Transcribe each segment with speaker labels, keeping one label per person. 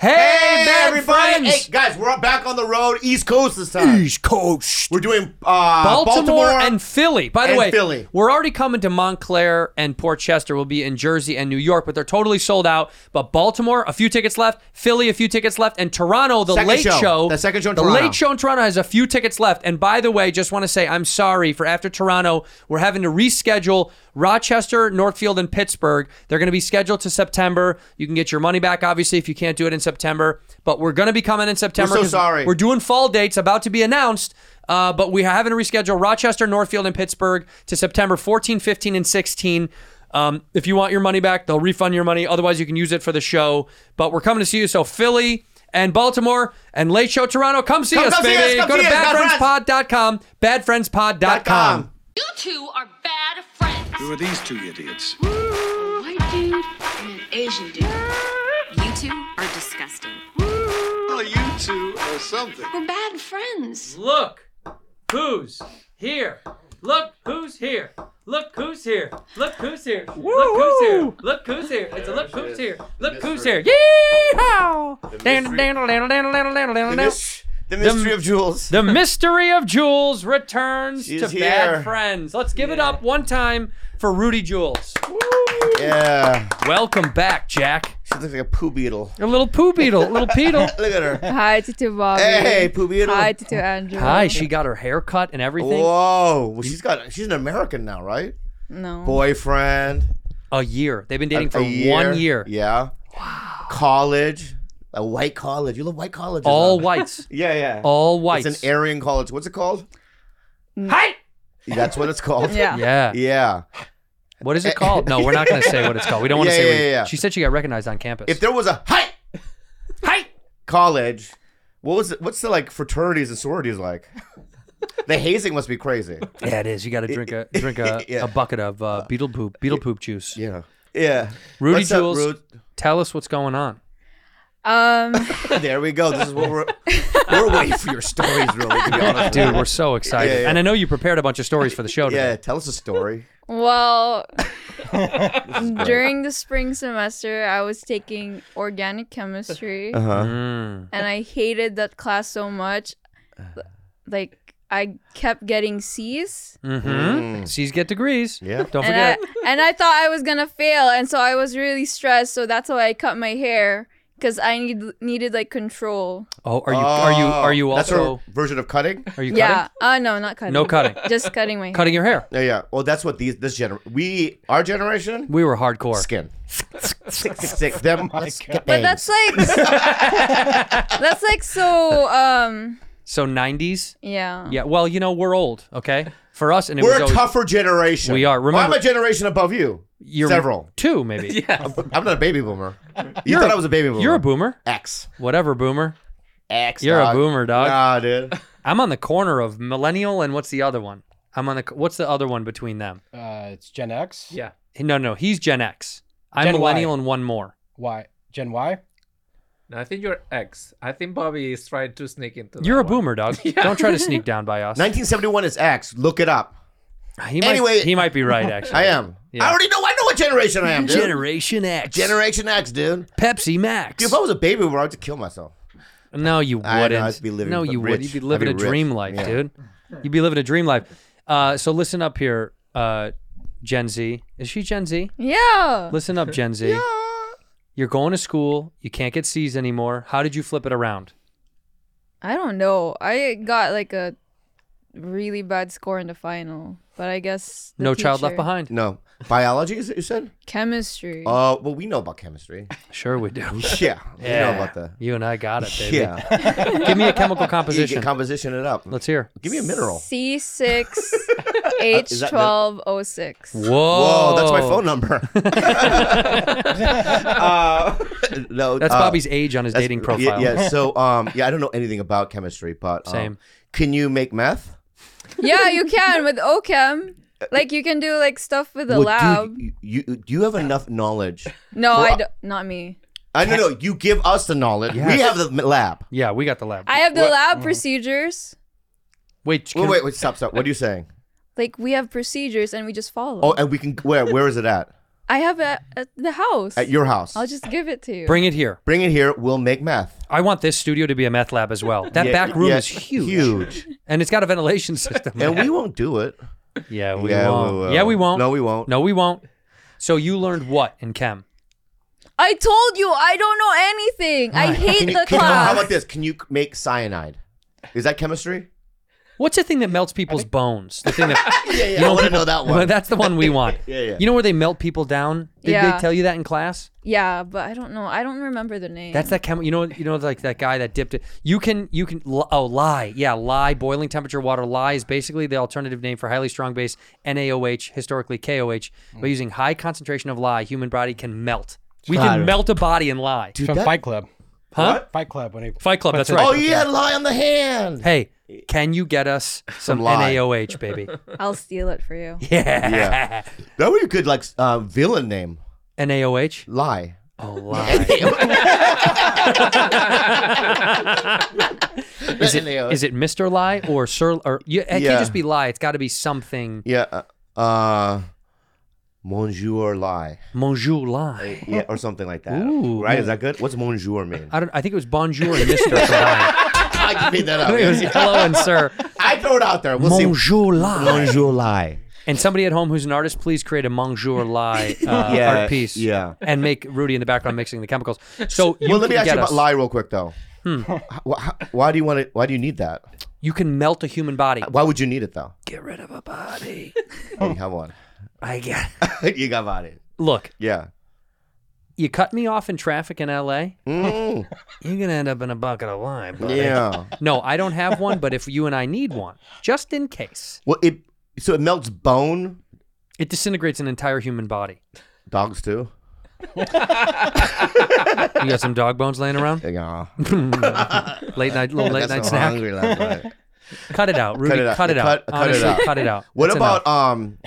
Speaker 1: Hey, bad
Speaker 2: everybody!
Speaker 1: friends.
Speaker 2: Hey, guys, we're back on the road, East Coast this time.
Speaker 1: East Coast.
Speaker 2: We're doing uh,
Speaker 1: Baltimore,
Speaker 2: Baltimore,
Speaker 1: and Philly. By the
Speaker 2: and
Speaker 1: way,
Speaker 2: Philly.
Speaker 1: we're already coming to Montclair and Port Chester. We'll be in Jersey and New York, but they're totally sold out. But Baltimore, a few tickets left. Philly, a few tickets left. And Toronto, the
Speaker 2: Second
Speaker 1: late show.
Speaker 2: show. The second show in
Speaker 1: the
Speaker 2: Toronto.
Speaker 1: late show in Toronto has a few tickets left. And by the way, just want to say I'm sorry for after Toronto, we're having to reschedule Rochester, Northfield, and Pittsburgh. They're going to be scheduled to September. You can get your money back, obviously, if you can't do it in September. But we're going to be coming in September.
Speaker 2: so
Speaker 1: 'cause
Speaker 2: sorry.
Speaker 1: We're doing fall dates about to be announced, uh, but we haven't rescheduled Rochester, Northfield, and Pittsburgh to September 14, 15, and 16. Um, if you want your money back, they'll refund your money. Otherwise, you can use it for the show. But we're coming to see you. So Philly and Baltimore and Late Show Toronto, come see
Speaker 2: Come-
Speaker 1: us,
Speaker 2: come see
Speaker 1: baby.
Speaker 2: us, come
Speaker 1: Go to
Speaker 2: see us, bad
Speaker 1: badfriendspod.com, badfriendspod.com.
Speaker 2: .com.
Speaker 3: You two are bad friends.
Speaker 4: Who are these two idiots?
Speaker 3: White dude and an Asian dude.
Speaker 5: You two are disgusting.
Speaker 4: Well, you two or something.
Speaker 3: We're bad friends.
Speaker 1: Look who's here. Look who's here. Look who's here. Look who's here. Look who's here. Look who's here. It's a look who's here. Look who's here. Yeehaw!
Speaker 2: Mys- the mystery of jewels.
Speaker 1: The mystery of Jules returns
Speaker 2: She's
Speaker 1: to
Speaker 2: here.
Speaker 1: Bad Friends. Let's give it up one time for Rudy Jules.
Speaker 2: yeah,
Speaker 1: Welcome back, Jack.
Speaker 2: she looks like a poo beetle.
Speaker 1: A little poo beetle, a little beetle.
Speaker 2: Look at her.
Speaker 6: Hi, Tito Bobby.
Speaker 2: Hey, Poo Beetle.
Speaker 6: Hi, Tito Andrew.
Speaker 1: Hi, she got her hair cut and everything.
Speaker 2: Whoa, well, she's got she's an American now, right?
Speaker 6: No.
Speaker 2: Boyfriend.
Speaker 1: A year. They've been dating
Speaker 2: a
Speaker 1: for one year.
Speaker 2: Yeah. College, a white college. You love white colleges.
Speaker 1: All
Speaker 2: huh?
Speaker 1: whites.
Speaker 2: Yeah, yeah.
Speaker 1: All whites.
Speaker 2: It's an Aryan college. What's it called?
Speaker 1: Hi.
Speaker 2: That's what it's called.
Speaker 6: Mm. Yeah.
Speaker 1: Yeah.
Speaker 2: Yeah.
Speaker 1: What is it called? No, we're not going to say what it's called. We don't want to
Speaker 2: Yeah,
Speaker 1: say.
Speaker 2: yeah,
Speaker 1: what-
Speaker 2: yeah, yeah.
Speaker 1: She said she got recognized on campus.
Speaker 2: If there was a hi
Speaker 1: Hi.
Speaker 2: college, what was it, what's the like fraternities and sororities like? the hazing must be crazy.
Speaker 1: Yeah, it is. You got to drink a drink a,
Speaker 2: Yeah.
Speaker 1: a bucket of uh, beetle poop beetle poop juice.
Speaker 2: Yeah. Yeah.
Speaker 1: Rudy
Speaker 2: What's up,
Speaker 1: Jules,
Speaker 2: Rude?
Speaker 1: tell us what's going on.
Speaker 6: Um,
Speaker 2: There we go. This is what we're we're waiting for your stories, really. To be honest,
Speaker 1: Dude, we're so excited,
Speaker 2: Yeah, yeah.
Speaker 1: and I know you prepared a bunch of stories for the show
Speaker 2: yeah.
Speaker 1: today.
Speaker 2: Tell us a story.
Speaker 6: well, during the spring semester, I was taking organic chemistry,
Speaker 2: Uh-huh.
Speaker 1: Mm.
Speaker 6: and I hated that class so much.
Speaker 1: Uh-huh.
Speaker 6: Like, I kept getting C's,
Speaker 1: Mm-hmm. C's get degrees.
Speaker 2: Mm. Yeah.
Speaker 1: Don't forget.
Speaker 6: and I and I thought I was gonna fail, and so I was really stressed. So that's why I cut my hair, cause I need needed like control.
Speaker 1: oh, are you are you are you
Speaker 2: Oh, that's her
Speaker 1: also
Speaker 2: version of cutting?
Speaker 1: are you cutting?
Speaker 6: Yeah. Uh, no, not cutting.
Speaker 1: No cutting.
Speaker 6: Just cutting my hair.
Speaker 1: Cutting your hair.
Speaker 2: Yeah, yeah. Well, that's what these this gener we our generation
Speaker 1: We were hardcore.
Speaker 2: skin. Sick, sick, sick. Them get
Speaker 6: But that's like that's like so um
Speaker 1: So 90s.
Speaker 6: yeah.
Speaker 1: Yeah. Well, you know we're old. Okay. For us, and it was
Speaker 2: we're a
Speaker 1: always,
Speaker 2: tougher generation.
Speaker 1: We are. Remember-
Speaker 2: I'm a generation above you.
Speaker 1: you're
Speaker 2: several.
Speaker 1: two maybe. yeah.
Speaker 2: I'm not a baby boomer. You thought I was a baby boomer.
Speaker 1: You're a boomer.
Speaker 2: X.
Speaker 1: Whatever, boomer.
Speaker 2: X.
Speaker 1: You're
Speaker 2: dog.
Speaker 1: a boomer, dog.
Speaker 2: Nah, dude.
Speaker 1: I'm on the corner of millennial and what's the other one? I'm on the what's the other one between them?
Speaker 7: Uh, it's Gen X.
Speaker 1: Yeah. No, no, he's Gen X. I'm
Speaker 7: Gen Y.
Speaker 1: millennial and one more.
Speaker 7: Y. Gen Y.
Speaker 8: No, I think you're X. I think Bobby is trying to sneak into.
Speaker 1: You're a
Speaker 8: that one.
Speaker 1: boomer, dog. Don't try to sneak down by us.
Speaker 2: 1971 is X. Look it up.
Speaker 1: He might,
Speaker 2: Anyway-
Speaker 1: he might be right actually.
Speaker 2: I am.
Speaker 1: Yeah.
Speaker 2: I already know. I know what generation I am, dude.
Speaker 1: Generation X.
Speaker 2: generation X, dude.
Speaker 1: Pepsi Max.
Speaker 2: Dude, if I was a baby boomer, I'd just kill myself.
Speaker 1: No, you
Speaker 2: I know,
Speaker 1: wouldn't.
Speaker 2: I'd be living
Speaker 1: no,
Speaker 2: b-
Speaker 1: you
Speaker 2: rich.
Speaker 1: would. You'd be
Speaker 2: I'd
Speaker 1: living
Speaker 2: be
Speaker 1: a dream
Speaker 2: rich.
Speaker 1: life,
Speaker 2: Yeah.
Speaker 1: dude. You'd be living a dream life. Uh, so listen up here, uh, Gen Z. Is she Gen Z?
Speaker 6: Yeah.
Speaker 1: Listen up, Gen Z. You're going to school. You can't get C's anymore. How did you flip it around?
Speaker 6: I don't know. I got like a really bad score in the final, but I guess the
Speaker 1: no child left
Speaker 6: teacher-
Speaker 1: behind.
Speaker 2: No. Biology is it you said?
Speaker 6: Chemistry.
Speaker 2: Uh, well, we know about chemistry.
Speaker 1: Sure, we do.
Speaker 2: yeah, we know about that.
Speaker 1: You and I got it, baby.
Speaker 2: Yeah,
Speaker 1: Give me a chemical
Speaker 2: you
Speaker 1: composition.
Speaker 2: can composition it up.
Speaker 1: Let's hear.
Speaker 2: Give me a mineral.
Speaker 6: C six
Speaker 2: is
Speaker 6: H
Speaker 2: that-
Speaker 6: twelve oh six.
Speaker 1: Whoa.
Speaker 2: Whoa, that's my phone number. uh, no,
Speaker 1: That's
Speaker 2: uh,
Speaker 1: Bobby's age on his
Speaker 2: that's-
Speaker 1: dating
Speaker 2: yeah,
Speaker 1: profile.
Speaker 2: Yeah, So, um, yeah, I don't know anything about chemistry, but um,
Speaker 1: Same.
Speaker 2: Can you make meth?
Speaker 6: Yeah, you can with OChem. Like you can do like stuff with the
Speaker 2: Well,
Speaker 6: lab.
Speaker 2: dude, you, you do you have enough knowledge?
Speaker 6: no,
Speaker 2: for-
Speaker 6: I don't, not me.
Speaker 2: I no no. You give us the knowledge. We have the lab.
Speaker 1: Yeah, we got the lab.
Speaker 6: I have the
Speaker 2: mm.
Speaker 6: lab procedures.
Speaker 1: wait,
Speaker 2: Wait,
Speaker 1: can-
Speaker 2: wait, wait, stop, stop. What are you saying?
Speaker 6: Like we have procedures and we just follow.
Speaker 2: Oh, and we can. Where? Where is it at?
Speaker 6: I have it at, at the house.
Speaker 2: At your house.
Speaker 6: I'll just give it to you.
Speaker 1: bring it here.
Speaker 2: Bring it here. We'll make meth.
Speaker 1: I want this studio to be a meth lab as well. That
Speaker 2: Yeah,
Speaker 1: back room
Speaker 2: yeah,
Speaker 1: is huge.
Speaker 2: Huge.
Speaker 1: And it's got a ventilation system.
Speaker 2: and we won't do it.
Speaker 1: yeah, we
Speaker 2: Yeah, we
Speaker 1: won't.
Speaker 2: will.
Speaker 1: yeah, we won't.
Speaker 2: No, we won't.
Speaker 1: No, we won't. So you learned what in chem?
Speaker 6: I told you I don't know anything. I hate
Speaker 2: Can you,
Speaker 6: the
Speaker 2: can you-
Speaker 6: class.
Speaker 2: how about this? Can you make cyanide? Is that chemistry?
Speaker 1: What's the thing that melts people's bones? The thing that
Speaker 2: Yeah, yeah.
Speaker 1: You know
Speaker 2: I want to
Speaker 1: people-
Speaker 2: know that
Speaker 1: Well,
Speaker 2: one.
Speaker 1: that's the one we want.
Speaker 2: Yeah, yeah.
Speaker 1: You know where they melt people down? Did
Speaker 6: Yeah.
Speaker 1: they tell you that in class?
Speaker 6: yeah, but I don't know. I don't remember the name.
Speaker 1: That's that chem. You know, you know, like that guy that dipped it. You can, you can. li- Oh, lye. Yeah, lye. Boiling temperature water. Lye is basically the alternative name for highly strong base NaOH, historically KOH. By using high concentration of lye, human body can melt. We can
Speaker 2: Fire.
Speaker 1: melt a body in lye.
Speaker 2: Dude,
Speaker 7: from
Speaker 2: that-
Speaker 7: Fight Club.
Speaker 1: Huh?
Speaker 7: Fight Club. When he
Speaker 1: Fight Club.
Speaker 7: puts
Speaker 1: That's
Speaker 7: it-
Speaker 1: right.
Speaker 2: oh, you had lie on the hand.
Speaker 1: Hey, can you get us some,
Speaker 2: Some lye.
Speaker 1: NaOH, baby?
Speaker 6: I'll steal it for you.
Speaker 1: Yeah.
Speaker 2: Yeah. That would be a good like uh, villain name.
Speaker 1: NaOH.
Speaker 2: Lie.
Speaker 1: Oh, lye.
Speaker 2: Is it?
Speaker 1: is it Mr. Lie or Sir? Or you, it
Speaker 2: Yeah.
Speaker 1: can't just be lie. It's got to be something.
Speaker 2: Yeah. Uh, uh, Bonjour lie.
Speaker 1: Bonjour lie.
Speaker 2: Yeah, or something like that.
Speaker 1: Ooh.
Speaker 2: Right? Is that good? What's bonjour mean?
Speaker 1: I don't. I think it was bonjour and Mister combined.
Speaker 2: I can made that
Speaker 1: I think it was hello and sir.
Speaker 2: I throw it out there. We'll see.
Speaker 1: Bonjour lie.
Speaker 2: Bonjour lie.
Speaker 1: And somebody at home who's an artist, please create a bonjour lie uh,
Speaker 2: Yeah,
Speaker 1: art piece.
Speaker 2: yeah.
Speaker 1: And make Rudy in the background mixing the chemicals. So you
Speaker 2: well, let
Speaker 1: can
Speaker 2: me ask you
Speaker 1: get
Speaker 2: about
Speaker 1: us- Hmm.
Speaker 2: lie real quick though. H- wh- how- Why do you want it? Why do you need that?
Speaker 1: You can melt a human body.
Speaker 2: Why would you need it though?
Speaker 1: Get rid of a body.
Speaker 2: Hey, come on.
Speaker 1: I get.
Speaker 2: you got about it.
Speaker 1: Look,
Speaker 2: Yeah.
Speaker 1: you cut me off in traffic in L.A.
Speaker 2: Mm,
Speaker 1: You're gonna end up in a bucket of lime. Buddy.
Speaker 2: yeah.
Speaker 1: No, I don't have one, but if you and I need one, just in case,
Speaker 2: Well, it so it melts bone.
Speaker 1: it disintegrates an entire human body.
Speaker 2: Dogs too.
Speaker 1: You got some dog bones laying around?
Speaker 2: Yeah.
Speaker 1: Late night, little late
Speaker 2: That's
Speaker 1: night
Speaker 2: so
Speaker 1: snack.
Speaker 2: hungry last night.
Speaker 1: Cut it out, Rudy. Cut it out. Cut it out.
Speaker 2: Cut- cut it
Speaker 1: Honestly,
Speaker 2: out.
Speaker 1: cut it out.
Speaker 2: What
Speaker 1: That's
Speaker 2: about um?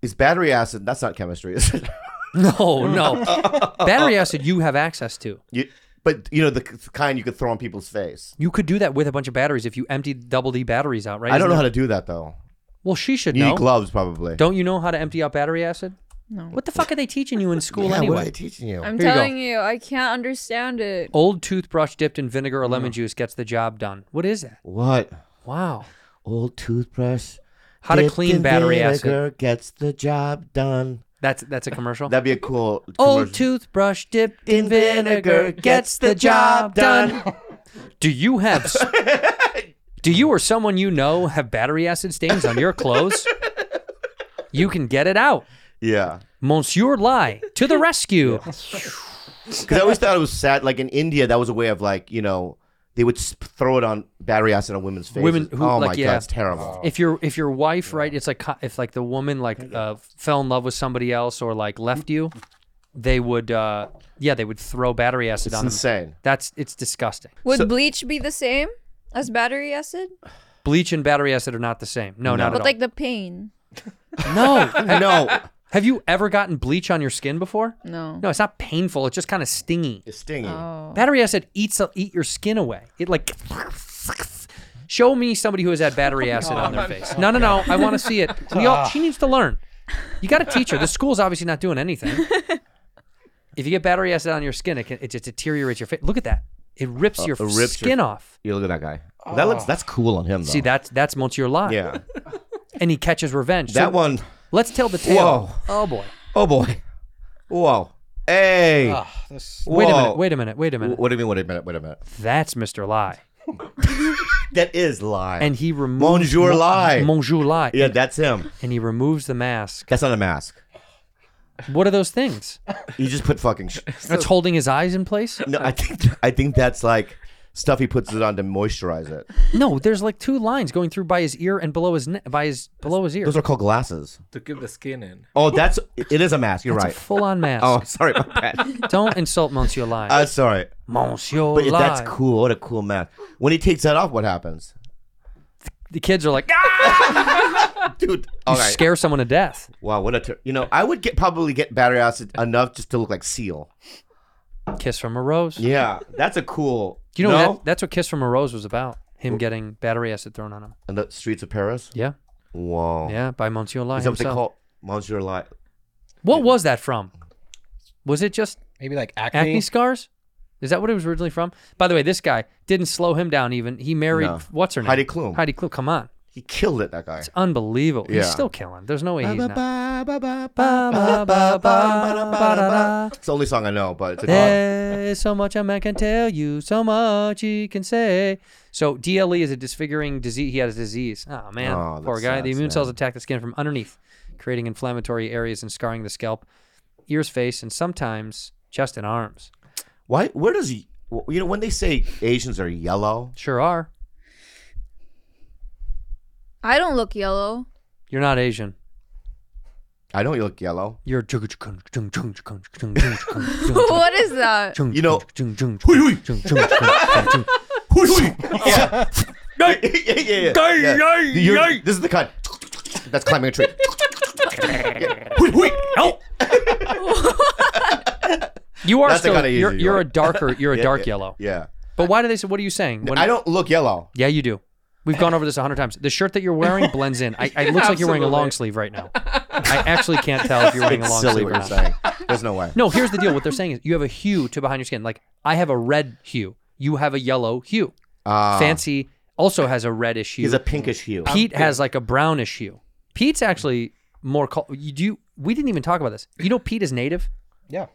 Speaker 2: Is battery acid? That's not chemistry, is it?
Speaker 1: enough. no, no battery acid? You have access to.
Speaker 2: You, but you know the k- kind you could throw on people's face.
Speaker 1: You could do that with a bunch of batteries if you emptied double D batteries out, right?
Speaker 2: I don't
Speaker 1: Isn't
Speaker 2: know how
Speaker 1: it-
Speaker 2: to do that though.
Speaker 1: Well, she should
Speaker 2: You
Speaker 1: know.
Speaker 2: need gloves probably.
Speaker 1: Don't you know how to empty out battery acid? No. What the fuck are they teaching you in school
Speaker 2: yeah, What are
Speaker 1: anyway?
Speaker 2: they teaching you?
Speaker 6: I'm
Speaker 1: Here you go.
Speaker 6: telling you, I can't understand it.
Speaker 1: Old toothbrush dipped in vinegar or lemon juice gets the job done. What is that?
Speaker 2: what
Speaker 1: Wow.
Speaker 2: old toothbrush?
Speaker 1: How to clean battery acid.
Speaker 2: gets the job done.
Speaker 1: That's that's a commercial.
Speaker 2: That'd be a cool
Speaker 1: Old
Speaker 2: commercial.
Speaker 1: toothbrush dipped in vinegar gets the job done. Do you have? s- do you or someone you know have battery acid stains on your clothes? You can get it out,
Speaker 2: Yeah,
Speaker 1: Monsieur Lie, to the rescue.
Speaker 2: because I always thought it was sad. Like in India, that was a way of like you know they would sp- throw it on battery acid on women's faces.
Speaker 1: Women who,
Speaker 2: oh
Speaker 1: like,
Speaker 2: my
Speaker 1: yeah.
Speaker 2: god, it's terrible.
Speaker 1: If your if your wife, right, it's like co- if like the woman like uh, fell in love with somebody else or like left you, they would uh yeah they would throw battery acid
Speaker 2: It's
Speaker 1: on them.
Speaker 2: insane.
Speaker 1: That's it's disgusting.
Speaker 6: Would bleach be the same as battery acid?
Speaker 1: Bleach and battery acid are not the same. No, not
Speaker 6: But
Speaker 1: at
Speaker 6: like the pain.
Speaker 1: all. No,
Speaker 2: no,
Speaker 1: Have you ever gotten bleach on your skin before?
Speaker 6: No.
Speaker 1: No, it's not painful. It's just kind of stingy.
Speaker 2: it's stinging.
Speaker 1: Battery acid eats eat your skin away. It like. Show me somebody who has had
Speaker 2: Oh
Speaker 1: battery acid on their face. No, no, no. I want to see it. We all, she needs to learn. You got to teach her. The school's obviously not doing anything. If you get battery acid on your skin, it, can, it just deteriorates your face. Look at that. It rips your
Speaker 2: Uh, it rips your-
Speaker 1: skin off.
Speaker 2: You look at that guy. That looks. That's cool on him. Though.
Speaker 1: See, that's that's Monsieur Lie.
Speaker 2: Yeah,
Speaker 1: And he catches revenge. So
Speaker 2: that one.
Speaker 1: Let's tell the tale.
Speaker 2: Whoa.
Speaker 1: Oh, boy.
Speaker 2: Oh boy. Whoa. Hey.
Speaker 7: Ah, this-
Speaker 2: Whoa.
Speaker 1: Wait a minute. Wait a minute. Wait a minute.
Speaker 2: What do you mean? Wait a minute. Wait a minute.
Speaker 1: That's Mr. Lie.
Speaker 2: That is lie.
Speaker 1: and he removes
Speaker 2: Bonjour lie.
Speaker 1: Bonjour lie.
Speaker 2: yeah, that's him.
Speaker 1: and he removes the mask.
Speaker 2: That's not a mask.
Speaker 1: What are those things?
Speaker 2: You just put fucking. Sh-
Speaker 1: That's holding his eyes in place.
Speaker 2: no, I think I think that's like stuff he puts it on to moisturize it.
Speaker 1: No, there's like two lines going through by his ear and below his ne- by his below his ear.
Speaker 2: Those are called glasses.
Speaker 8: to keep the skin in.
Speaker 2: Oh, that's it is a mask. You're right.
Speaker 1: full on mask.
Speaker 2: Oh, sorry about that.
Speaker 1: Don't insult Monsieur Live.
Speaker 2: I'm sorry.
Speaker 1: Monsieur
Speaker 2: But that's
Speaker 1: Live.
Speaker 2: cool. What a cool mask. When he takes that off, what happens?
Speaker 1: The kids are like, ah!
Speaker 2: Dude, all
Speaker 1: You
Speaker 2: right.
Speaker 1: scare someone to death.
Speaker 2: Wow, what a ter- you know, I would get probably get battery acid enough just to look like Seal.
Speaker 1: Kiss from a Rose.
Speaker 2: Yeah, that's a cool.
Speaker 1: You know
Speaker 2: no?
Speaker 1: that, that's what Kiss from a Rose was about. Him getting battery acid thrown on him.
Speaker 2: in the streets of Paris.
Speaker 1: Yeah,
Speaker 2: Whoa.
Speaker 1: yeah, by Monsieur Live
Speaker 2: Is that what they
Speaker 1: himself.
Speaker 2: call Monsieur Light?
Speaker 1: What was that from? Was it just
Speaker 7: Maybe like acne.
Speaker 1: acne scars? Is that what it was originally from? By the way, this guy didn't slow him down even. He married
Speaker 2: No.
Speaker 1: what's her name?
Speaker 2: Heidi Klum.
Speaker 1: Heidi Klum. Come on,
Speaker 2: He killed it. That guy.
Speaker 1: it's unbelievable.
Speaker 2: Yeah.
Speaker 1: He's still killing. There's no way he's not.
Speaker 2: It's the only song I know, but it's a good
Speaker 1: There's so much a man can tell you, so much he can say. So DLE is a disfiguring disease. He had a disease. Oh man,
Speaker 2: Oh,
Speaker 1: poor
Speaker 2: that
Speaker 1: guy. The
Speaker 2: sucks,
Speaker 1: immune cells
Speaker 2: man.
Speaker 1: attack the skin from underneath, creating inflammatory areas and scarring the scalp, ears, face, and sometimes chest and arms.
Speaker 2: Why? Where does he? well, You know, when they say Asians are yellow,
Speaker 1: Sure are.
Speaker 6: I don't look yellow.
Speaker 1: You're not Asian.
Speaker 2: I don't look yellow.
Speaker 1: You're
Speaker 6: what is that?
Speaker 2: You know- yeah. yeah, yeah, yeah, yeah. yeah. You're- This is the kind that's climbing a tree. Yeah. Hui, hui.
Speaker 1: Help! You are
Speaker 2: That's the
Speaker 1: still.
Speaker 2: kinda
Speaker 1: You're,
Speaker 2: easy
Speaker 1: you're a
Speaker 2: one.
Speaker 1: darker. You're a
Speaker 2: Yeah,
Speaker 1: dark
Speaker 2: yeah,
Speaker 1: yellow.
Speaker 2: Yeah.
Speaker 1: But why do they say? What are you saying? When-
Speaker 2: I don't look yellow.
Speaker 1: Yeah, you do. We've gone over this a hundred times. The shirt that you're wearing blends in. I, I it looks like you're wearing a long
Speaker 8: Absolutely.
Speaker 1: sleeve right now. I actually can't tell if you're wearing a
Speaker 2: It's
Speaker 1: long
Speaker 2: silly
Speaker 1: sleeve
Speaker 2: what
Speaker 1: or
Speaker 2: you're
Speaker 1: not.
Speaker 2: saying. There's no way.
Speaker 1: No, here's the deal. What they're saying is you have a hue to behind your skin. Like I have a red hue. You have a yellow hue.
Speaker 2: Ah.
Speaker 1: Fancy also has a reddish hue.
Speaker 2: He's a pinkish hue.
Speaker 1: Pete has like a brownish hue. Pete's actually more. Col- you do. you- We didn't even talk about this. You know, Pete is native.
Speaker 7: Yeah.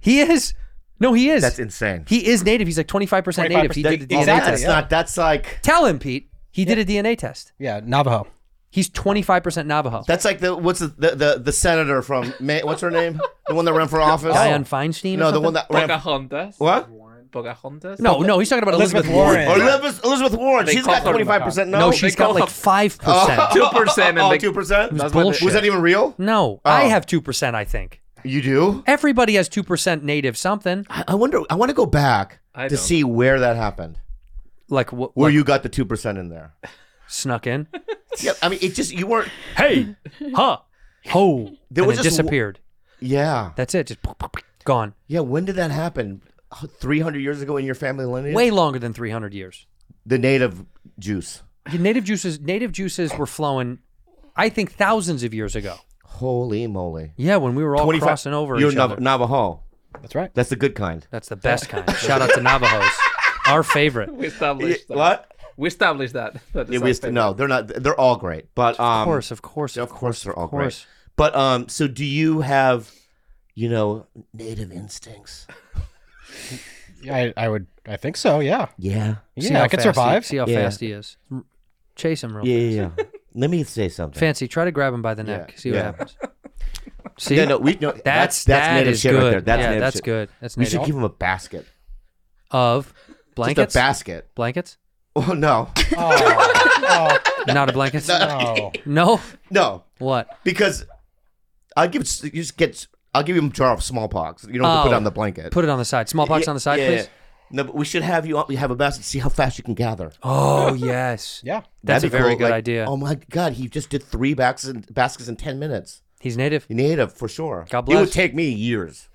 Speaker 1: He is. No, he is.
Speaker 2: That's insane.
Speaker 1: He is native. He's like 25% native. He
Speaker 2: That-
Speaker 1: did a DNA
Speaker 7: exactly,
Speaker 1: test.
Speaker 2: That's not. That's like.
Speaker 1: Tell him, Pete. He did a DNA test.
Speaker 7: Yeah, Navajo.
Speaker 1: He's 25% Navajo.
Speaker 2: That's like the what's the the the, the senator from Ma- what's her name? The one that ran for office.
Speaker 1: Diane Feinstein? or
Speaker 2: no, the
Speaker 1: something?
Speaker 2: one that ran.
Speaker 8: Pocahontas.
Speaker 2: What?
Speaker 8: Pocahontas.
Speaker 1: No, no, he's talking about Elizabeth,
Speaker 7: Elizabeth
Speaker 1: Warren.
Speaker 7: Warren.
Speaker 2: Or Elizabeth, Elizabeth Warren.
Speaker 8: They
Speaker 2: She's
Speaker 8: call
Speaker 2: got
Speaker 8: her
Speaker 2: twenty five percent.
Speaker 1: No, she's got
Speaker 8: call
Speaker 1: like
Speaker 8: her-
Speaker 1: 5%.
Speaker 8: Two percent.
Speaker 2: Oh, two percent.
Speaker 1: That's
Speaker 2: Was
Speaker 1: bullshit.
Speaker 2: that even real?
Speaker 1: No,
Speaker 2: Oh.
Speaker 1: I have 2%, I think.
Speaker 2: You do?
Speaker 1: Everybody has 2% native something.
Speaker 2: I, I wonder. I want to go back
Speaker 8: I
Speaker 2: to
Speaker 8: don't.
Speaker 2: see where that happened.
Speaker 1: Like, what?
Speaker 2: Where
Speaker 1: like,
Speaker 2: you got the two percent in there?
Speaker 1: Snuck in.
Speaker 2: Yeah. I mean, it just you weren't.
Speaker 1: Hey, huh, ho.
Speaker 2: There
Speaker 1: and
Speaker 2: was
Speaker 1: it
Speaker 2: just w-
Speaker 1: disappeared.
Speaker 2: Yeah.
Speaker 1: That's it. Just gone.
Speaker 2: Yeah. When did that happen? Three hundred years ago in your family lineage.
Speaker 1: Way longer than 300 years.
Speaker 2: The native juice.
Speaker 1: The Native juices, native juices were flowing, I think, thousands of years ago.
Speaker 2: Holy moly.
Speaker 1: Yeah, when we were all
Speaker 2: 25
Speaker 1: crossing over
Speaker 2: You're
Speaker 1: each
Speaker 2: Nav-
Speaker 1: other.
Speaker 2: Navajo.
Speaker 7: That's right.
Speaker 2: That's the good kind.
Speaker 1: That's the best kind. Shout out to Navajos, our favorite.
Speaker 2: Um,
Speaker 8: We established that.
Speaker 2: What?
Speaker 8: We established that. that
Speaker 2: Yeah,
Speaker 8: is
Speaker 2: we
Speaker 8: our
Speaker 2: used to-
Speaker 8: favorite.
Speaker 2: no, they're not. They're all great, but um,
Speaker 1: Of course, of course,
Speaker 2: of course, they're all great.
Speaker 1: course.
Speaker 2: But um, so do you have, you know, native instincts?
Speaker 7: Yeah, I, I would. I think so. Yeah.
Speaker 2: Yeah,
Speaker 7: Yeah,
Speaker 1: how
Speaker 7: I could
Speaker 1: fast he-
Speaker 7: survive.
Speaker 1: see how
Speaker 2: Yeah.
Speaker 1: fast he is. R- Chase him real
Speaker 2: yeah,
Speaker 1: fast.
Speaker 2: yeah. yeah. Let me say something.
Speaker 1: Fancy, try to grab him by the neck.
Speaker 2: Yeah,
Speaker 1: See what
Speaker 2: yeah.
Speaker 1: happens. See,
Speaker 2: yeah, no, we no,
Speaker 1: that's
Speaker 2: that's that's
Speaker 1: that
Speaker 2: native
Speaker 1: is
Speaker 2: shit
Speaker 1: good.
Speaker 2: right there. That's
Speaker 1: yeah,
Speaker 2: native
Speaker 1: that's
Speaker 2: shit.
Speaker 1: good. That's
Speaker 2: We
Speaker 1: native.
Speaker 2: should give him a basket.
Speaker 1: of blankets.
Speaker 2: Just a basket.
Speaker 1: blankets?
Speaker 2: Oh no,
Speaker 7: Oh,
Speaker 1: Not a blanket.
Speaker 7: oh,
Speaker 1: no.
Speaker 2: no,
Speaker 1: What?
Speaker 2: because I'll give you just get. I'll give you a jar of smallpox. You don't have to put
Speaker 1: Oh.
Speaker 2: it on the blanket.
Speaker 1: Put it on the side. Smallpox
Speaker 2: Yeah,
Speaker 1: on the side,
Speaker 2: yeah,
Speaker 1: please.
Speaker 2: yeah. No, but we should have you. We have a basket. See how fast you can gather.
Speaker 1: Oh yes.
Speaker 7: yeah.
Speaker 1: That's
Speaker 2: That'd
Speaker 1: a
Speaker 2: be
Speaker 1: very
Speaker 2: cool,
Speaker 1: good
Speaker 2: like,
Speaker 1: idea.
Speaker 2: Oh my god, he just did three baskets in, baskets in ten minutes.
Speaker 1: He's native.
Speaker 2: He needed it for sure.
Speaker 1: God
Speaker 2: It
Speaker 1: bless.
Speaker 2: would take me years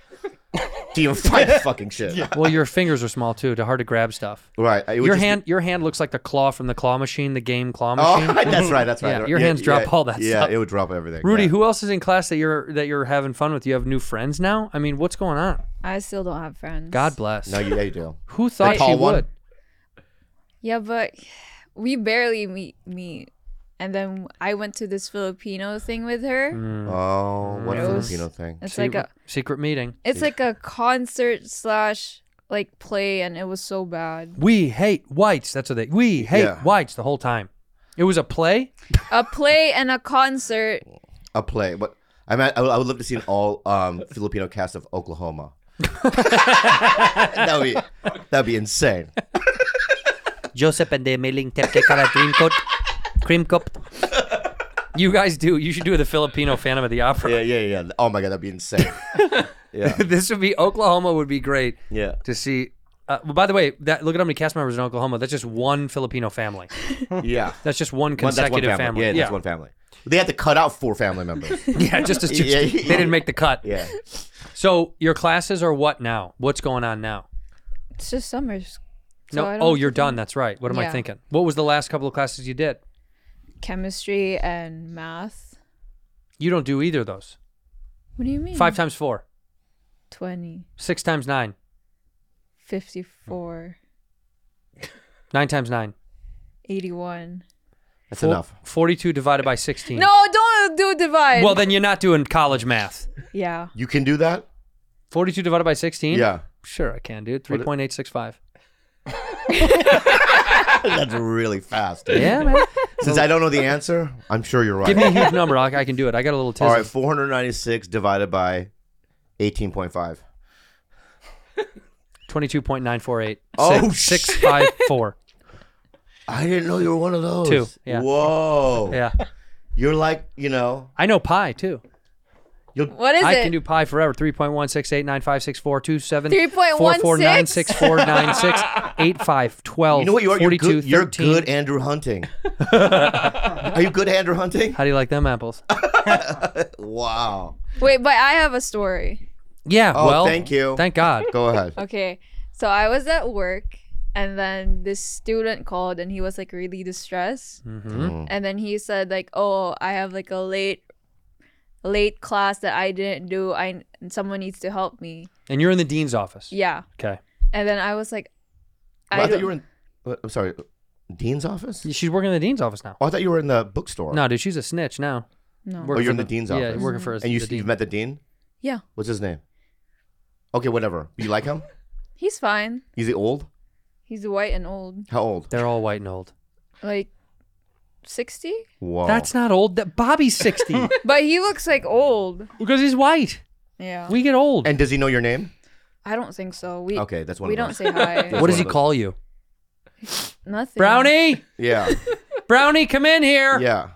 Speaker 2: to even find fucking shit.
Speaker 1: Well, your fingers are small too. They're hard to grab stuff.
Speaker 2: Right. it would
Speaker 1: Your
Speaker 2: just be-
Speaker 1: hand, your hand looks like the claw from the claw machine, the game claw
Speaker 2: Oh,
Speaker 1: machine.
Speaker 2: that's right. That's right.
Speaker 1: Yeah, your hands drop all that
Speaker 2: yeah,
Speaker 1: stuff.
Speaker 2: it would drop everything.
Speaker 1: Rudy,
Speaker 2: yeah.
Speaker 1: who else is in class that you're that you're having fun with? You have new friends now. I mean, what's going on?
Speaker 6: I still don't have friends.
Speaker 1: God bless.
Speaker 2: No, you, yeah, you do.
Speaker 1: who thought she
Speaker 2: tall
Speaker 1: would?
Speaker 2: one?
Speaker 6: Yeah, but we barely meet meet. And then I went to this Filipino thing with her.
Speaker 1: Mm,
Speaker 2: Oh, what a
Speaker 6: Gross.
Speaker 2: Filipino thing.
Speaker 6: It's
Speaker 1: Secret,
Speaker 6: like a
Speaker 1: secret meeting.
Speaker 6: it's like a concert slash like play and it was so bad.
Speaker 1: We hate whites. That's what they. We hate
Speaker 2: Yeah.
Speaker 1: whites the whole time. It was a play.
Speaker 6: A play and a concert.
Speaker 2: A play, but I mean, I would, I would love to see an all um, Filipino cast of Oklahoma. that would be that'd be insane.
Speaker 1: Joseph and the mailing tep cream coat. Cream cup. You guys do. You should do the Filipino Phantom of the Opera.
Speaker 2: Yeah, yeah, yeah. Oh my god, that'd be insane. Yeah,
Speaker 1: this would be Oklahoma would be great
Speaker 2: yeah.
Speaker 1: to see. Uh, well, by the way, that look at how many cast members in Oklahoma. That's just one Filipino family.
Speaker 2: Yeah.
Speaker 1: That's just one
Speaker 2: One-
Speaker 1: consecutive family.
Speaker 2: Yeah, that's one family. They had to cut out four family members.
Speaker 1: Yeah, just as
Speaker 2: Yeah,
Speaker 1: they
Speaker 2: yeah.
Speaker 1: didn't make the cut.
Speaker 2: yeah.
Speaker 1: So your classes are what now? What's going on now?
Speaker 6: It's just summers. So
Speaker 1: No,
Speaker 6: I don't
Speaker 1: oh,
Speaker 6: have to
Speaker 1: you're
Speaker 6: do
Speaker 1: done. That's right. What am I
Speaker 6: Yeah.
Speaker 1: thinking? What was the last couple of classes you did?
Speaker 6: Chemistry and math.
Speaker 1: You don't do either of those.
Speaker 6: What do you mean?
Speaker 1: Five times four,
Speaker 6: 20,
Speaker 1: six times nine,
Speaker 6: 54,
Speaker 1: nine times nine.
Speaker 6: 81.
Speaker 2: That's
Speaker 1: Four-
Speaker 2: enough.
Speaker 1: Forty-two divided by sixteen.
Speaker 6: No, don't do divide.
Speaker 1: Hmm. Well, then you're not doing college math.
Speaker 6: yeah.
Speaker 2: You can do that?
Speaker 1: Forty-two divided by sixteen.
Speaker 2: Yeah.
Speaker 1: Sure, I can, dude. Three
Speaker 2: What-
Speaker 1: point eight six five.
Speaker 2: That's really fast.
Speaker 1: Yeah, man.
Speaker 2: Since I don't know the answer, I'm sure you're right.
Speaker 1: Give me a huge number. I, I can do it. I got a little tizzle.
Speaker 2: All right, 496 divided by 18.5.
Speaker 1: Twenty-two point nine four eight.
Speaker 2: Oh,
Speaker 1: six, six five four.
Speaker 2: I didn't know you were one of those.
Speaker 1: Two, yeah.
Speaker 2: Whoa.
Speaker 1: Yeah,
Speaker 2: You're like, you know,
Speaker 1: I know pi too.
Speaker 6: What is
Speaker 1: I
Speaker 6: it?
Speaker 1: can do pi forever. Three point one six eight nine five six four two seven
Speaker 6: 3.16?
Speaker 1: 496
Speaker 2: you know what you are? You're
Speaker 1: 42,
Speaker 2: good, you're
Speaker 1: 13.
Speaker 2: good Andrew Hunting. are you good Andrew Hunting?
Speaker 1: How do you like them apples?
Speaker 2: Wow.
Speaker 6: Wait, but I have a story.
Speaker 1: Yeah,
Speaker 2: Oh,
Speaker 1: well,
Speaker 2: thank you.
Speaker 1: Thank God.
Speaker 2: Go ahead.
Speaker 6: Okay. So I was at work and then this student called and he was like really distressed.
Speaker 1: Mhm.
Speaker 6: And then he said like, "Oh, I have like a late late class that I didn't do. I someone needs to help me."
Speaker 1: And you're in the dean's office.
Speaker 6: Yeah.
Speaker 1: Okay.
Speaker 6: And then I was like
Speaker 2: Well, I,
Speaker 6: I
Speaker 2: thought
Speaker 6: don't-
Speaker 2: you were in, what- I'm sorry, Dean's office?
Speaker 1: She's working in the dean's office now.
Speaker 2: Oh, I thought you were in the bookstore.
Speaker 1: No, dude, she's a snitch now.
Speaker 6: No.
Speaker 2: Oh,
Speaker 1: Working
Speaker 2: you're in
Speaker 1: for
Speaker 2: the dean's
Speaker 1: yeah,
Speaker 2: office.
Speaker 1: working for us.
Speaker 2: And you,
Speaker 1: the
Speaker 2: you've
Speaker 1: dean.
Speaker 2: met the dean?
Speaker 6: Yeah.
Speaker 2: What's his name? Okay, whatever. You like him?
Speaker 6: He's fine.
Speaker 2: Is he old?
Speaker 6: He's white and old.
Speaker 2: How old?
Speaker 1: They're all white and old.
Speaker 6: Like 60?
Speaker 2: Whoa.
Speaker 1: That's not old. That Bobby's 60
Speaker 6: But he looks like old.
Speaker 1: because he's white.
Speaker 6: Yeah.
Speaker 1: We get old.
Speaker 2: And does he know your name?
Speaker 6: I don't think so. We
Speaker 2: Okay, that's one
Speaker 6: We
Speaker 2: of
Speaker 6: don't
Speaker 2: those.
Speaker 6: say hi.
Speaker 1: what
Speaker 2: That's
Speaker 1: does
Speaker 2: one
Speaker 1: he
Speaker 2: of those.
Speaker 1: call you?
Speaker 6: Nothing.
Speaker 1: Brownie?
Speaker 2: Yeah.
Speaker 1: Brownie, come in here.
Speaker 2: Yeah.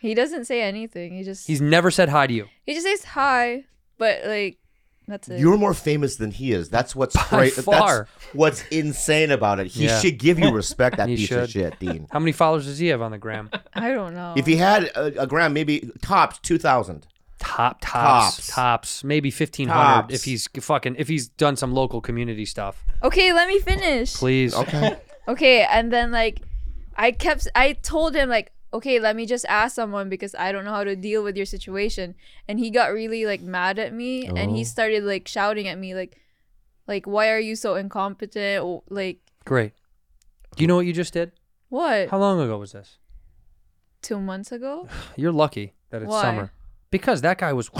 Speaker 6: He doesn't say anything. He just
Speaker 1: He's never said hi to you.
Speaker 6: He just says hi, but like that's it.
Speaker 2: You're more famous than he is. That's what's
Speaker 1: By
Speaker 2: cra-
Speaker 1: far.
Speaker 2: That's what's insane about it. He
Speaker 1: Yeah.
Speaker 2: should give you respect. That
Speaker 1: He
Speaker 2: piece
Speaker 1: should.
Speaker 2: of shit, Dean.
Speaker 1: How many followers does he have on the gram?
Speaker 6: I don't know.
Speaker 2: If he had a, a gram, maybe tops two thousand.
Speaker 1: top tops tops,
Speaker 2: Tops.
Speaker 1: maybe 1500
Speaker 2: Tops.
Speaker 1: if he's fucking if he's done some local community stuff
Speaker 6: okay, let me finish.
Speaker 1: please
Speaker 2: Okay.
Speaker 6: Okay, and then like I kept I told him like okay, let me just ask someone because I don't know how to deal with your situation. And he got really like mad at me and he
Speaker 2: Oh.
Speaker 6: started like shouting at me like like why are you so incompetent? Or, like
Speaker 1: great do you know what you just did
Speaker 6: what?
Speaker 1: how long ago was this
Speaker 6: 2 months ago?
Speaker 1: you're lucky that it's
Speaker 6: Why?
Speaker 1: summer because that guy was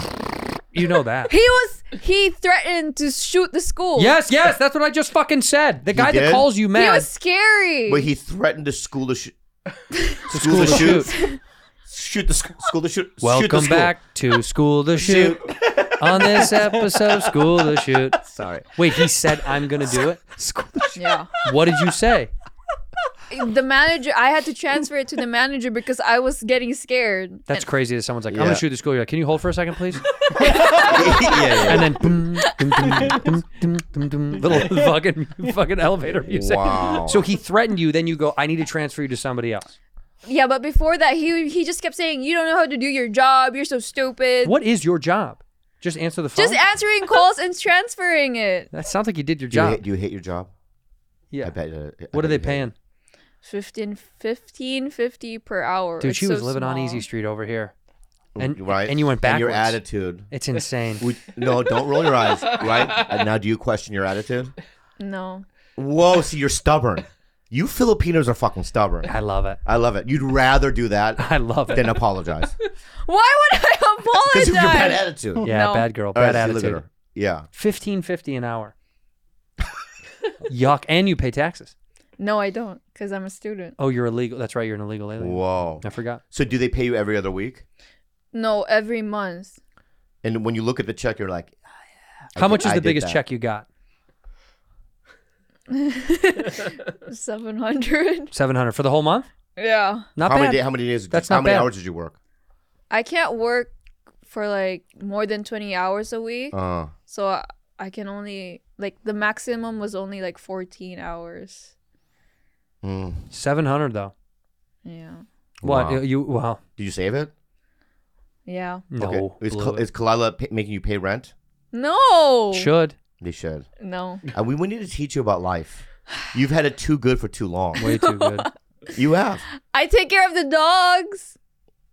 Speaker 1: you know that
Speaker 6: He was he threatened to shoot the school.
Speaker 1: yes yes that's what i just fucking said the guy that
Speaker 2: did?
Speaker 1: calls you
Speaker 6: He
Speaker 1: mad
Speaker 6: was scary.
Speaker 2: but he threatened to school to shoot.
Speaker 1: to
Speaker 2: school to shoot.
Speaker 1: shoot
Speaker 2: Shoot the sc- school to shoot. shoot the
Speaker 1: welcome
Speaker 2: school.
Speaker 1: back to school to shoot on this episode of school to shoot
Speaker 2: Sorry.
Speaker 1: wait he said i'm gonna do it
Speaker 2: School to shoot.
Speaker 6: yeah.
Speaker 1: what did you say
Speaker 6: the manager i had to transfer it to the manager because i was getting scared
Speaker 1: that's crazy that someone's like i'm
Speaker 2: Yeah.
Speaker 1: gonna shoot the school you're like can you hold for a second please
Speaker 2: yeah, yeah.
Speaker 1: and then dum, dum, dum, dum, dum, dum, dum, little fucking fucking elevator music.
Speaker 2: Wow.
Speaker 1: So he threatened you. Then you go, I need to transfer you to somebody else.
Speaker 6: yeah but before that he he just kept saying you don't know how to do your job you're so stupid
Speaker 1: What is your job? Just answer the phone.
Speaker 6: just answering calls and transferring it
Speaker 1: that sounds like you did your
Speaker 2: do you,
Speaker 1: job.
Speaker 2: hate, do you hate your job?
Speaker 1: yeah.
Speaker 2: I bet. Uh, I
Speaker 1: what are
Speaker 2: bet
Speaker 1: they
Speaker 2: you hate it.
Speaker 1: paying?
Speaker 6: 15 15 50 per hour
Speaker 1: Dude,
Speaker 6: It's
Speaker 1: she
Speaker 6: so
Speaker 1: was living on
Speaker 6: small.
Speaker 1: Easy Street over here. And
Speaker 2: right?
Speaker 1: and you went
Speaker 2: And
Speaker 1: backwards.
Speaker 2: your attitude.
Speaker 1: It's insane.
Speaker 2: Would, no, don't roll your eyes. Right? And now, do you question your attitude?
Speaker 6: no
Speaker 2: Whoa, see, you're stubborn. You Filipinos are fucking stubborn.
Speaker 1: I love it.
Speaker 2: I love it. You'd rather do that
Speaker 1: I love it.
Speaker 2: than apologize.
Speaker 6: why would i
Speaker 2: Because of your bad
Speaker 6: apologize
Speaker 2: attitude. All
Speaker 1: yeah,
Speaker 6: No.
Speaker 1: bad girl,
Speaker 2: right,
Speaker 1: bad
Speaker 2: see, look at
Speaker 1: attitude.
Speaker 2: her. Yeah.
Speaker 1: Fifteen fifty an hour. Yuck. And you pay taxes.
Speaker 6: no i don't because i'm a student
Speaker 1: Oh, you're illegal. That's right. You're an illegal alien.
Speaker 2: Whoa.
Speaker 1: I forgot.
Speaker 2: So do they pay you every other week?
Speaker 6: no every month
Speaker 2: And when you look at the check, you're like,
Speaker 1: How much is
Speaker 2: did- I
Speaker 1: the
Speaker 2: did
Speaker 1: biggest
Speaker 2: that.
Speaker 1: check you got?
Speaker 6: Seven hundred.
Speaker 1: Seven hundred for the whole month.
Speaker 6: Yeah.
Speaker 1: Not
Speaker 2: How
Speaker 1: bad.
Speaker 2: many, day, how many days?
Speaker 1: That's
Speaker 2: how
Speaker 1: not
Speaker 2: many
Speaker 1: bad.
Speaker 2: hours did you work?
Speaker 6: I can't work for like more than twenty hours a week.
Speaker 1: Oh.
Speaker 2: Uh,
Speaker 6: So I, I can only like the maximum was only like 14 hours.
Speaker 2: mm.
Speaker 1: Seven hundred though.
Speaker 6: Yeah.
Speaker 1: What
Speaker 2: Wow.
Speaker 1: you- you? Wow.
Speaker 2: Did you save it?
Speaker 6: Yeah.
Speaker 1: No.
Speaker 2: Is,
Speaker 1: blew
Speaker 2: Kal-
Speaker 1: it.
Speaker 2: is Kalila pay- making you pay rent?
Speaker 6: No.
Speaker 1: Should.
Speaker 2: They should.
Speaker 6: No.
Speaker 2: Uh, we, we need to teach you about life. You've had it too good for too long.
Speaker 1: Way too good.
Speaker 2: You have.
Speaker 6: I take care of the dogs.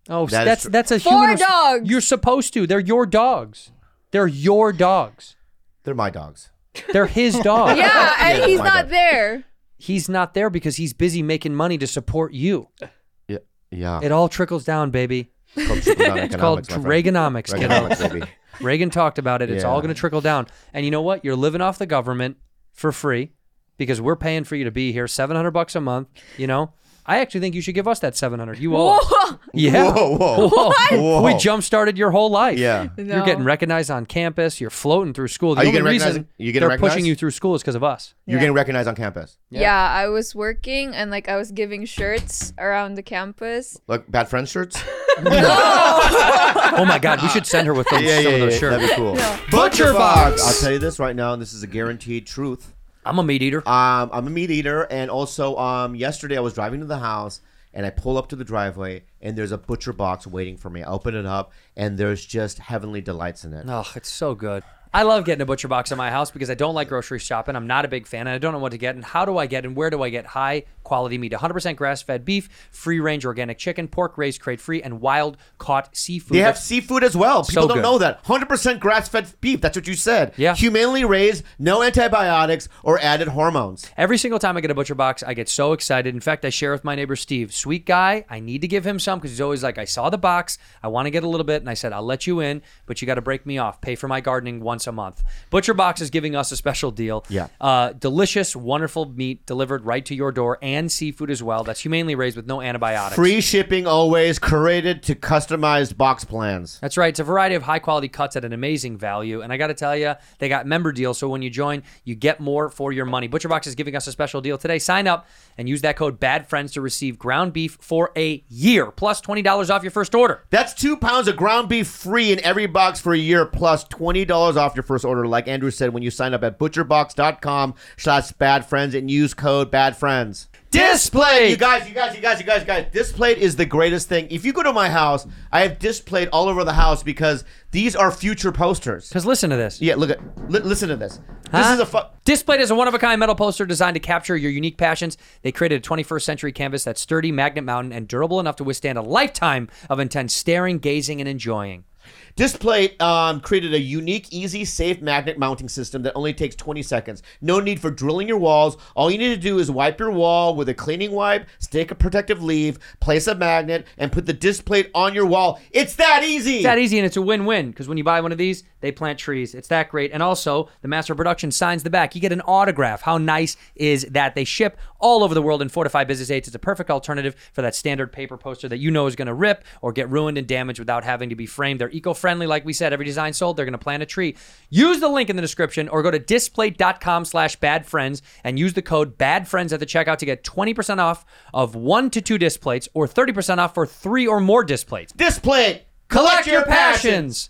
Speaker 1: Oh,
Speaker 2: That is
Speaker 1: that's
Speaker 2: true.
Speaker 1: that's a
Speaker 6: Four
Speaker 1: human res-
Speaker 6: dogs.
Speaker 1: You're supposed to. They're your dogs. They're your dogs.
Speaker 2: They're my dogs.
Speaker 1: They're his dog.
Speaker 6: Yeah, and
Speaker 2: Yeah,
Speaker 6: he's
Speaker 2: my
Speaker 6: not
Speaker 2: dog.
Speaker 6: there.
Speaker 1: He's not there because he's busy making money to support you.
Speaker 2: Yeah. Yeah.
Speaker 1: It all trickles down, baby.
Speaker 2: It's called trickle-down
Speaker 1: It's called
Speaker 2: economics, my friend.
Speaker 1: Reaganomics. kiddo.
Speaker 2: Reaganomics, baby.
Speaker 1: Reagan talked about it. It's all
Speaker 2: Yeah.
Speaker 1: going to trickle down. And you know what? You're living off the government for free because we're paying for you to be here, 700 bucks a month, you know? I actually think you should give us that 700. You owe us.
Speaker 6: Whoa.
Speaker 1: Yeah.
Speaker 2: Whoa, whoa. Whoa.
Speaker 1: We jump started your whole life.
Speaker 2: Yeah.
Speaker 6: No.
Speaker 1: You're getting recognized on campus. You're floating through school. The
Speaker 2: Are you
Speaker 1: only
Speaker 2: getting recognized-
Speaker 1: reason
Speaker 2: you getting
Speaker 1: they're
Speaker 2: recognized?
Speaker 1: pushing you through school is because of us.
Speaker 2: You're getting recognized on campus.
Speaker 6: Yeah. I was working and like I was giving shirts around the campus.
Speaker 2: Like bad friends shirts?
Speaker 1: oh my God, we should send her with those, some of those shirts.
Speaker 2: That'd be cool.
Speaker 1: Butcher Box.
Speaker 2: I'll tell you this right now, and this is a guaranteed truth.
Speaker 1: I'm a meat eater.
Speaker 2: Um, I'm a meat eater, and also um, yesterday I was driving to the house, and I pull up to the driveway, and there's a butcher box waiting for me. I open it up, and there's just heavenly delights in it.
Speaker 1: Oh, it's so good. I love getting a butcher box in my house because I don't like grocery shopping. I'm not a big fan, and I don't know what to get. And how do I get and where do I get high quality meat? 100% grass fed beef, free range organic chicken, pork raised crate free, and wild caught seafood.
Speaker 2: They have
Speaker 1: That's-
Speaker 2: seafood as well. People don't
Speaker 1: good.
Speaker 2: know that. 100% grass fed beef. That's what you said.
Speaker 1: Yeah.
Speaker 2: Humanely raised, no antibiotics or added hormones.
Speaker 1: Every single time I get a butcher box, I get so excited. In fact, I share with my neighbor Steve, sweet guy. I need to give him some because he's always like, I saw the box. I want to get a little bit. And I said, I'll let you in, but you got to break me off. Pay for my gardening once a month. Butcher Box is giving us a special deal.
Speaker 2: Yeah.
Speaker 1: Uh, delicious, wonderful meat delivered right to your door and seafood as well. That's humanely raised with no antibiotics.
Speaker 2: Free shipping always, curated to customized box plans.
Speaker 1: That's right. It's a variety of high quality cuts at an amazing value. And I got to tell you, they got member deals. So when you join, you get more for your money. ButcherBox is giving us a special deal today. Sign up and use that code BADFRIENDS to receive ground beef for a year, plus $20 off your first order.
Speaker 2: That's two pounds of ground beef free in every box for a year, plus twenty dollars off your first order. Like Andrew said, when you sign up at butcherbox.com slash bad friends and use code bad friends.
Speaker 1: Displayed.
Speaker 2: You guys, you guys, you guys, you guys, guys. Displayed is the greatest thing. If you go to my house, I have displayed all over the house because these are future posters.
Speaker 1: Because listen to this.
Speaker 2: Yeah, look at li- listen to this. This
Speaker 1: Huh?
Speaker 2: is a fu-
Speaker 1: Displayed as a one of a kind metal poster designed to capture your unique passions, they created a 21st century canvas that's sturdy, magnet mountain, and durable enough to withstand a lifetime of intense staring, gazing, and enjoying.
Speaker 2: Displate um, created a unique, easy, safe magnet mounting system that only takes 20 seconds. No need for drilling your walls. All you need to do is wipe your wall with a cleaning wipe, stick a protective leaf, place a magnet, and put the displate on your wall. It's that easy.
Speaker 6: e-
Speaker 1: It's that easy and it's a win-win because when you buy one of these, they plant trees. It's that great. And also, the master of production signs the back. You get an autograph. How nice is that? They ship all over the world in four to five business days. It's a perfect alternative for that standard paper poster that you know is going to rip or get ruined and damaged without having to be framed. They're eco-friendly, like we said. Every design sold, they're going to plant a tree. Use the link in the description or go to displate.com slash badfriends and use the code badfriends at the checkout to get 20% off of one to two displays or 30% off for three or more displays.
Speaker 2: Displate.
Speaker 1: Collect your passions.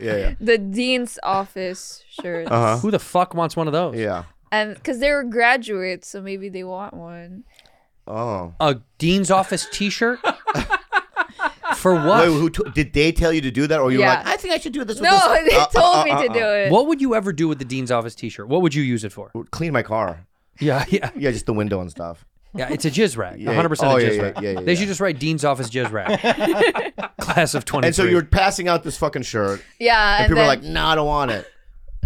Speaker 2: Yeah, yeah.
Speaker 6: the dean's office shirts.
Speaker 2: Uh-huh.
Speaker 1: Who the fuck wants one of those?
Speaker 2: Yeah.
Speaker 6: And because they were graduates, so maybe they want one.
Speaker 2: Oh.
Speaker 1: A dean's office T-shirt. For what?
Speaker 2: Wait, who t- did they tell you to do that, or you were
Speaker 6: Yeah.
Speaker 2: like, I think I should do this? With
Speaker 6: No,
Speaker 2: this. Uh,
Speaker 6: they told me to do it.
Speaker 1: What would you ever do with the dean's office T-shirt? What would you use it for?
Speaker 2: Clean my car.
Speaker 1: Yeah, yeah,
Speaker 2: Yeah, just the window and stuff.
Speaker 1: yeah. It's a jizz rag.
Speaker 2: Yeah,
Speaker 1: One hundred percent a
Speaker 2: oh, yeah,
Speaker 1: jizz
Speaker 2: yeah,
Speaker 1: rag.
Speaker 2: yeah, yeah,
Speaker 1: they
Speaker 2: yeah.
Speaker 1: should just write dean's office jizz rag. Class of twenty.
Speaker 2: And so you're passing out this fucking shirt,
Speaker 6: Yeah,
Speaker 2: and,
Speaker 6: and,
Speaker 2: people
Speaker 6: then,
Speaker 2: are like, Nah, I don't want it.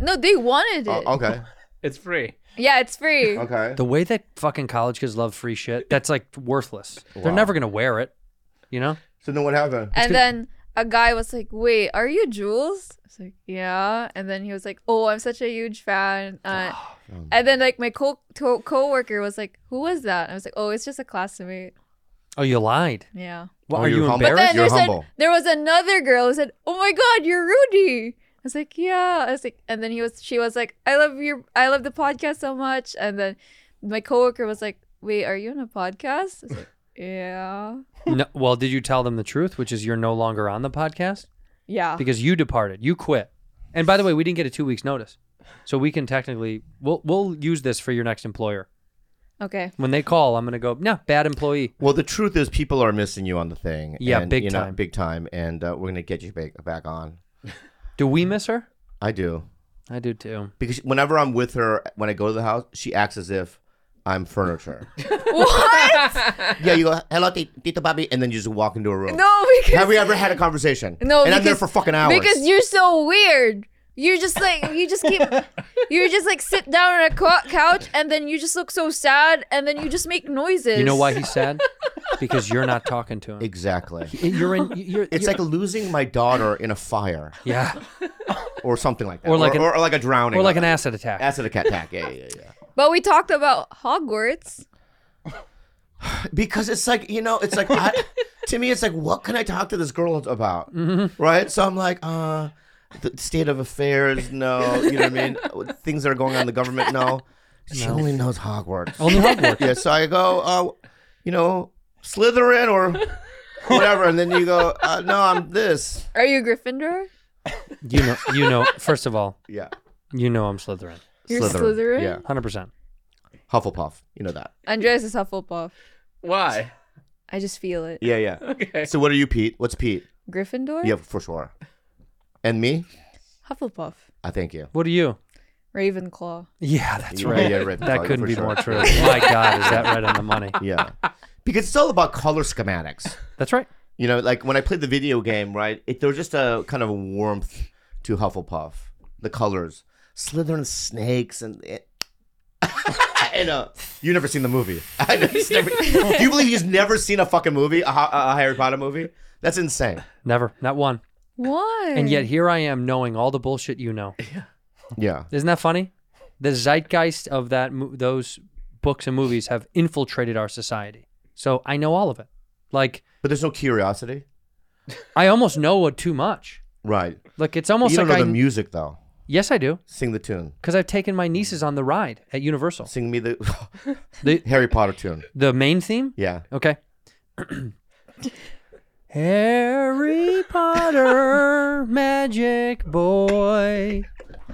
Speaker 6: no, they wanted it.
Speaker 2: Oh, okay.
Speaker 8: It's free.
Speaker 6: Yeah, it's free.
Speaker 2: Okay.
Speaker 1: the way that fucking college kids love free shit. That's like worthless. They're
Speaker 2: Wow.
Speaker 1: never gonna wear it. You know.
Speaker 2: So then what happened?
Speaker 6: And then a guy was like, "Wait, are you Jules?" I was like, "Yeah." And then he was like, "Oh, I'm such a huge fan." Uh,
Speaker 2: Ah,
Speaker 6: and then like my co co coworker was like, "Who was that?" I was like, "Oh, it's just a classmate."
Speaker 1: Oh, you lied.
Speaker 6: Yeah.
Speaker 1: What,
Speaker 2: Oh,
Speaker 1: are
Speaker 2: you're
Speaker 1: you
Speaker 2: humble.
Speaker 6: But
Speaker 1: embarrassed?
Speaker 6: then
Speaker 2: You're
Speaker 6: there's an,
Speaker 2: humble.
Speaker 6: there was another girl who said, "Oh my God, you're Rudy." I was like, "Yeah." I was like, and then he was, she was like, "I love your, I love the podcast so much." And then my coworker was like, "Wait, are you on a podcast?" I was like, "Yeah."
Speaker 1: No, well, did you tell them the truth, which is you're no longer on the podcast
Speaker 6: Yeah.
Speaker 1: because you departed, you quit. And by the way, we didn't get a two weeks notice, so we can technically we'll we'll use this for your next employer.
Speaker 6: Okay.
Speaker 1: When they call, I'm gonna go. No, bad employee.
Speaker 2: Well, the truth is, people are missing you on the thing.
Speaker 1: Yeah,
Speaker 2: and,
Speaker 1: big
Speaker 2: you know,
Speaker 1: time.
Speaker 2: big time. And uh, we're gonna get you back, back on.
Speaker 1: Do we miss her?
Speaker 2: I do
Speaker 1: I do too.
Speaker 2: because whenever I'm with her, when I go to the house, she acts as if I'm furniture. what? yeah, you go hello, Ti- Tito Bobby, and then you just walk into a room.
Speaker 6: No, because
Speaker 2: Have we ever had a conversation?
Speaker 6: No,
Speaker 2: and I'm there
Speaker 6: because-
Speaker 2: for fucking hours.
Speaker 6: Because you're so weird. You're just like you just keep you just like sit down on a cou- couch and then you just look so sad and then you just make noises.
Speaker 1: You know why he's sad? because you're not talking to him.
Speaker 2: exactly.
Speaker 1: You're in. You're.
Speaker 2: It's
Speaker 1: you're-
Speaker 2: like losing my daughter in a fire
Speaker 1: yeah,
Speaker 2: or something like that,
Speaker 1: Or like an-
Speaker 2: or, like a drowning,
Speaker 1: or like an acid attack.
Speaker 2: acid attack. Yeah, yeah, yeah.
Speaker 6: But we talked about Hogwarts.
Speaker 2: because it's like you know it's like I, to me it's like what can i talk to this girl about right so i'm like uh the state of affairs no you know what i mean things that are going on in the government no she only knows hogwarts
Speaker 1: Only Hogwarts.
Speaker 2: yeah so i go uh you know slytherin or whatever and then you go uh, no i'm this
Speaker 6: Are you Gryffindor?
Speaker 1: You know. You know. First of all,
Speaker 2: yeah
Speaker 1: you know I'm Slytherin.
Speaker 6: You're Slytherin?
Speaker 2: yeah
Speaker 1: Hundred percent.
Speaker 2: hufflepuff you know that
Speaker 6: Andreas is Hufflepuff.
Speaker 8: Why?
Speaker 6: I just feel it.
Speaker 2: yeah yeah
Speaker 8: Okay.
Speaker 2: so what are you pete what's pete
Speaker 6: Gryffindor?
Speaker 2: yeah for sure and me
Speaker 6: Hufflepuff.
Speaker 2: i thank you
Speaker 1: What are you?
Speaker 6: Ravenclaw.
Speaker 1: Yeah, that's
Speaker 2: Yeah,
Speaker 1: right.
Speaker 2: yeah, Ravenclaw,
Speaker 1: that couldn't
Speaker 2: for
Speaker 1: be
Speaker 2: sure.
Speaker 1: more true. My God, is that right on the money?
Speaker 2: yeah because it's all about color schematics
Speaker 1: That's right.
Speaker 2: You know, like when I played the video game, right? It, there was just a kind of a warmth to Hufflepuff, the colors, Slytherin snakes, and it, you know, you never seen the movie. I know, he's never- do you believe he's never seen a fucking movie, a, Ha- a Harry Potter movie? That's insane.
Speaker 1: Never, not one.
Speaker 6: Why?
Speaker 1: And yet here I am knowing all the bullshit you know.
Speaker 2: Yeah,
Speaker 1: Isn't that funny? The zeitgeist of that mo- those books and movies have infiltrated our society. So I know all of it. Like
Speaker 2: but there's no curiosity,
Speaker 1: I almost know what too much.
Speaker 2: right?
Speaker 1: Like it's almost
Speaker 2: you don't
Speaker 1: like
Speaker 2: know
Speaker 1: I
Speaker 2: the music though.
Speaker 1: Yes, I do.
Speaker 2: Sing the tune.
Speaker 1: Cuz I've taken my nieces on the ride at Universal.
Speaker 2: Sing me the
Speaker 1: The
Speaker 2: Harry Potter tune.
Speaker 1: the main theme?
Speaker 2: Yeah.
Speaker 1: Okay. Harry Potter, magic boy.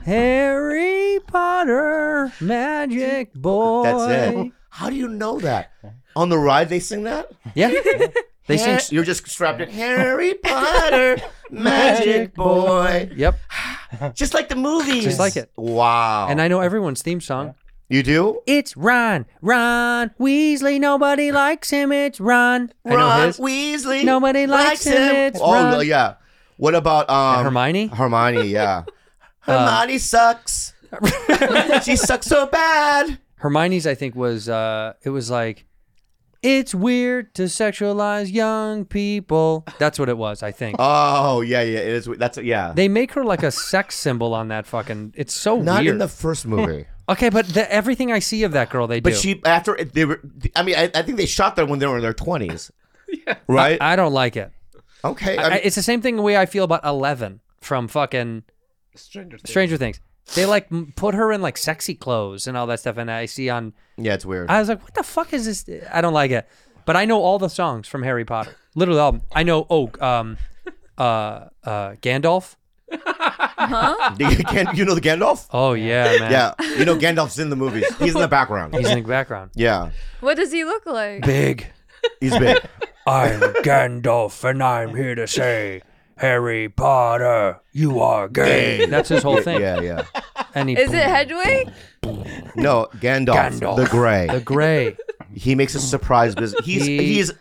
Speaker 1: Harry Potter, magic boy.
Speaker 2: That's it. How do you know that? On the ride, they sing that.
Speaker 1: Yeah. They sing.
Speaker 2: Har- You're just strapped in. Harry Potter, Magic Boy.
Speaker 1: Yep.
Speaker 2: Just like the movies.
Speaker 1: Just like it.
Speaker 2: Wow.
Speaker 1: And I know everyone's theme song.
Speaker 2: You do?
Speaker 1: It's Ron, Ron Weasley. Nobody likes him. It's Ron. I know
Speaker 2: Ron
Speaker 1: his.
Speaker 2: Weasley.
Speaker 1: Nobody likes him, it's
Speaker 2: Oh,
Speaker 1: Ron.
Speaker 2: no, yeah. What about um,
Speaker 1: Hermione?
Speaker 2: Hermione, yeah. Hermione sucks. she sucks so bad.
Speaker 1: Hermione's, I think, was uh, it was like, it's weird to sexualize young people. That's what it was, I think.
Speaker 2: Oh, yeah, yeah. It is. That's yeah.
Speaker 1: They make her like a sex symbol on that fucking. It's so
Speaker 2: Not
Speaker 1: weird.
Speaker 2: in the first movie.
Speaker 1: okay, but the, everything I see of that girl, they
Speaker 2: But
Speaker 1: do.
Speaker 2: she after they were. I mean, I, I think they shot them when they were in their twenties, right?
Speaker 1: I don't like it.
Speaker 2: okay,
Speaker 1: I-
Speaker 2: I mean,
Speaker 1: it's the same thing the way I feel about Eleven from fucking
Speaker 8: Stranger Things.
Speaker 1: Stranger Things. They like m- put her in like sexy clothes and all that stuff, and I see on.
Speaker 2: yeah, it's weird.
Speaker 1: I was like, what the fuck is this? I don't like it. But I know all the songs from Harry Potter. Literally all. of 'em. I know. Oh, um, uh, uh, Gandalf.
Speaker 6: Huh?
Speaker 2: The Gan- you know the Gandalf?
Speaker 1: Oh yeah, man.
Speaker 2: Yeah, you know Gandalf's in the movies. He's in the background.
Speaker 1: He's in the background.
Speaker 2: Yeah,
Speaker 6: What does he look like?
Speaker 1: Big.
Speaker 2: he's big.
Speaker 1: I'm Gandalf, and I'm here to say, Harry Potter, you are gay. That's his whole thing.
Speaker 2: Yeah, yeah.
Speaker 1: And he
Speaker 6: Is it Hedwig?
Speaker 2: No, Gandalf,
Speaker 1: Gandalf.
Speaker 2: the Gray. The
Speaker 1: Gray.
Speaker 2: He makes a surprise visit. He's
Speaker 1: He-
Speaker 2: he's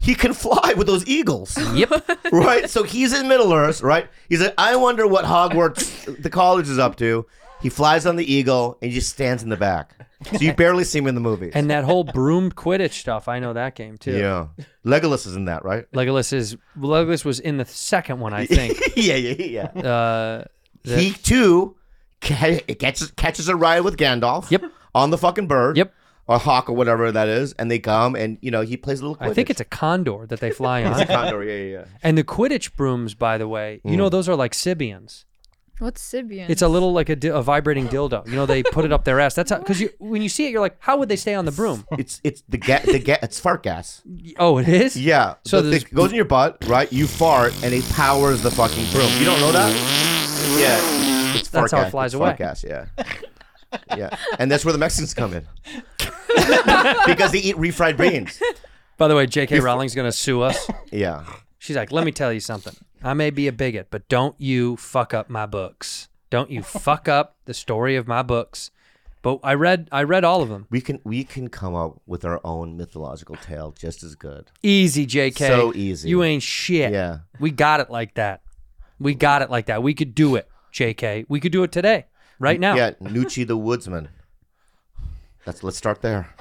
Speaker 2: he can fly with those eagles.
Speaker 1: Yep.
Speaker 2: right? So he's in Middle Earth, right? He's like, I wonder what Hogwarts the college is up to. He flies on the eagle and he just stands in the back. So you barely see him in the movie.
Speaker 1: And that whole broom Quidditch stuff, I know that game too.
Speaker 2: Yeah. Legolas is in that, right?
Speaker 1: Legolas is Legolas was in the second one, I think.
Speaker 2: yeah, yeah, yeah.
Speaker 1: Uh, the-
Speaker 2: he too ca- catches catches a ride with Gandalf.
Speaker 1: Yep.
Speaker 2: On the fucking bird.
Speaker 1: Yep.
Speaker 2: Or hawk or whatever that is, and they come and you know he plays a little.
Speaker 1: I think
Speaker 2: Quidditch.
Speaker 1: it's a condor that they fly
Speaker 2: He's a
Speaker 1: on.
Speaker 2: condor. Yeah, yeah. yeah.
Speaker 1: and the Quidditch brooms, by the way, you
Speaker 2: Mm.
Speaker 1: know those are like Sibians.
Speaker 6: What's Sibian?
Speaker 1: It's a little like a, di- a vibrating dildo. You know they put it up their ass. That's how because you when you see it, you're like, how would they stay on the broom?
Speaker 2: It's it's the ga- the ga- it's fart gas.
Speaker 1: Oh, it is.
Speaker 2: Yeah.
Speaker 1: So
Speaker 2: So
Speaker 1: this-
Speaker 2: this goes in your butt, right? You fart, and it powers the fucking broom. You don't know that? Yeah. It's
Speaker 1: That's
Speaker 2: fart
Speaker 1: how it
Speaker 2: gas.
Speaker 1: flies
Speaker 2: It's fart
Speaker 1: away.
Speaker 2: gas, yeah. Yeah, and that's where the Mexicans come in because they eat refried beans.
Speaker 1: By the way, J.K. Rowling's gonna sue us.
Speaker 2: Yeah,
Speaker 1: She's like, let me tell you something. I may be a bigot, but don't you fuck up my books. Don't you fuck up the story of my books. But I read I read all of them.
Speaker 2: we can we can come up with our own mythological tale just as good.
Speaker 1: Easy, JK.
Speaker 2: So easy.
Speaker 1: You ain't shit.
Speaker 2: Yeah.
Speaker 1: We got it like that. We got it like that. We could do it, JK. We could do it today, right now.
Speaker 2: Yeah, Nucci the Woodsman. That's let's start there.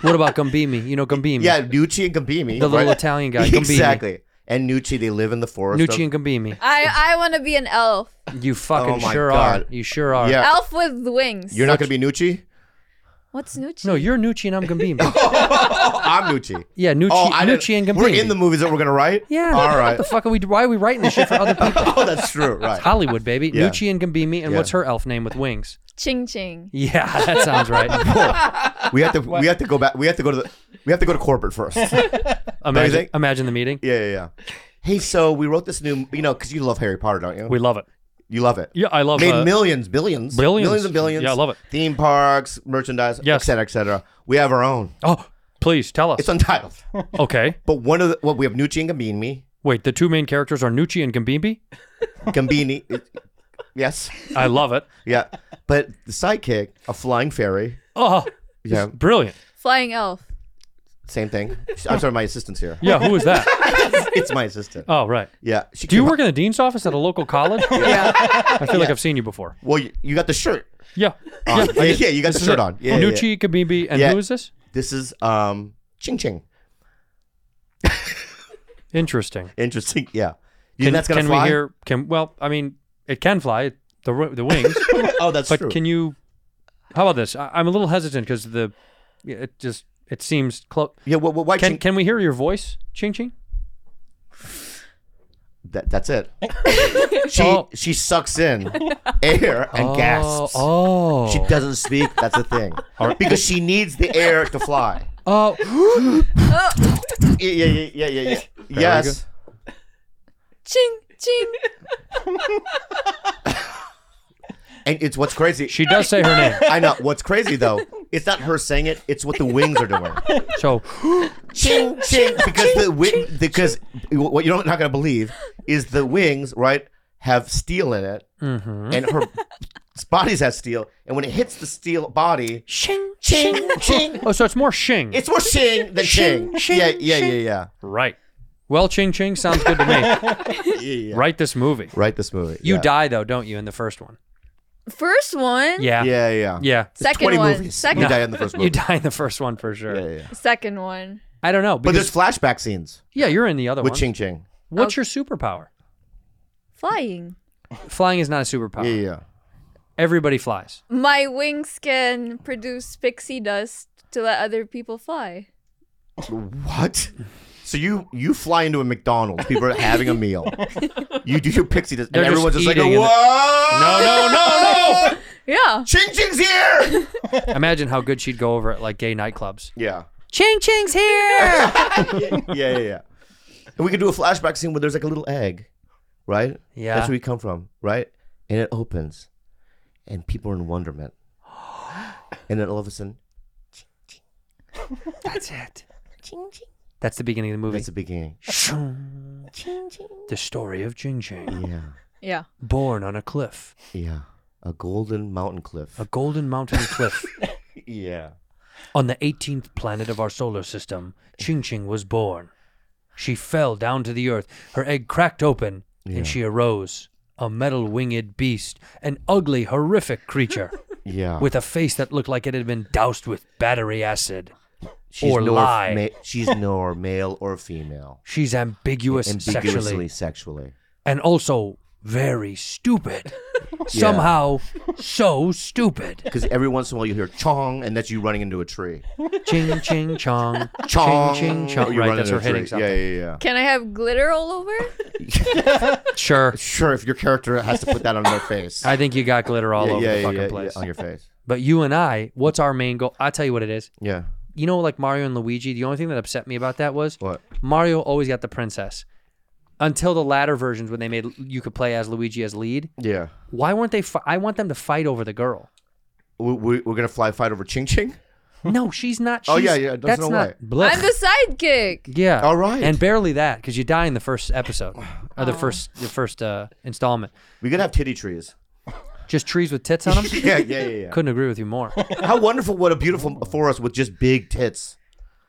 Speaker 1: What about Gambimi? You know Gambimi.
Speaker 2: Yeah, Nucci and Gambini.
Speaker 1: The little Italian guy, Gambini.
Speaker 2: Exactly. And Nucci, they live in the forest.
Speaker 1: Nucci
Speaker 2: of-
Speaker 1: and Gambimi.
Speaker 6: I I want to be an elf.
Speaker 1: You fucking
Speaker 2: Oh my
Speaker 1: sure
Speaker 2: God.
Speaker 1: are. You sure are.
Speaker 2: Yeah.
Speaker 6: Elf with wings.
Speaker 2: You're not going to be Nucci?
Speaker 6: What's Nucci?
Speaker 1: No, you're Nucci and I'm Gambimi.
Speaker 2: Oh, I'm Nucci.
Speaker 1: Yeah, Nucci,
Speaker 2: Oh, I didn't-
Speaker 1: Nucci and Gambini.
Speaker 2: We're in the movies that we're going to write?
Speaker 1: Yeah.
Speaker 2: All right.
Speaker 1: What the fuck are we? Why are we writing this shit for other people?
Speaker 2: oh, that's true. Right.
Speaker 1: Hollywood, baby.
Speaker 2: Yeah.
Speaker 1: Nucci and Gambimi, and
Speaker 2: Yeah.
Speaker 1: what's her elf name with wings?
Speaker 6: Ching Ching.
Speaker 1: Yeah, that sounds right.
Speaker 2: We have to we have to go back. We have to go to the we have to go to corporate first. yeah,
Speaker 1: Imagine,
Speaker 2: think?
Speaker 1: imagine the meeting.
Speaker 2: yeah, yeah. Hey, so we wrote this new, you know, because you love Harry Potter, don't you?
Speaker 1: We love it.
Speaker 2: you love it.
Speaker 1: Yeah, I love
Speaker 2: Made
Speaker 1: uh,
Speaker 2: millions, billions,
Speaker 1: Billions.
Speaker 2: millions and billions.
Speaker 1: Yeah, I love it.
Speaker 2: Theme parks, merchandise,
Speaker 1: Yes.
Speaker 2: et cetera, et cetera. We have our own.
Speaker 1: Oh, please tell us.
Speaker 2: It's untitled,
Speaker 1: okay.
Speaker 2: but one of the well, we have Nucci and Gambini.
Speaker 1: Wait, the two main characters are Nucci and Gambimi?
Speaker 2: Gambini, it- yes,
Speaker 1: I love it.
Speaker 2: yeah. But the sidekick, a flying fairy.
Speaker 1: Oh,
Speaker 2: Yeah,
Speaker 1: brilliant.
Speaker 6: Flying elf.
Speaker 2: same thing. I'm sorry, my assistant's here.
Speaker 1: Yeah, who is that?
Speaker 2: it's my assistant.
Speaker 1: Oh, right.
Speaker 2: Yeah. She
Speaker 1: Do you
Speaker 2: came
Speaker 1: work in the dean's office at a local college? Yeah. I feel like I've seen you before.
Speaker 2: Well, you, you got the shirt.
Speaker 1: Yeah.
Speaker 2: On. Yeah, yeah, you got
Speaker 1: This is
Speaker 2: the Uh, shirt
Speaker 1: it.
Speaker 2: on. Yeah, yeah, yeah.
Speaker 1: Nucci, Gambimi, and
Speaker 2: Yeah.
Speaker 1: who is this?
Speaker 2: This is um Ching Ching.
Speaker 1: Interesting.
Speaker 2: Interesting. Yeah. You
Speaker 1: Can,
Speaker 2: think that's gonna
Speaker 1: can
Speaker 2: fly?
Speaker 1: we hear? Can well, I mean, it can fly. The wi- the wings.
Speaker 2: oh, that's
Speaker 1: but
Speaker 2: true.
Speaker 1: can you? How about this? I, I'm a little hesitant because the it just it seems close.
Speaker 2: yeah. Well, why
Speaker 1: Can
Speaker 2: Ching?
Speaker 1: can we hear your voice, Ching Ching?
Speaker 2: That, that's it. she
Speaker 1: Oh.
Speaker 2: she sucks in air and gasps.
Speaker 1: Oh,
Speaker 2: She doesn't speak. That's the thing. Because she needs the air to fly.
Speaker 1: oh,
Speaker 2: Yeah, yeah, yeah, yeah, yeah. yeah. Yes.
Speaker 6: Ching Ching.
Speaker 2: And it's what's crazy.
Speaker 1: she does say her name.
Speaker 2: I know. What's crazy though, it's not her saying it. It's what the wings are doing.
Speaker 1: So
Speaker 2: ching ching because the wi- because what you're not going to believe is the wings right have steel in it
Speaker 1: Mm-hmm.
Speaker 2: and her body has steel and when it hits the steel body
Speaker 1: Shing
Speaker 2: ching ching
Speaker 1: Oh, so it's more Shing.
Speaker 2: it's more shing than ching, yeah, yeah, yeah yeah
Speaker 1: right. Well, Ching Ching sounds good to me.
Speaker 2: yeah yeah
Speaker 1: Write this movie.
Speaker 2: right this movie
Speaker 1: You
Speaker 2: yeah.
Speaker 1: die though, don't you, in the first one?
Speaker 6: First one.
Speaker 1: Yeah.
Speaker 2: yeah yeah
Speaker 1: Yeah.
Speaker 2: There's
Speaker 6: Second
Speaker 2: 20
Speaker 6: one.
Speaker 2: movies.
Speaker 6: Second-
Speaker 2: you die in the first movie
Speaker 1: You die in the first one for sure.
Speaker 2: yeah, yeah, yeah.
Speaker 6: Second one.
Speaker 1: I don't know.
Speaker 2: but
Speaker 1: Because,
Speaker 2: there's flashback scenes
Speaker 1: yeah, you're in the other
Speaker 2: with
Speaker 1: one.
Speaker 2: ching ching
Speaker 1: What's your superpower?
Speaker 6: Flying.
Speaker 1: Flying is not a superpower.
Speaker 2: yeah yeah
Speaker 1: Everybody flies.
Speaker 6: My wings can produce pixie dust to let other people fly.
Speaker 2: What? So you you fly into a McDonald's, people are having a meal. You do your pixie dust,
Speaker 1: They're
Speaker 2: and
Speaker 1: just
Speaker 2: everyone's just, like,
Speaker 1: eating and-
Speaker 2: "Whoa!
Speaker 1: No, no, no, no!
Speaker 6: Yeah.
Speaker 2: Ching Ching's here!"
Speaker 1: Imagine how good she'd go over at like gay nightclubs.
Speaker 2: yeah,
Speaker 1: Ching Ching's here!
Speaker 2: yeah, yeah, yeah. And we could do a flashback scene where there's like a little egg, right?
Speaker 1: Yeah.
Speaker 2: That's where we come from, right? And it opens, and people are in wonderment. and then all of a sudden,
Speaker 1: That's it. That's the beginning of the movie.
Speaker 2: That's the beginning.
Speaker 1: The story of Jing Jing.
Speaker 2: Yeah.
Speaker 6: Yeah.
Speaker 1: Born on a cliff.
Speaker 2: Yeah. A golden mountain cliff.
Speaker 1: A golden mountain cliff.
Speaker 2: yeah.
Speaker 1: On the 18th planet of our solar system, Ching Ching was born. She fell down to the earth. Her egg cracked open,
Speaker 2: Yeah.
Speaker 1: and she arose. A metal winged beast, an ugly, horrific creature
Speaker 2: Yeah.
Speaker 1: with a face that looked like it had been doused with battery acid
Speaker 2: she's
Speaker 1: or
Speaker 2: nor
Speaker 1: lye.
Speaker 2: ma- she's nor male or female.
Speaker 1: She's ambiguous
Speaker 2: Ambiguously
Speaker 1: sexually
Speaker 2: sexually.
Speaker 1: and also very stupid. Somehow, so stupid.
Speaker 2: Because every once in a while you hear chong, and that's you running into a tree.
Speaker 1: Ching ching chong.
Speaker 2: Chong.
Speaker 1: Ching ching chong.
Speaker 2: You
Speaker 1: Right,
Speaker 2: run
Speaker 1: that's
Speaker 2: into
Speaker 1: her
Speaker 2: a tree.
Speaker 1: hitting something.
Speaker 2: Yeah, yeah,
Speaker 6: Can I have glitter all over?
Speaker 2: yeah.
Speaker 1: sure.
Speaker 2: Sure, if your character has to put that on their face.
Speaker 1: I think you got glitter all
Speaker 2: Yeah,
Speaker 1: over
Speaker 2: yeah,
Speaker 1: the
Speaker 2: yeah,
Speaker 1: fucking
Speaker 2: yeah,
Speaker 1: place.
Speaker 2: yeah, on your face.
Speaker 1: But you and I, what's our main goal? I'll tell you what it is.
Speaker 2: Yeah.
Speaker 1: You know, like Mario and Luigi, the only thing that upset me about that was
Speaker 2: What?
Speaker 1: Mario always got the princess. Until the latter versions when they made you could play as Luigi as lead.
Speaker 2: Yeah.
Speaker 1: Why weren't they? Fi- I want them to fight over the girl.
Speaker 2: We, we, we're gonna fly fight over Ching Ching.
Speaker 1: No, she's not. She's,
Speaker 2: Oh, yeah, yeah, that's
Speaker 1: That's
Speaker 2: no
Speaker 1: not.
Speaker 2: way.
Speaker 1: Blech.
Speaker 6: I'm the sidekick.
Speaker 1: Yeah.
Speaker 2: All right.
Speaker 1: And barely that, because you die in the first episode, or the first the first uh, installment.
Speaker 2: We could have titty trees.
Speaker 1: Just trees with tits on them.
Speaker 2: Yeah, yeah, yeah.
Speaker 1: Couldn't agree with you more.
Speaker 2: yeah. How wonderful! What a beautiful forest with just big tits,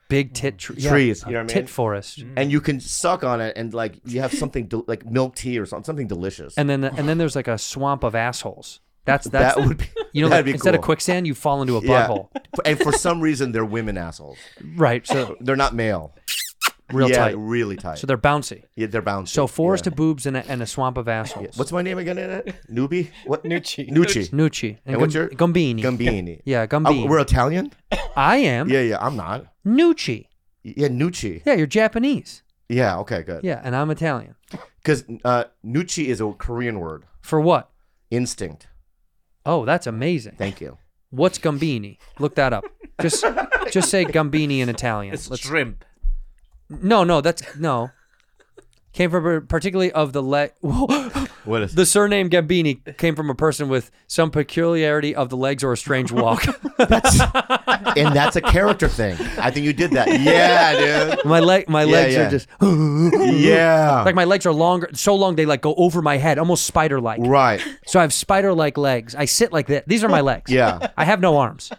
Speaker 1: Big tit tre- yeah,
Speaker 2: trees.
Speaker 1: a
Speaker 2: You know what I mean?
Speaker 1: Tit forest.
Speaker 2: and you can suck on it, and like you have something del- like milk tea or something, something delicious.
Speaker 1: And then and then there's like a swamp of assholes. That's that's
Speaker 2: That would be-
Speaker 1: you know
Speaker 2: that'd
Speaker 1: like,
Speaker 2: be
Speaker 1: instead of
Speaker 2: cool.
Speaker 1: quicksand you fall into a
Speaker 2: yeah.
Speaker 1: butthole.
Speaker 2: and for some reason, they're women assholes.
Speaker 1: Right. So
Speaker 2: They're not male.
Speaker 1: real
Speaker 2: yeah,
Speaker 1: tight.
Speaker 2: really tight.
Speaker 1: So they're bouncy.
Speaker 2: yeah, they're bound.
Speaker 1: So forest of boobs and a, and a swamp of assholes.
Speaker 2: What's my name again in it? Newbie? What?
Speaker 9: Nucci.
Speaker 2: Nucci.
Speaker 1: Nucci and,
Speaker 2: And what's your-
Speaker 1: Gombini?
Speaker 2: Gambini.
Speaker 1: Yeah,
Speaker 2: Oh,
Speaker 1: Gombini.
Speaker 2: we're Italian?
Speaker 1: I am
Speaker 2: Yeah, yeah. I'm not.
Speaker 1: Nucci.
Speaker 2: Yeah, Nucci.
Speaker 1: Yeah, you're Japanese.
Speaker 2: Yeah, okay, good.
Speaker 1: Yeah, and I'm Italian.
Speaker 2: Because uh, Nucci is a Korean word.
Speaker 1: For what?
Speaker 2: Instinct.
Speaker 1: Oh, that's amazing.
Speaker 2: Thank you.
Speaker 1: What's Gambini? Look that up. Just just say Gambini in Italian.
Speaker 8: It's
Speaker 1: Let's-
Speaker 8: shrimp.
Speaker 1: no, no, that's no. Came from a- particularly of the leg.
Speaker 2: What is
Speaker 1: the surname Gambini came from a person with some peculiarity of the legs or a strange walk.
Speaker 2: And that's a character thing. I think you did that. Yeah, dude.
Speaker 1: my leg, my
Speaker 2: Yeah,
Speaker 1: legs
Speaker 2: yeah.
Speaker 1: are just
Speaker 2: Yeah.
Speaker 1: like my legs are longer, so long they like go over my head, almost spider-like.
Speaker 2: right.
Speaker 1: So I have spider-like legs. I sit like that. These are my legs.
Speaker 2: Yeah.
Speaker 1: I have no arms.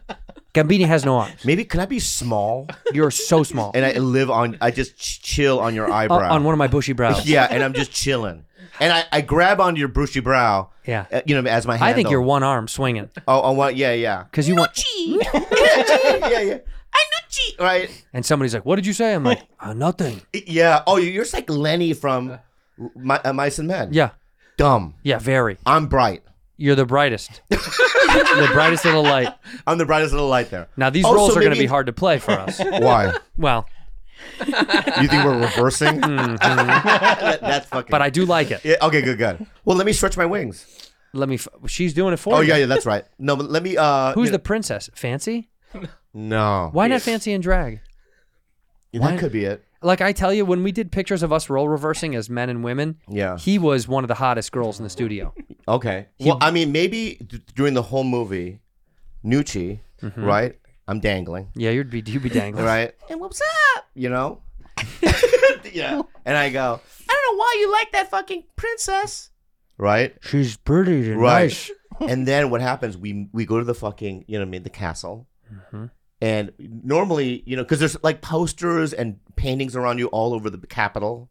Speaker 1: Gambini has no arms.
Speaker 2: Maybe can I be small
Speaker 1: You're so small.
Speaker 2: and I live on? I just ch- chill on your
Speaker 1: O-
Speaker 2: eyebrow.
Speaker 1: on one of my bushy brows.
Speaker 2: yeah, and I'm just chilling, and I, I grab onto your bushy brow.
Speaker 1: Yeah.
Speaker 2: uh, you know, as my handle.
Speaker 1: I think you're one arm swinging
Speaker 2: Oh, oh, what? Yeah, yeah,
Speaker 1: because you want.
Speaker 2: yeah, yeah. I Nucci, right?
Speaker 1: And somebody's like, "What did you say?" I'm like, "Uh, "Nothing."
Speaker 2: Yeah. Oh, you're just like Lenny from my, uh, Mice and Men.
Speaker 1: Yeah,
Speaker 2: Dumb.
Speaker 1: yeah, very.
Speaker 2: I'm bright.
Speaker 1: You're the brightest, the brightest little light.
Speaker 2: I'm the brightest little light there.
Speaker 1: Now these
Speaker 2: Oh,
Speaker 1: roles
Speaker 2: so
Speaker 1: are going to
Speaker 2: maybe-
Speaker 1: be hard to play for us.
Speaker 2: Why?
Speaker 1: Well,
Speaker 2: You think we're reversing? That- that's fucking.
Speaker 1: Mm-hmm. but I do like it.
Speaker 2: Yeah, okay, good, good. Well, let me stretch my wings.
Speaker 1: Let me. F- she's doing it for
Speaker 2: Oh
Speaker 1: me.
Speaker 2: yeah, yeah, that's right. No, but let me. uh
Speaker 1: Who's
Speaker 2: you
Speaker 1: the princess? Fancy?
Speaker 2: No.
Speaker 1: Why not fancy and drag?
Speaker 2: Yeah,
Speaker 1: why-
Speaker 2: That could be it.
Speaker 1: Like I tell you, when we did pictures of us role reversing as men and women,
Speaker 2: Yeah.
Speaker 1: he was one of the hottest girls in the studio.
Speaker 2: Okay. well, I mean, maybe d- during the whole movie, Nucci,
Speaker 1: Mm-hmm.
Speaker 2: right? I'm dangling,
Speaker 1: Yeah, you'd be you'd be dangling.
Speaker 2: right? And what's up? You know. yeah. And I go. I don't know why you like that fucking princess. Right.
Speaker 1: She's pretty and
Speaker 2: Right.
Speaker 1: nice.
Speaker 2: and then what happens? We we go to the fucking you know what I mean the castle, and normally you know because there's like posters and paintings around you all over the capital,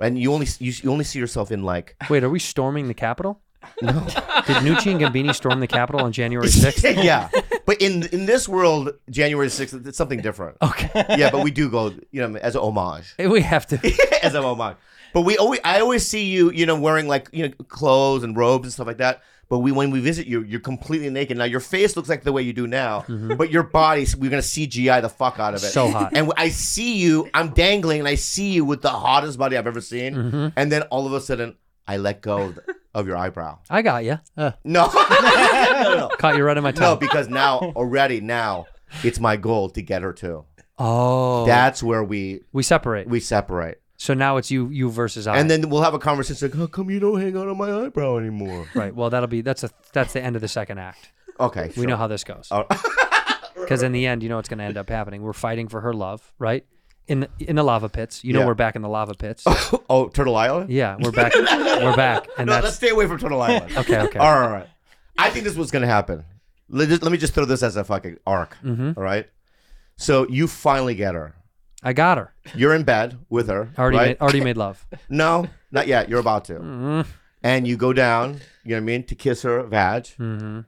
Speaker 2: and you only you, you only see yourself in like
Speaker 1: Wait, are we storming the Capitol? No. Did Nucci and Gambini storm the Capitol on January 6th?
Speaker 2: yeah. But in in this world, January sixth, it's something different.
Speaker 1: Okay.
Speaker 2: Yeah, but we do go you know as a homage,
Speaker 1: We have to.
Speaker 2: as a homage. But we always I always see you you know wearing like you know clothes and robes and stuff like that. But we when we visit you, you're completely naked. Now your face looks like the way you do now, but your body we're gonna CGI the fuck out of it.
Speaker 1: Mm-hmm. So hot.
Speaker 2: And I see you, I'm dangling, and I see you with the hottest body I've ever seen.
Speaker 1: Mm-hmm.
Speaker 2: And then all of a sudden, I let go of, the- of your eyebrow.
Speaker 1: I got you.
Speaker 2: No. no, no, no.
Speaker 1: Caught you right in my
Speaker 2: No,
Speaker 1: tongue.
Speaker 2: because now already now it's my goal to get her to.
Speaker 1: oh.
Speaker 2: That's where we
Speaker 1: we separate.
Speaker 2: we separate.
Speaker 1: So now it's you you versus I.
Speaker 2: And then we'll have a conversation like, how come you don't hang out on my eyebrow anymore?
Speaker 1: right. Well, that'll be that's a that's the end of the second act.
Speaker 2: Okay.
Speaker 1: We know how this goes.
Speaker 2: Oh.
Speaker 1: Because in the end, you know what's going to end up happening. We're fighting for her love, right? In the, in the lava pits. You know
Speaker 2: Yeah.
Speaker 1: we're back in the lava pits.
Speaker 2: oh, Turtle Island.
Speaker 1: Yeah, we're back. we're back. And
Speaker 2: no,
Speaker 1: that's
Speaker 2: let's stay away from Turtle Island.
Speaker 1: Okay, okay.
Speaker 2: All right, all right. I think this was going to happen. Let, just- let me just throw this as a fucking arc.
Speaker 1: Mhm.
Speaker 2: all right. So you finally get her.
Speaker 1: I got her.
Speaker 2: You're in bed with her.
Speaker 1: already
Speaker 2: right?
Speaker 1: made, oh. Mm-hmm. already made love.
Speaker 2: No, not yet. You're about to. And you go down. You know what I mean to kiss her vag.
Speaker 1: Mm-hmm.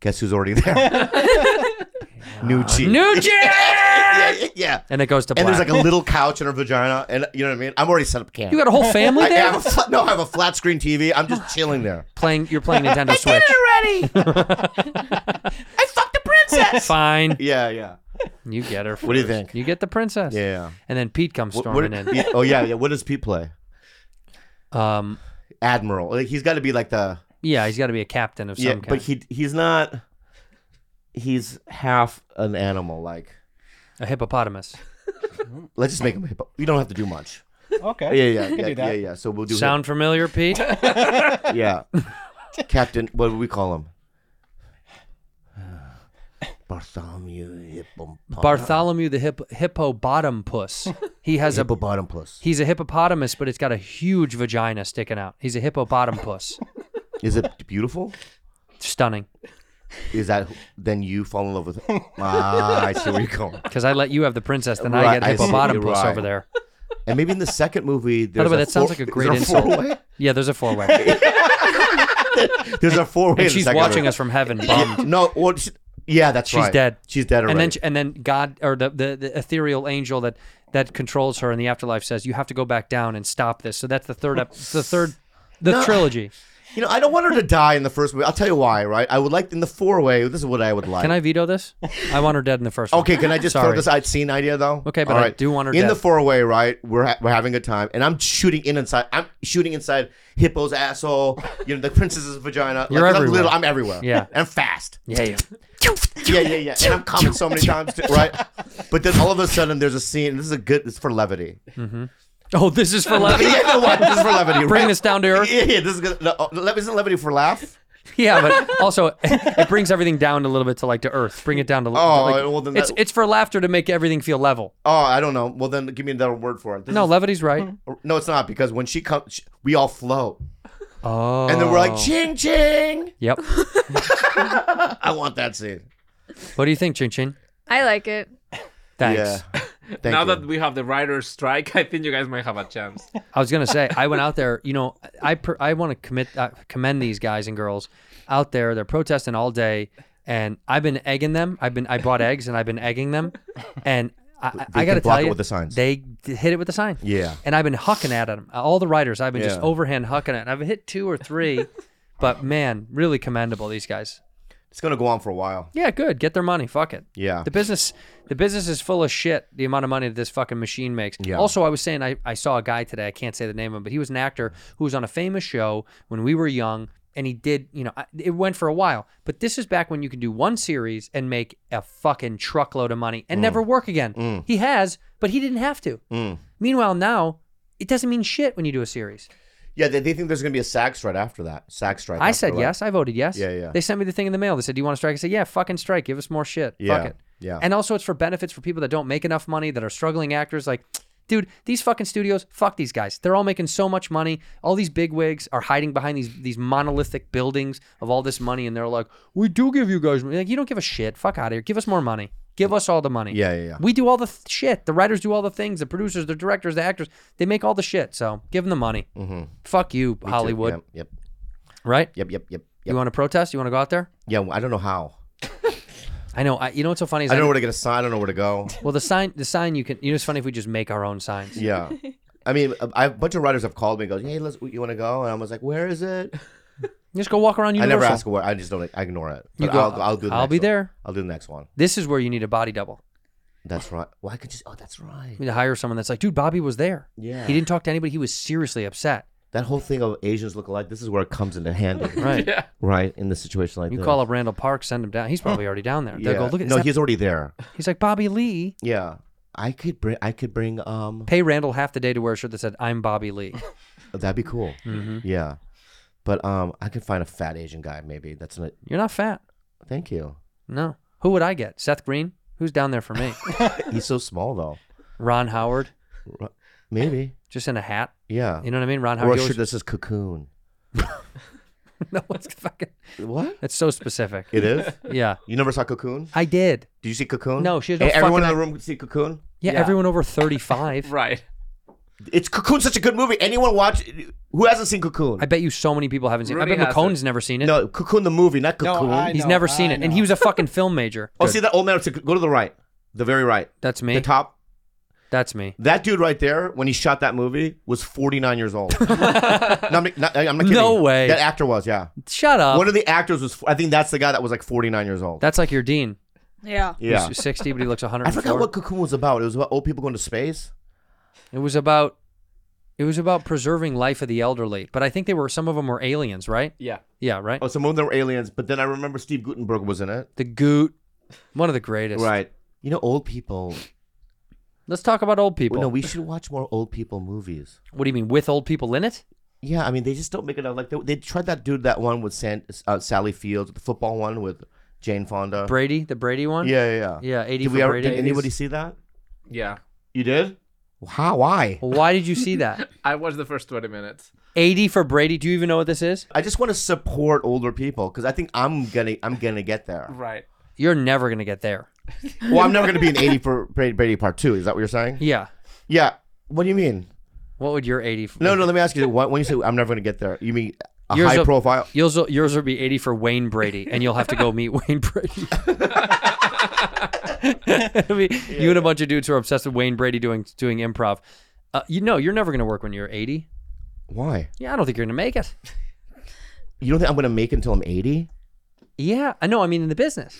Speaker 2: Guess who's already there? New cheek.
Speaker 1: New cheek.
Speaker 2: yeah, yeah, yeah.
Speaker 1: And it goes to
Speaker 2: And there's
Speaker 1: black.
Speaker 2: like a little couch in her vagina, and you know what I mean. I'm already set up camp.
Speaker 1: You got a whole family
Speaker 2: I- I
Speaker 1: there?
Speaker 2: have a fla- no, I have a flat screen TV. I'm just chilling there.
Speaker 1: Playing, you're playing Nintendo Switch.
Speaker 10: already. I fucked the princess.
Speaker 1: Fine.
Speaker 2: Yeah, yeah.
Speaker 1: You get her. First.
Speaker 2: What do you think?
Speaker 1: You get the princess.
Speaker 2: Yeah.
Speaker 1: And then Pete comes
Speaker 2: What-
Speaker 1: storming
Speaker 2: what-
Speaker 1: in.
Speaker 2: yeah, oh yeah, yeah. What does Pete play?
Speaker 1: Um,
Speaker 2: Admiral. Like, he's got to be like the
Speaker 1: Yeah, he's got to be a captain of some
Speaker 2: yeah,
Speaker 1: kind.
Speaker 2: but he he's not. He's half an animal. Like,
Speaker 1: a hippopotamus.
Speaker 2: let's just make him a hippo. You don't have to do much. Yeah,
Speaker 9: Okay.
Speaker 2: yeah,
Speaker 9: I can
Speaker 2: yeah,
Speaker 9: do that.
Speaker 2: yeah, yeah. So we'll do
Speaker 1: Sound familiar, Pete?
Speaker 2: hip- Yeah, Captain. What do we call him? Bartholomew Hippo.
Speaker 1: Bartholomew the hip, hippo bottom puss. He has a
Speaker 2: Hippobottom plus.
Speaker 1: he's a hippopotamus, but it's got a huge vagina sticking out. He's a hippopotam puss.
Speaker 2: Is it beautiful?
Speaker 1: Stunning.
Speaker 2: Is that who- then you fall in love with? Ah, I see where you're going.
Speaker 1: Because I let you have the princess, then I
Speaker 2: Right,
Speaker 1: get
Speaker 2: I see.
Speaker 1: hippopotam
Speaker 2: You're
Speaker 1: puss
Speaker 2: right.
Speaker 1: over there.
Speaker 2: And maybe in the second movie, there's
Speaker 1: By the way,
Speaker 2: a
Speaker 1: that sounds
Speaker 2: four-
Speaker 1: like a
Speaker 2: is
Speaker 1: great
Speaker 2: there
Speaker 1: insult.
Speaker 2: four-way?
Speaker 1: Yeah, there's a four way.
Speaker 2: There's a four way.
Speaker 1: and she's watching us from heaven, bummed.
Speaker 2: No, well, she- yeah, that's
Speaker 1: She's
Speaker 2: right.
Speaker 1: dead.
Speaker 2: She's dead already.
Speaker 1: And then, and then God or the, the the ethereal angel that that controls her in the afterlife says, "You have to go back down and stop this." So that's the third up, the third, the
Speaker 2: No.
Speaker 1: trilogy.
Speaker 2: you know, I don't want her to die in the first movie. I'll tell you why, right? I would like in the four way. This is what I would like.
Speaker 1: Can I veto this? I want her dead in the first. one.
Speaker 2: Okay, can I just throw
Speaker 1: Sorry.
Speaker 2: this I'd seen idea though?
Speaker 1: Okay, but
Speaker 2: All
Speaker 1: I do want her
Speaker 2: in
Speaker 1: dead.
Speaker 2: the four way. Right, we're ha- we're having a time, and I'm shooting in inside. I'm shooting inside Hippo's asshole. You know, the princess's vagina.
Speaker 1: You're
Speaker 2: Like,
Speaker 1: everywhere.
Speaker 2: I'm little. I'm everywhere.
Speaker 1: Yeah.
Speaker 2: and I'm fast.
Speaker 1: Yeah, yeah.
Speaker 2: Yeah, yeah, yeah. And I'm coming so many times, too, right? But then all of a sudden, there's a scene. This is a good. It's for levity.
Speaker 1: Oh, this is for
Speaker 2: But
Speaker 1: levity.
Speaker 2: yeah, no, what? This is for levity.
Speaker 1: Bring
Speaker 2: right?
Speaker 1: this down to earth.
Speaker 2: Yeah, yeah, this is good. No, oh, le- isn't levity for laugh?
Speaker 1: Yeah, but also it brings everything down a little bit to like to earth. Bring it down to
Speaker 2: Oh,
Speaker 1: like,
Speaker 2: well, then
Speaker 1: it's
Speaker 2: that-
Speaker 1: it's for laughter to make everything feel level.
Speaker 2: Oh, I don't know. Well, then give me another word for it. This
Speaker 1: No,
Speaker 2: is-
Speaker 1: Oh, levity's right.
Speaker 2: no, it's not because when she comes, we all float,
Speaker 1: Oh,
Speaker 2: and then we're like ching ching.
Speaker 1: yep.
Speaker 2: I want that scene.
Speaker 1: What do you think, Chin Chin?
Speaker 6: I like it.
Speaker 1: Thanks.
Speaker 2: Yeah. Thank
Speaker 8: now
Speaker 2: you.
Speaker 8: that we have the writer's strike, I think you guys might have a chance.
Speaker 1: I was gonna say I went out there. You know, I per, I want to commit uh, commend these guys and girls out there. They're protesting all day, and I've been egging them. I've been I bought eggs and I've been egging them, and I, I, I
Speaker 2: can
Speaker 1: gotta
Speaker 2: block
Speaker 1: tell
Speaker 2: it
Speaker 1: you,
Speaker 2: with the signs.
Speaker 1: they d- hit it with the sign.
Speaker 2: Yeah.
Speaker 1: and I've been hucking at them. All the writers, I've been just
Speaker 2: Yeah.
Speaker 1: overhand hucking at. 'em. I've hit two or three, but man, really commendable these guys.
Speaker 2: it's gonna go on for a while.
Speaker 1: Yeah, good. Get their money. Fuck it.
Speaker 2: Yeah.
Speaker 1: The business the business is full of shit, the amount of money that this fucking machine makes.
Speaker 2: Yeah.
Speaker 1: Also, I was saying I, I saw a guy today, I can't say the name of him, but he was an actor who was on a famous show when we were young and he did, you know, I- it went for a while. But this is back when you can do one series and make a fucking truckload of money
Speaker 2: Mm.
Speaker 1: and never work again. He has, but he didn't have to. Meanwhile, now it doesn't mean shit when you do a series.
Speaker 2: Yeah, they, they think there's gonna be a SAG strike after that. SAG strike.
Speaker 1: I
Speaker 2: after
Speaker 1: said
Speaker 2: that.
Speaker 1: yes. I voted yes.
Speaker 2: Yeah, yeah.
Speaker 1: They sent me the thing in the mail. They said, "Do you want to strike?" I said, "Yeah, fucking strike. Give us more shit.
Speaker 2: Yeah,
Speaker 1: Fuck it."
Speaker 2: yeah.
Speaker 1: And also, it's for benefits for people that don't make enough money that are struggling actors. Like, dude, these fucking studios. Fuck these guys. They're all making so much money. All these big wigs are hiding behind these these monolithic buildings of all this money, and they're like, "We do give you guys money." Like, you don't give a shit. Fuck out of here. Give us more money. Give us all the money.
Speaker 2: Yeah, yeah, yeah.
Speaker 1: We do all the th- shit. The writers do all the things. The producers, the directors, the actors. They make all the shit. So give them the money. Mm-hmm. Fuck you, Hollywood.
Speaker 2: Yep. Yep.
Speaker 1: Right?
Speaker 2: Yep. Yep. Yep.
Speaker 1: You
Speaker 2: yep.
Speaker 1: want to protest? You want to go out there?
Speaker 2: Yeah. well, I don't know how.
Speaker 1: I know. I, you know what's so funny is
Speaker 2: I don't know where to get a sign. I don't know where to go.
Speaker 1: well, the sign, the sign you can. You know, it's funny if we just make our own signs.
Speaker 2: Yeah. I mean, a, I- a bunch of writers have called me and goes, "Hey, let's you want to go?" And I was like, "Where is it?"
Speaker 1: You just go walk around
Speaker 2: I
Speaker 1: Universal.
Speaker 2: never ask where. I just don't. I ignore it.
Speaker 1: You
Speaker 2: But
Speaker 1: go,
Speaker 2: I'll, I'll do. The
Speaker 1: I'll
Speaker 2: next
Speaker 1: be
Speaker 2: one.
Speaker 1: there.
Speaker 2: I'll do the next one.
Speaker 1: This is where you need a body double.
Speaker 2: That's right. Well, I could just. Oh, that's right.
Speaker 1: You need to hire someone that's like, dude, Bobby was there.
Speaker 2: Yeah.
Speaker 1: He didn't talk to anybody. He was seriously upset.
Speaker 2: That whole thing of Asians look alike. This is where it comes into handy.
Speaker 1: Right.
Speaker 8: Yeah.
Speaker 2: Right. In the situation like
Speaker 1: You
Speaker 2: this.
Speaker 1: call up Randall Park, send him down. He's probably already down there.
Speaker 2: Yeah.
Speaker 1: They'll go look at. is
Speaker 2: no,
Speaker 1: that-"
Speaker 2: he's already there.
Speaker 1: He's like Bobby Lee.
Speaker 2: Yeah. I could bring. I could bring. Um,
Speaker 1: Pay Randall half the day to wear a shirt that said "I'm Bobby Lee."
Speaker 2: that'd be cool.
Speaker 1: Mhm.
Speaker 2: Yeah, but um, I could find a fat Asian guy. Maybe that's not.
Speaker 1: You're not fat.
Speaker 2: Thank you.
Speaker 1: No. Who would I get? Seth Green? Who's down there for me?
Speaker 2: He's so small though.
Speaker 1: Ron Howard?
Speaker 2: Ro- Maybe.
Speaker 1: Just in a hat?
Speaker 2: Yeah.
Speaker 1: You know what I mean? Ron
Speaker 2: Or
Speaker 1: Howard.
Speaker 2: a
Speaker 1: you always-
Speaker 2: shirt that says cocoon.
Speaker 1: no, it's fucking.
Speaker 2: What?
Speaker 1: It's so specific.
Speaker 2: It is.
Speaker 1: Yeah.
Speaker 2: You never saw Cocoon?
Speaker 1: I did.
Speaker 2: Did you see Cocoon?
Speaker 1: No, she has
Speaker 2: Hey,
Speaker 1: no
Speaker 2: everyone in
Speaker 1: fucking
Speaker 2: the room see Cocoon.
Speaker 1: Yeah,
Speaker 8: Yeah.
Speaker 1: everyone over 35.
Speaker 8: Right.
Speaker 2: It's Cocoon's such a good movie. Anyone watch? Who hasn't seen Cocoon?
Speaker 1: I bet you so many people haven't seen
Speaker 8: Rudy
Speaker 1: it. I bet
Speaker 8: has
Speaker 1: McCone's never seen it.
Speaker 2: no, Cocoon the movie, not
Speaker 9: No,
Speaker 2: Cocoon.
Speaker 9: I
Speaker 1: He's
Speaker 9: know,
Speaker 1: never seen
Speaker 9: I
Speaker 1: it. And he
Speaker 9: know.
Speaker 1: was a fucking film major.
Speaker 2: oh,
Speaker 1: Good.
Speaker 2: see that old man. It's a- Go to the right, the very right,
Speaker 1: That's me.
Speaker 2: the top.
Speaker 1: That's me.
Speaker 2: That dude right there, when he shot that movie, was 49 years old. no, I'm, not, I'm not kidding.
Speaker 1: No way. Uh,
Speaker 2: That actor was, yeah.
Speaker 1: Shut up.
Speaker 2: One of the actors was. I think that's the guy that was like 49 years old.
Speaker 1: That's like your Dean.
Speaker 6: Yeah.
Speaker 2: yeah.
Speaker 1: He's 60, but he looks 104.
Speaker 2: I forgot what Cocoon was about. It was about old people going to space.
Speaker 1: It was about it was about preserving life of the elderly, but I think they were some of them were aliens, right?
Speaker 8: Yeah.
Speaker 1: Yeah, right.
Speaker 2: Oh, some of them were aliens, but then I remember Steve Gutenberg was in it.
Speaker 1: The Goot, one of the greatest.
Speaker 2: Right. You know, old people.
Speaker 1: Let's talk about old people.
Speaker 2: No, we should watch more old people movies.
Speaker 1: what do you mean with old people in it?
Speaker 2: Yeah, I mean, they just don't make it out. Like they, they tried that dude, that one with San, uh, Sally Fields, the football one with Jane Fonda.
Speaker 1: Brady, the Brady one.
Speaker 2: Yeah, yeah, yeah.
Speaker 1: Yeah, 80
Speaker 2: Did, we
Speaker 1: for
Speaker 2: ever,
Speaker 1: Brady.
Speaker 2: did anybody see that?
Speaker 8: Yeah.
Speaker 2: You did? How? Why?
Speaker 1: Well, why did you see that?
Speaker 8: I watched the first 20 minutes.
Speaker 1: 80 for Brady. Do you even know what this is?
Speaker 2: I just want to support older people because I think I'm gonna I'm gonna get there.
Speaker 8: Right.
Speaker 1: You're never gonna get there.
Speaker 2: Well, I'm never gonna be an 80 for Brady, Brady Part Two. Is that what you're saying?
Speaker 1: Yeah.
Speaker 2: Yeah. What do you mean?
Speaker 1: What would your 80? For,
Speaker 2: No, no. Let me ask you. What, when you say I'm never gonna get there, you mean a
Speaker 1: Yours
Speaker 2: high
Speaker 1: will-
Speaker 2: profile?
Speaker 1: Yours will, yours will be 80 for Wayne Brady, and you'll have to go meet Wayne Brady. It'll be you and a bunch of dudes who are obsessed with Wayne Brady doing doing improv. Uh, you know, you're never going to work when you're 80.
Speaker 2: Why?
Speaker 1: Yeah, I don't think you're going to make it.
Speaker 2: You don't think I'm gonna make it until I'm 80?
Speaker 1: Yeah, I know. I mean, in the business.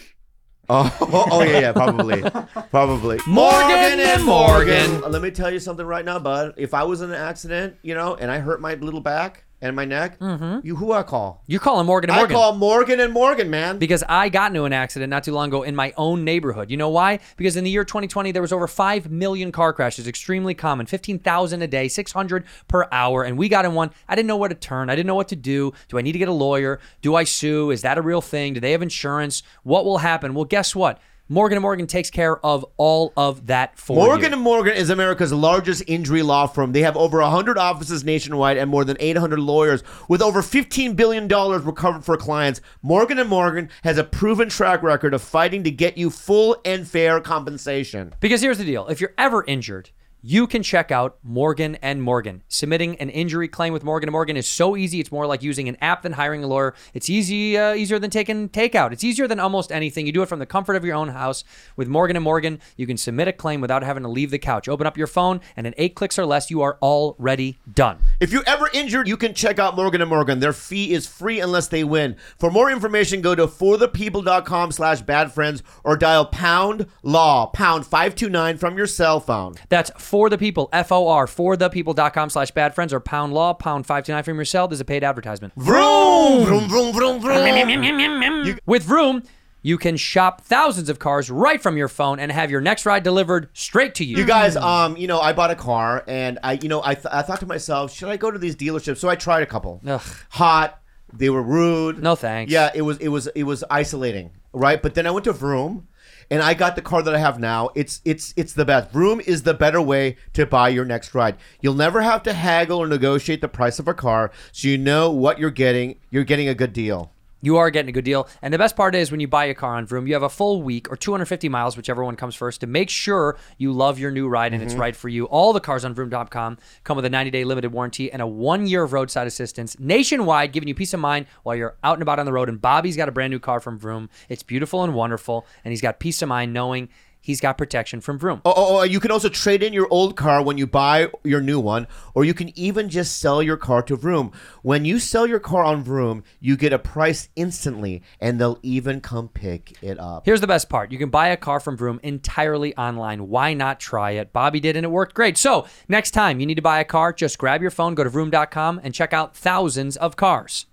Speaker 2: Oh, oh, oh, yeah, yeah, probably, probably.
Speaker 1: Morgan and Morgan.
Speaker 2: Let me tell you something right now, bud. If I was in an accident, you know, and I hurt my little back and my neck, you who I call?
Speaker 1: You're calling Morgan and Morgan.
Speaker 2: I call Morgan and Morgan, man.
Speaker 1: because I got into an accident not too long ago in my own neighborhood. You know why? Because in the year 2020, there was over 5 million car crashes, extremely common, 15,000 a day, 600 per hour. And we got in one. I didn't know where to turn. I didn't know what to do. Do I need to get a lawyer? Do I sue? Is that a real thing? Do they have insurance? What will happen? Well, guess what? Morgan & Morgan takes care of all of that for you.
Speaker 2: Morgan and Morgan is America's largest injury law firm. They have over 100 offices nationwide and more than 800 lawyers with over 15 billion dollars recovered for clients. Morgan and Morgan has a proven track record of fighting to get you full and fair compensation.
Speaker 1: Because here's the deal: if you're ever injured, you can check out Morgan and Morgan. Submitting an injury claim with Morgan and Morgan is so easy; it's more like using an app than hiring a lawyer. It's easy, uh, easier than taking takeout. It's easier than almost anything. You do it from the comfort of your own house with Morgan and Morgan. You can submit a claim without having to leave the couch. Open up your phone, and in eight clicks or less, you are already done.
Speaker 2: If you're ever injured, you can check out Morgan & Morgan. Their fee is free unless they win. For more information, go to forthepeople.com slash badfriends or dial pound law, pound 529 from your cell phone.
Speaker 1: That's for the people, F O R, for the people.com slash bad friends or pound law, pound 529 from your cell. This is a paid advertisement.
Speaker 2: Vroom, vroom, vroom, vroom, vroom.
Speaker 1: With Vroom, you can shop thousands of cars right from your phone and have your next ride delivered straight to you.
Speaker 2: You guys, um, you know, I bought a car and I, you know, I, th- I thought to myself, should I go to these dealerships? So I tried a couple.
Speaker 1: Ugh.
Speaker 2: Hot. They were rude.
Speaker 1: No thanks.
Speaker 2: Yeah, it was it was it was isolating, right? But then I went to Vroom, and I got the car that I have now. It's it's it's the best. Vroom is the better way to buy your next ride. You'll never have to haggle or negotiate the price of a car, so you know what you're getting. You're getting a good deal.
Speaker 1: You are getting a good deal. And the best part is when you buy a car on Vroom, you have a full week or 250 miles, whichever one comes first, to make sure you love your new ride and it's right for you. All the cars on Vroom.com come with a 90 day limited warranty and a one year of roadside assistance nationwide, giving you peace of mind while you're out and about on the road. And Bobby's got a brand new car from Vroom. It's beautiful and wonderful. And he's got peace of mind knowing he's got protection from Vroom.
Speaker 2: Oh, oh, oh, you can also trade in your old car when you buy your new one, or you can even just sell your car to Vroom. When you sell your car on Vroom, you get a price instantly, and they'll even come pick it up.
Speaker 1: Here's the best part. You can buy a car from Vroom entirely online. Why not try it? Bobby did and it worked great. So, next time you need to buy a car, just grab your phone, go to vroom.com and check out thousands of cars.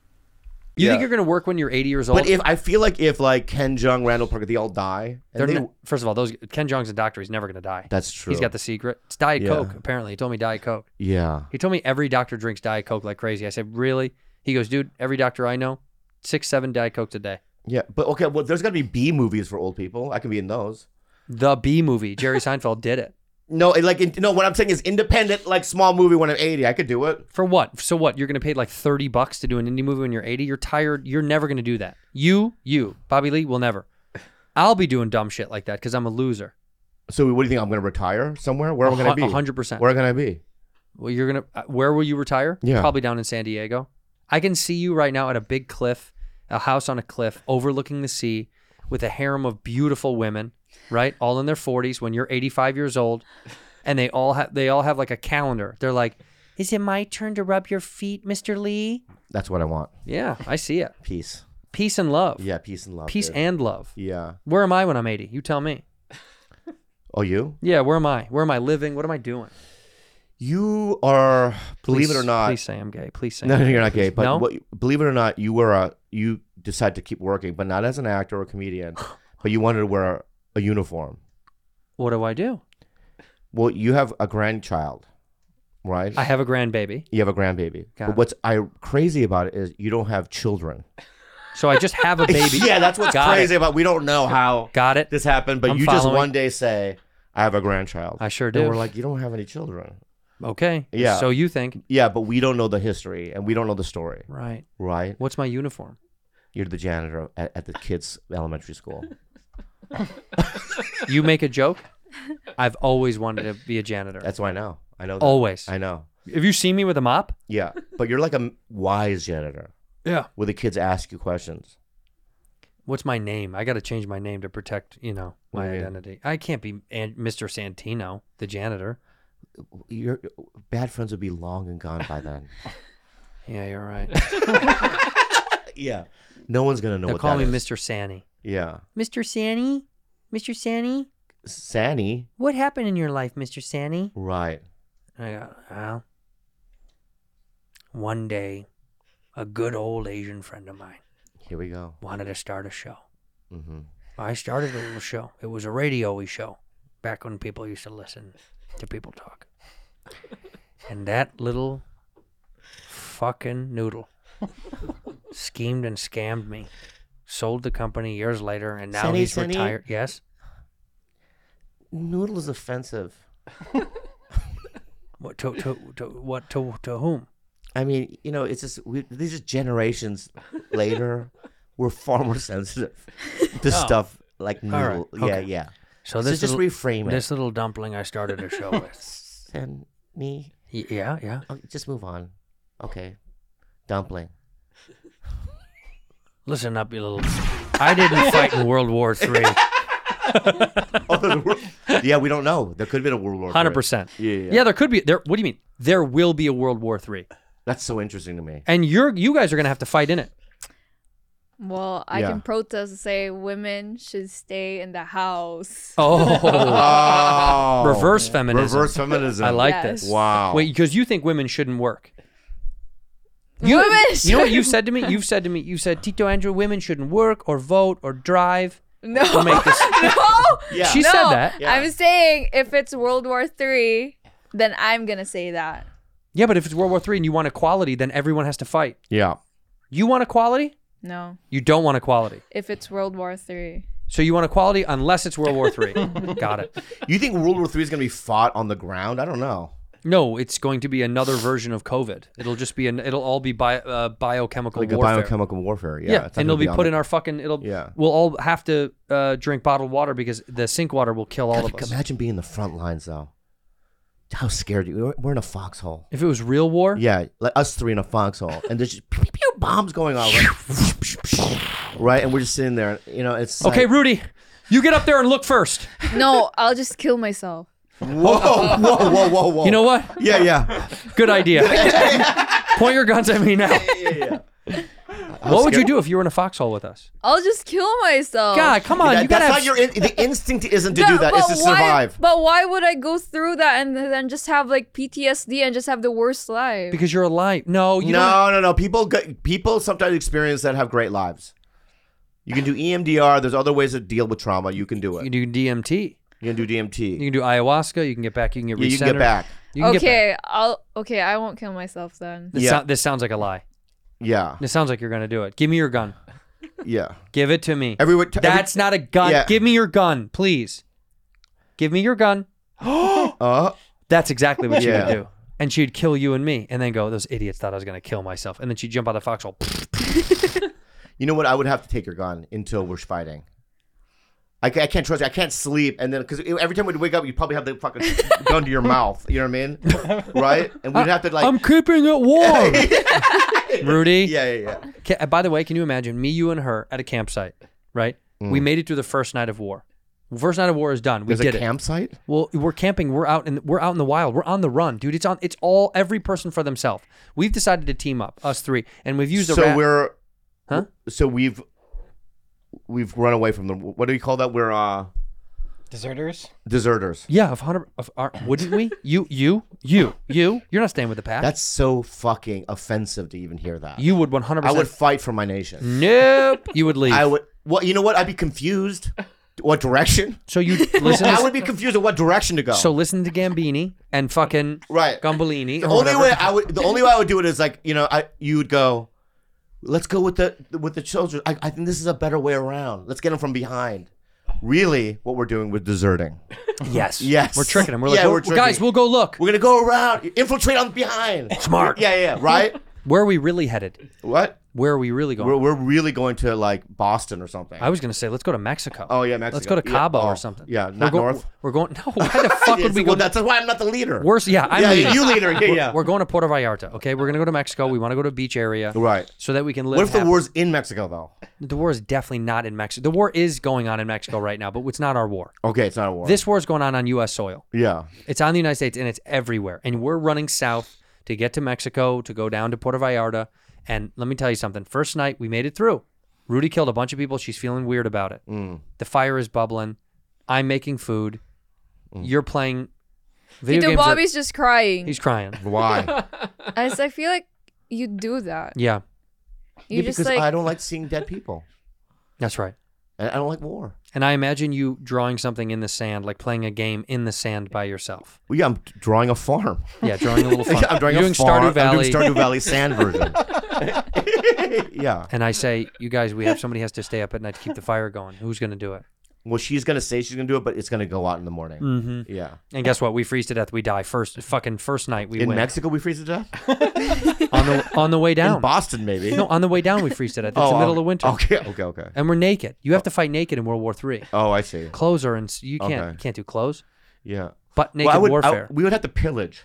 Speaker 1: You think
Speaker 2: Yeah.
Speaker 1: you're going to work when you're 80 years old?
Speaker 2: But if I feel like if like Ken Jong, Randall Parker, they all die, and
Speaker 1: They're
Speaker 2: they-
Speaker 1: n- first of all, those Ken Jong's a doctor. He's never going to die.
Speaker 2: That's
Speaker 1: He's
Speaker 2: true.
Speaker 1: got the secret. It's Diet
Speaker 2: Yeah.
Speaker 1: Coke. Apparently, he told me Diet Coke.
Speaker 2: yeah,
Speaker 1: He told me every doctor drinks Diet Coke like crazy. I said, really? He goes, dude, every doctor I know, six, seven Diet Cokes a day.
Speaker 2: yeah. But okay, well, there's got to be B movies for old people. I can be in those.
Speaker 1: The B movie. Jerry Seinfeld did it.
Speaker 2: No, it, like in, no. What I'm saying is independent, like small movie when I'm 80. I could do it.
Speaker 1: For what? So what? You're going to pay like 30 bucks to do an indie movie when you're 80? You're tired. You're never going to do that. You, you, Bobby Lee will never. I'll be doing dumb shit like that because I'm a loser.
Speaker 2: So what do you think? I'm going to retire somewhere? Where am I
Speaker 1: A
Speaker 2: going to
Speaker 1: hu-
Speaker 2: be?
Speaker 1: a hundred percent.
Speaker 2: Where am I going to be?
Speaker 1: Well, you're gonna. uh, Where will you retire?
Speaker 2: Yeah.
Speaker 1: probably down in San Diego. I can see you right now at a big cliff, a house on a cliff overlooking the sea, with a harem of beautiful women, right, all in their 40s when you're 85 years old, and they all have they all have like a calendar. They're like, "Is it my turn to rub your feet, Mister Lee?"
Speaker 2: That's what I want.
Speaker 1: Yeah, I see it.
Speaker 2: Peace.
Speaker 1: Peace and love.
Speaker 2: Yeah, peace and love.
Speaker 1: Peace
Speaker 2: dude.
Speaker 1: and love.
Speaker 2: yeah.
Speaker 1: Where am I when I'm 80? You tell me.
Speaker 2: Oh, you?
Speaker 1: Yeah, where am I? Where am I living? What am I doing?
Speaker 2: You are. Believe it
Speaker 1: Please-
Speaker 2: or not.
Speaker 1: please say I'm gay. Please say
Speaker 2: No,
Speaker 1: I'm
Speaker 2: no, you're not gay.
Speaker 1: Please-
Speaker 2: But
Speaker 1: no?
Speaker 2: what, believe it or not, you were a you decided to keep working, but not as an actor or comedian, but you wanted to wear a uniform.
Speaker 1: What do I do?
Speaker 2: Well, you have a grandchild, right?
Speaker 1: I have a grandbaby.
Speaker 2: You have a grandbaby.
Speaker 1: Got
Speaker 2: but
Speaker 1: it.
Speaker 2: what's I crazy about it is you don't have children.
Speaker 1: So I just have a baby.
Speaker 2: yeah, that's what's
Speaker 1: Got it.
Speaker 2: crazy about. We don't know how
Speaker 1: Got it.
Speaker 2: this happened, but
Speaker 1: I'm
Speaker 2: you just
Speaker 1: following.
Speaker 2: one day say, "I have a grandchild."
Speaker 1: I sure
Speaker 2: And
Speaker 1: do.
Speaker 2: we're like, you don't have any children.
Speaker 1: okay.
Speaker 2: Yeah.
Speaker 1: So you think.
Speaker 2: Yeah, but we don't know the history and we don't know the story,
Speaker 1: Right.
Speaker 2: right?
Speaker 1: What's my uniform?
Speaker 2: You're the janitor at, at the kids' elementary school.
Speaker 1: You make a joke? I've always wanted to be a janitor.
Speaker 2: That's why I know. I know. That.
Speaker 1: Always.
Speaker 2: I know.
Speaker 1: Have you seen me with a mop?
Speaker 2: Yeah, but you're like a wise janitor
Speaker 1: Yeah.
Speaker 2: where the kids ask you questions.
Speaker 1: What's my name? I got to change my name to protect, you know,
Speaker 2: What
Speaker 1: my
Speaker 2: do you mean?
Speaker 1: identity. I can't be An- Mr. Santino, the janitor.
Speaker 2: Your bad friends would be long and gone by then.
Speaker 1: Yeah, you're right.
Speaker 2: yeah, no one's gonna know.
Speaker 1: They'll
Speaker 2: what
Speaker 1: call me
Speaker 2: that is.
Speaker 1: Mr. Sanny.
Speaker 2: Yeah,
Speaker 1: Mr. Sanny? Mr. Sanny?
Speaker 2: Sanny.
Speaker 1: What happened in your life, Mr. Sanny?
Speaker 2: Right.
Speaker 1: I got, well, one day, a good old Asian friend of mine
Speaker 2: Here we go.
Speaker 1: wanted to start a show.
Speaker 2: hmm
Speaker 1: I started a little show. It was a radio show back when people used to listen to people talk. And that little fucking noodle schemed and scammed me. Sold the company years later, and now
Speaker 2: Sonny,
Speaker 1: he's
Speaker 2: Sonny?
Speaker 1: retired. Yes.
Speaker 2: Noodle is offensive.
Speaker 1: What to, to, to what to to whom?
Speaker 2: I mean, you know, it's just we, these are generations later. We're far more sensitive to stuff like
Speaker 1: Oh. right,
Speaker 2: noodle.
Speaker 1: okay.
Speaker 2: Yeah, yeah.
Speaker 1: So
Speaker 2: So
Speaker 1: this
Speaker 2: just
Speaker 1: little,
Speaker 2: reframe it.
Speaker 1: This little dumpling I started a show with.
Speaker 2: Sanny. me.
Speaker 1: Y- Yeah, yeah.
Speaker 2: just move on. Okay. Dumpling.
Speaker 1: Listen up, you little. I didn't fight in World War Three.
Speaker 2: yeah, we don't know. There could have been a World War.
Speaker 1: Hundred percent.
Speaker 2: Yeah, yeah.
Speaker 1: Yeah, there could be. There. What do you mean? There will be a World War Three,
Speaker 2: That's so interesting to me.
Speaker 1: and you're you guys are gonna have to fight in it.
Speaker 6: Well, I
Speaker 2: Yeah.
Speaker 6: can protest and say women should stay in the house.
Speaker 1: Oh,
Speaker 2: Oh,
Speaker 1: reverse feminism.
Speaker 2: Reverse feminism.
Speaker 1: I like
Speaker 6: Yes.
Speaker 1: this.
Speaker 2: Wow.
Speaker 1: Wait, because you think women shouldn't work. You,
Speaker 6: Women
Speaker 1: you know what you've
Speaker 6: shouldn't
Speaker 1: said to me? You've said to me, you said, Tito Andrew, women shouldn't work or vote or drive.
Speaker 6: No.
Speaker 1: Or make this.
Speaker 6: no.
Speaker 2: Yeah.
Speaker 1: She
Speaker 6: no.
Speaker 1: said that.
Speaker 2: Yeah.
Speaker 6: I'm saying if it's World War Three, then I'm gonna say that.
Speaker 1: Yeah, but if it's World War Three and you want equality, then everyone has to fight.
Speaker 2: Yeah.
Speaker 1: You want equality?
Speaker 6: No.
Speaker 1: You don't want equality.
Speaker 6: If it's World War Three.
Speaker 1: So you want equality unless it's World War Three. Got it.
Speaker 2: You think World War Three is going to be fought on the ground? I don't know.
Speaker 1: No, it's going to be another version of COVID. It'll just be an. It'll all be bi- uh, biochemical
Speaker 2: Like
Speaker 1: warfare.
Speaker 2: a biochemical warfare. Yeah.
Speaker 1: yeah,
Speaker 2: it's not
Speaker 1: and it'll
Speaker 2: gonna
Speaker 1: be
Speaker 2: on
Speaker 1: put
Speaker 2: the-
Speaker 1: in our fucking. It'll.
Speaker 2: Yeah.
Speaker 1: We'll all have to uh, drink bottled water because the sink water will kill all
Speaker 2: God,
Speaker 1: of
Speaker 2: like,
Speaker 1: us.
Speaker 2: Imagine being in the front lines though. How scared you? We're, we're in a foxhole.
Speaker 1: If it was real war,
Speaker 2: Yeah, like us three in a foxhole, and there's just pew, pew, pew, bombs going on, right? right? And we're just sitting there. You know, it's
Speaker 1: Okay,
Speaker 2: Like,
Speaker 1: Rudy, you get up there and look first.
Speaker 6: No, I'll just kill myself.
Speaker 2: whoa, whoa, whoa, whoa, whoa.
Speaker 1: You know what?
Speaker 2: Yeah, yeah.
Speaker 1: Good idea. Point your guns at me now. What would you do if you were in a foxhole with us?
Speaker 6: I'll just kill myself.
Speaker 1: God, come on,
Speaker 2: Oh, That-
Speaker 1: you
Speaker 2: that's
Speaker 1: gotta have-
Speaker 2: not your in, the instinct isn't to
Speaker 6: But-
Speaker 2: do that. It's to
Speaker 6: but why-
Speaker 2: survive.
Speaker 6: But why would I go through that and then just have like PTSD and just have the worst life?
Speaker 1: Because you're alive. No, you don't-
Speaker 2: no, no, no. People, go- people sometimes experience that have great lives. You can do E EMDR. There's other ways to deal with trauma. You can do it.
Speaker 1: You can do DMT.
Speaker 2: You can do DMT.
Speaker 1: You can do ayahuasca. You can get back. You can get
Speaker 2: Yeah,
Speaker 1: recentered.
Speaker 2: you can get back.
Speaker 1: You can get back.
Speaker 6: okay, I'll okay, I won't kill myself then.
Speaker 1: This,
Speaker 2: Yeah.
Speaker 1: sou- this sounds like a lie.
Speaker 2: Yeah,
Speaker 1: This sounds like you're gonna do it. Give me your gun.
Speaker 2: yeah.
Speaker 1: Give it to me.
Speaker 2: Everyone, t- every-
Speaker 1: That's not a gun.
Speaker 2: Yeah.
Speaker 1: Give me your gun, please. Give me your gun.
Speaker 2: Uh,
Speaker 1: That's exactly what she
Speaker 2: Yeah.
Speaker 1: would do. And she'd kill you and me, and then go, "Those idiots thought I was gonna kill myself." And then she'd jump out of the foxhole.
Speaker 2: you know what? I would have to take your gun until we're fighting. I, ca- I can't trust you. I can't sleep, and then because every time we'd wake up, you'd probably have the fucking gun to your mouth. You know what I mean? Right? And we'd have to like.
Speaker 1: Uh, I'm keeping it warm, Rudy.
Speaker 2: yeah, yeah, yeah.
Speaker 1: Ca by the way, can you imagine me, you, and her at a campsite? Right? We made it through the first night of war. First night of war is done. We
Speaker 2: Mm. There's
Speaker 1: did
Speaker 2: a
Speaker 1: it.
Speaker 2: campsite.
Speaker 1: Well, we're camping. We're out in we're out in the wild. We're on the run, dude. It's on. It's all every person for themselves. We've decided to team up, us three, and we've used a
Speaker 2: so
Speaker 1: rat-
Speaker 2: we're
Speaker 1: Huh?
Speaker 2: so we've we've run away from the what do we call that we're uh
Speaker 9: Deserters?
Speaker 2: deserters
Speaker 1: yeah of hundred of our, wouldn't we? You you you you you're not staying with the pack.
Speaker 2: that's so fucking offensive to even hear that
Speaker 1: you would one hundred
Speaker 2: i would
Speaker 1: percent.
Speaker 2: fight for my nation
Speaker 1: Nope. You would leave.
Speaker 2: i would well you know what i'd be confused what direction
Speaker 1: So you listen.
Speaker 2: i
Speaker 1: to-
Speaker 2: would be confused at what direction to go
Speaker 1: so listen to Gambini and fucking
Speaker 2: Right.
Speaker 1: Gumbolini.
Speaker 2: the
Speaker 1: or
Speaker 2: only
Speaker 1: whatever.
Speaker 2: way i would the only way i would do it is like you know i you would go let's go with the with the children i, I think this is a better way around let's get them from behind really what we're doing we're deserting
Speaker 1: yes
Speaker 2: Yes.
Speaker 1: we're tricking him. We're like
Speaker 2: Yeah,
Speaker 1: "Well,
Speaker 2: we're tricking
Speaker 1: guys,
Speaker 2: him."
Speaker 1: we'll go look.
Speaker 2: We're gonna go around, infiltrate on behind.
Speaker 1: Smart.
Speaker 2: Yeah, yeah, yeah, right.
Speaker 1: Where are we really headed?
Speaker 2: what?
Speaker 1: Where are we really going?
Speaker 2: We're, we're really going to like Boston or something.
Speaker 1: I was gonna say, let's go to Mexico.
Speaker 2: Oh, yeah, Mexico.
Speaker 1: Let's go to
Speaker 2: Yeah,
Speaker 1: Cabo
Speaker 2: oh,
Speaker 1: or something.
Speaker 2: yeah,
Speaker 1: We're
Speaker 2: not
Speaker 1: go-
Speaker 2: north.
Speaker 1: We're going. No, why the fuck
Speaker 2: Yes,
Speaker 1: would we
Speaker 2: well,
Speaker 1: go?
Speaker 2: that's why I'm not the leader.
Speaker 1: Worse, yeah, I'm
Speaker 2: yeah,
Speaker 1: leading.
Speaker 2: you leader. Yeah,
Speaker 1: We're,
Speaker 2: yeah.
Speaker 1: we're going to Puerto Vallarta. Okay, we're gonna go to Mexico. We want to go to a beach area,
Speaker 2: Right.
Speaker 1: So that we can live.
Speaker 2: what if the
Speaker 1: happy.
Speaker 2: war's in Mexico though?
Speaker 1: The war is definitely not in Mexico. The war is going on in Mexico right now, but it's not our war.
Speaker 2: Okay, it's not a war.
Speaker 1: This war is going on on U.S. soil.
Speaker 2: Yeah.
Speaker 1: It's on the United States and it's everywhere. And we're running south to get to Mexico, to go down to Puerto Vallarta. And let me tell you something. First night, we made it through. Rudy killed a bunch of people. She's feeling weird about it.
Speaker 2: Mm.
Speaker 1: The fire is bubbling. I'm making food.
Speaker 2: Mm.
Speaker 1: You're playing video
Speaker 6: Tito
Speaker 1: games. that-
Speaker 6: Bobby's just crying.
Speaker 1: He's crying.
Speaker 2: Why?
Speaker 6: I, just- I feel like you do that.
Speaker 1: Yeah,
Speaker 6: You
Speaker 2: Yeah,
Speaker 6: just
Speaker 2: because
Speaker 6: like
Speaker 2: I don't like seeing dead people.
Speaker 1: that's right.
Speaker 2: And I don't like war.
Speaker 1: And I imagine you drawing something in the sand, like playing a game in the sand by yourself.
Speaker 2: Well, yeah, I'm drawing a farm.
Speaker 1: Yeah, drawing a little farm.
Speaker 2: I'm drawing
Speaker 1: You're
Speaker 2: a
Speaker 1: doing
Speaker 2: farm.
Speaker 1: Stardew Valley.
Speaker 2: I'm doing Stardew Valley sand version. yeah.
Speaker 1: and I say, you guys, we have somebody has to stay up at night to keep the fire going. Who's going to do it?
Speaker 2: Well, she's gonna say she's gonna do it, but it's gonna go out in the morning.
Speaker 1: Mm-hmm.
Speaker 2: Yeah.
Speaker 1: And guess what? We freeze to death. We die first. Fucking first night we
Speaker 2: in
Speaker 1: win
Speaker 2: Mexico, we freeze to death.
Speaker 1: on the on the way
Speaker 2: In
Speaker 1: down.
Speaker 2: Boston, maybe.
Speaker 1: No, on the way down we freeze to death. It's the middle
Speaker 2: okay.
Speaker 1: of winter.
Speaker 2: Okay, Oh. okay, okay.
Speaker 1: And we're naked. You have to fight naked in World War Three.
Speaker 2: Oh, I see.
Speaker 1: Clothes are in. You can't
Speaker 2: Okay.
Speaker 1: you can't do clothes.
Speaker 2: Yeah.
Speaker 1: But naked
Speaker 2: Well, I would- I-
Speaker 1: warfare.
Speaker 2: we would have to pillage,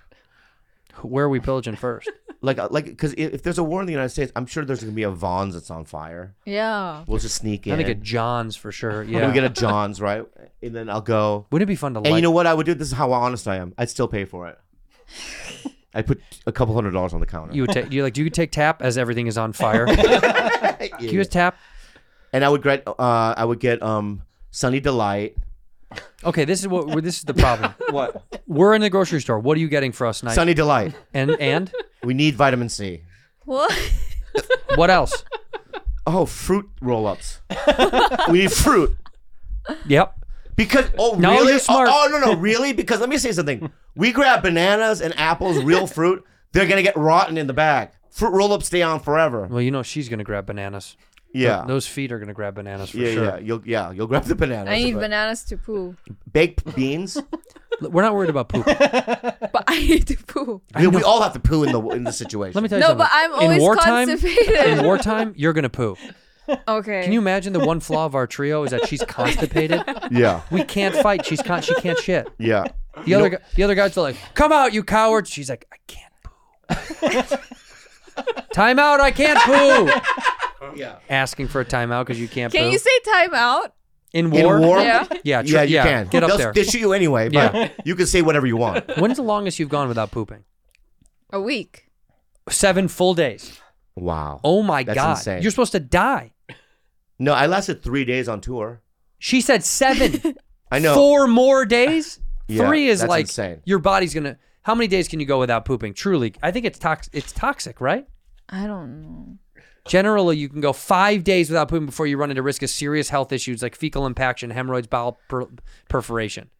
Speaker 1: Where are we pillaging first?
Speaker 2: like, uh, like, because if, if there's a war in the United States, I'm sure there's gonna be a Vons that's on fire.
Speaker 6: yeah.
Speaker 2: We'll just sneak in.
Speaker 1: I think a John's for sure.
Speaker 2: And
Speaker 1: Yeah.
Speaker 2: we get a Johns, right? And then I'll go.
Speaker 1: Wouldn't it be fun to?
Speaker 2: And
Speaker 1: light-
Speaker 2: you know what I would do? This is how honest I am. I'd still pay for it. I would put a couple hundred dollars on the counter.
Speaker 1: You would take. You like? Do you take tap as everything is on fire? Can you just tap?
Speaker 2: and I would get, uh, I would get um, Sunny Delight.
Speaker 1: Okay, this is what we're- this is the problem.
Speaker 2: What?
Speaker 1: We're in the grocery store. What are you getting for us, night?
Speaker 2: Sunny Delight.
Speaker 1: And and
Speaker 2: We need vitamin C.
Speaker 6: What?
Speaker 1: what else?
Speaker 2: Oh, fruit roll-ups. we need fruit.
Speaker 1: Yep.
Speaker 2: Because oh
Speaker 1: No,
Speaker 2: really?
Speaker 1: you're smart.
Speaker 2: Oh, oh, no no really? Because let me say something. We grab bananas and apples, real fruit. They're gonna get rotten in the bag. Fruit roll-ups stay on forever.
Speaker 1: Well, you know she's gonna grab bananas.
Speaker 2: Yeah.
Speaker 1: Those feet are gonna grab bananas for
Speaker 2: yeah,
Speaker 1: sure.
Speaker 2: yeah. You'll yeah you'll grab the bananas.
Speaker 6: I need
Speaker 2: but-
Speaker 6: bananas to poo.
Speaker 2: baked beans.
Speaker 1: We're not worried about poop.
Speaker 6: But I need to poo.
Speaker 2: we, we all have to poo in the in the situation.
Speaker 1: Let me tell you
Speaker 6: No,
Speaker 1: something.
Speaker 6: but I'm
Speaker 1: in
Speaker 6: always
Speaker 1: wartime,
Speaker 6: constipated.
Speaker 1: In wartime, you're gonna poo.
Speaker 6: Okay.
Speaker 1: Can you imagine the one flaw of our trio is that she's constipated?
Speaker 2: yeah
Speaker 1: We can't fight. She's con- she can't shit.
Speaker 2: yeah.
Speaker 1: The other gu- the other guys are like, "Come out, you cowards!" She's like, "I can't poo." time out. I can't poo. Yeah. Asking for a timeout because you can't
Speaker 6: Can
Speaker 1: poo
Speaker 6: you say time out?
Speaker 1: in
Speaker 2: In
Speaker 1: war.
Speaker 2: war?
Speaker 6: Yeah.
Speaker 1: Yeah, tr-
Speaker 2: Yeah, you can.
Speaker 1: Get
Speaker 2: They'll-
Speaker 1: up there.
Speaker 2: They shoot you anyway. But
Speaker 1: Yeah.
Speaker 2: you can say whatever you want.
Speaker 1: When's the longest you've gone without pooping?
Speaker 6: A week.
Speaker 1: Seven full days.
Speaker 2: Wow.
Speaker 1: Oh my
Speaker 2: That's
Speaker 1: god.
Speaker 2: insane.
Speaker 1: You're supposed to die.
Speaker 2: No, I lasted three days on tour.
Speaker 1: She said seven.
Speaker 2: I know.
Speaker 1: Four more days?
Speaker 2: Yeah,
Speaker 1: Three is
Speaker 2: that's
Speaker 1: like
Speaker 2: insane.
Speaker 1: your body's gonna how many days can you go without pooping? Truly. I think it's tox it's toxic, right?
Speaker 6: I don't know.
Speaker 1: Generally, you can go five days without pooping before you run into risk of serious health issues like fecal impaction, hemorrhoids, bowel per- perforation.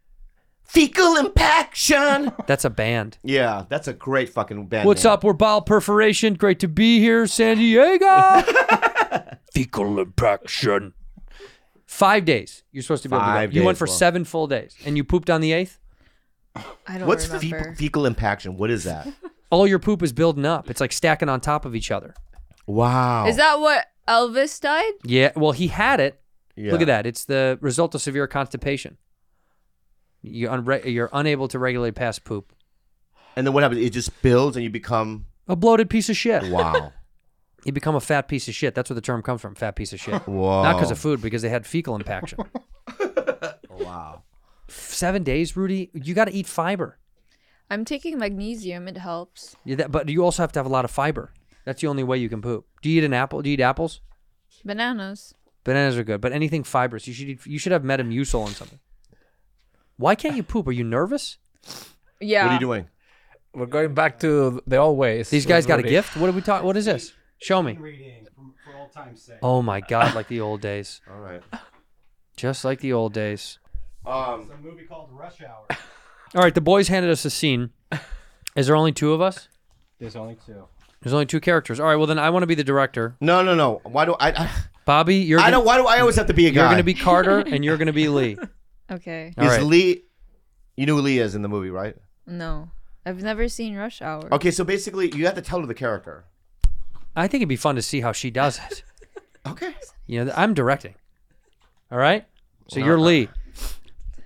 Speaker 2: Fecal impaction.
Speaker 1: That's a band.
Speaker 2: yeah, that's a great fucking band.
Speaker 1: What's up? We're Bowel Perforation. Great to be here, San Diego. Fecal impaction. Five days. You're supposed to be able to
Speaker 2: Five
Speaker 1: go. You went
Speaker 2: days,
Speaker 1: for
Speaker 2: well.
Speaker 1: seven full days, and you pooped on the eighth.
Speaker 6: I don't
Speaker 2: What's fe-
Speaker 6: remember.
Speaker 2: fecal impaction? What is that?
Speaker 1: All your poop is building up. It's like stacking on top of each other.
Speaker 2: wow.
Speaker 6: Is that what Elvis died?
Speaker 1: Yeah. Well, he had it.
Speaker 2: Yeah.
Speaker 1: Look at that. It's the result of severe constipation. You unre- you're unable to regulate past poop.
Speaker 2: And then what happens? It just builds and you become
Speaker 1: A bloated piece of shit.
Speaker 2: wow.
Speaker 1: You become a fat piece of shit. That's where the term comes from. Fat piece of shit.
Speaker 2: Whoa.
Speaker 1: Not because of food, because they had fecal impaction.
Speaker 2: wow.
Speaker 1: Seven days, Rudy. You got to eat fiber.
Speaker 6: I'm taking magnesium. It helps.
Speaker 1: Yeah, that, but you also have to have a lot of fiber. That's the only way you can poop. Do you eat an apple? Do you eat apples?
Speaker 6: Bananas.
Speaker 1: Bananas are good, but anything fibrous, you should eat, you should have Metamucil on something. Why can't you poop? Are you nervous?
Speaker 6: Yeah.
Speaker 2: doing?
Speaker 8: We're going back to the old ways.
Speaker 1: These guys got a
Speaker 8: Rudy.
Speaker 1: gift. What are we talking? What is this? Show me. Oh my god, like the old days,
Speaker 2: All right.
Speaker 1: just like the old days.
Speaker 2: Um,
Speaker 1: All right, the boys handed us a scene. Is there only two of us?
Speaker 9: There's only two.
Speaker 1: There's only two characters. All right, well then I want to be the director.
Speaker 2: no, no, no. Why do I? I,
Speaker 1: Bobby, you're
Speaker 2: I
Speaker 1: gonna,
Speaker 2: don't. Why do I always have to be a guy?
Speaker 1: you're going to be Carter, and you're going to be Lee.
Speaker 6: Okay.
Speaker 1: All
Speaker 2: is
Speaker 1: right.
Speaker 2: Lee? You know who Lee is in the movie, right?
Speaker 6: No. I've never seen Rush Hour.
Speaker 2: Okay, so basically, you have to tell her the character.
Speaker 1: I think it'd be fun to see how she does it.
Speaker 2: Okay.
Speaker 1: You know, I'm directing. All right. So you're Lee.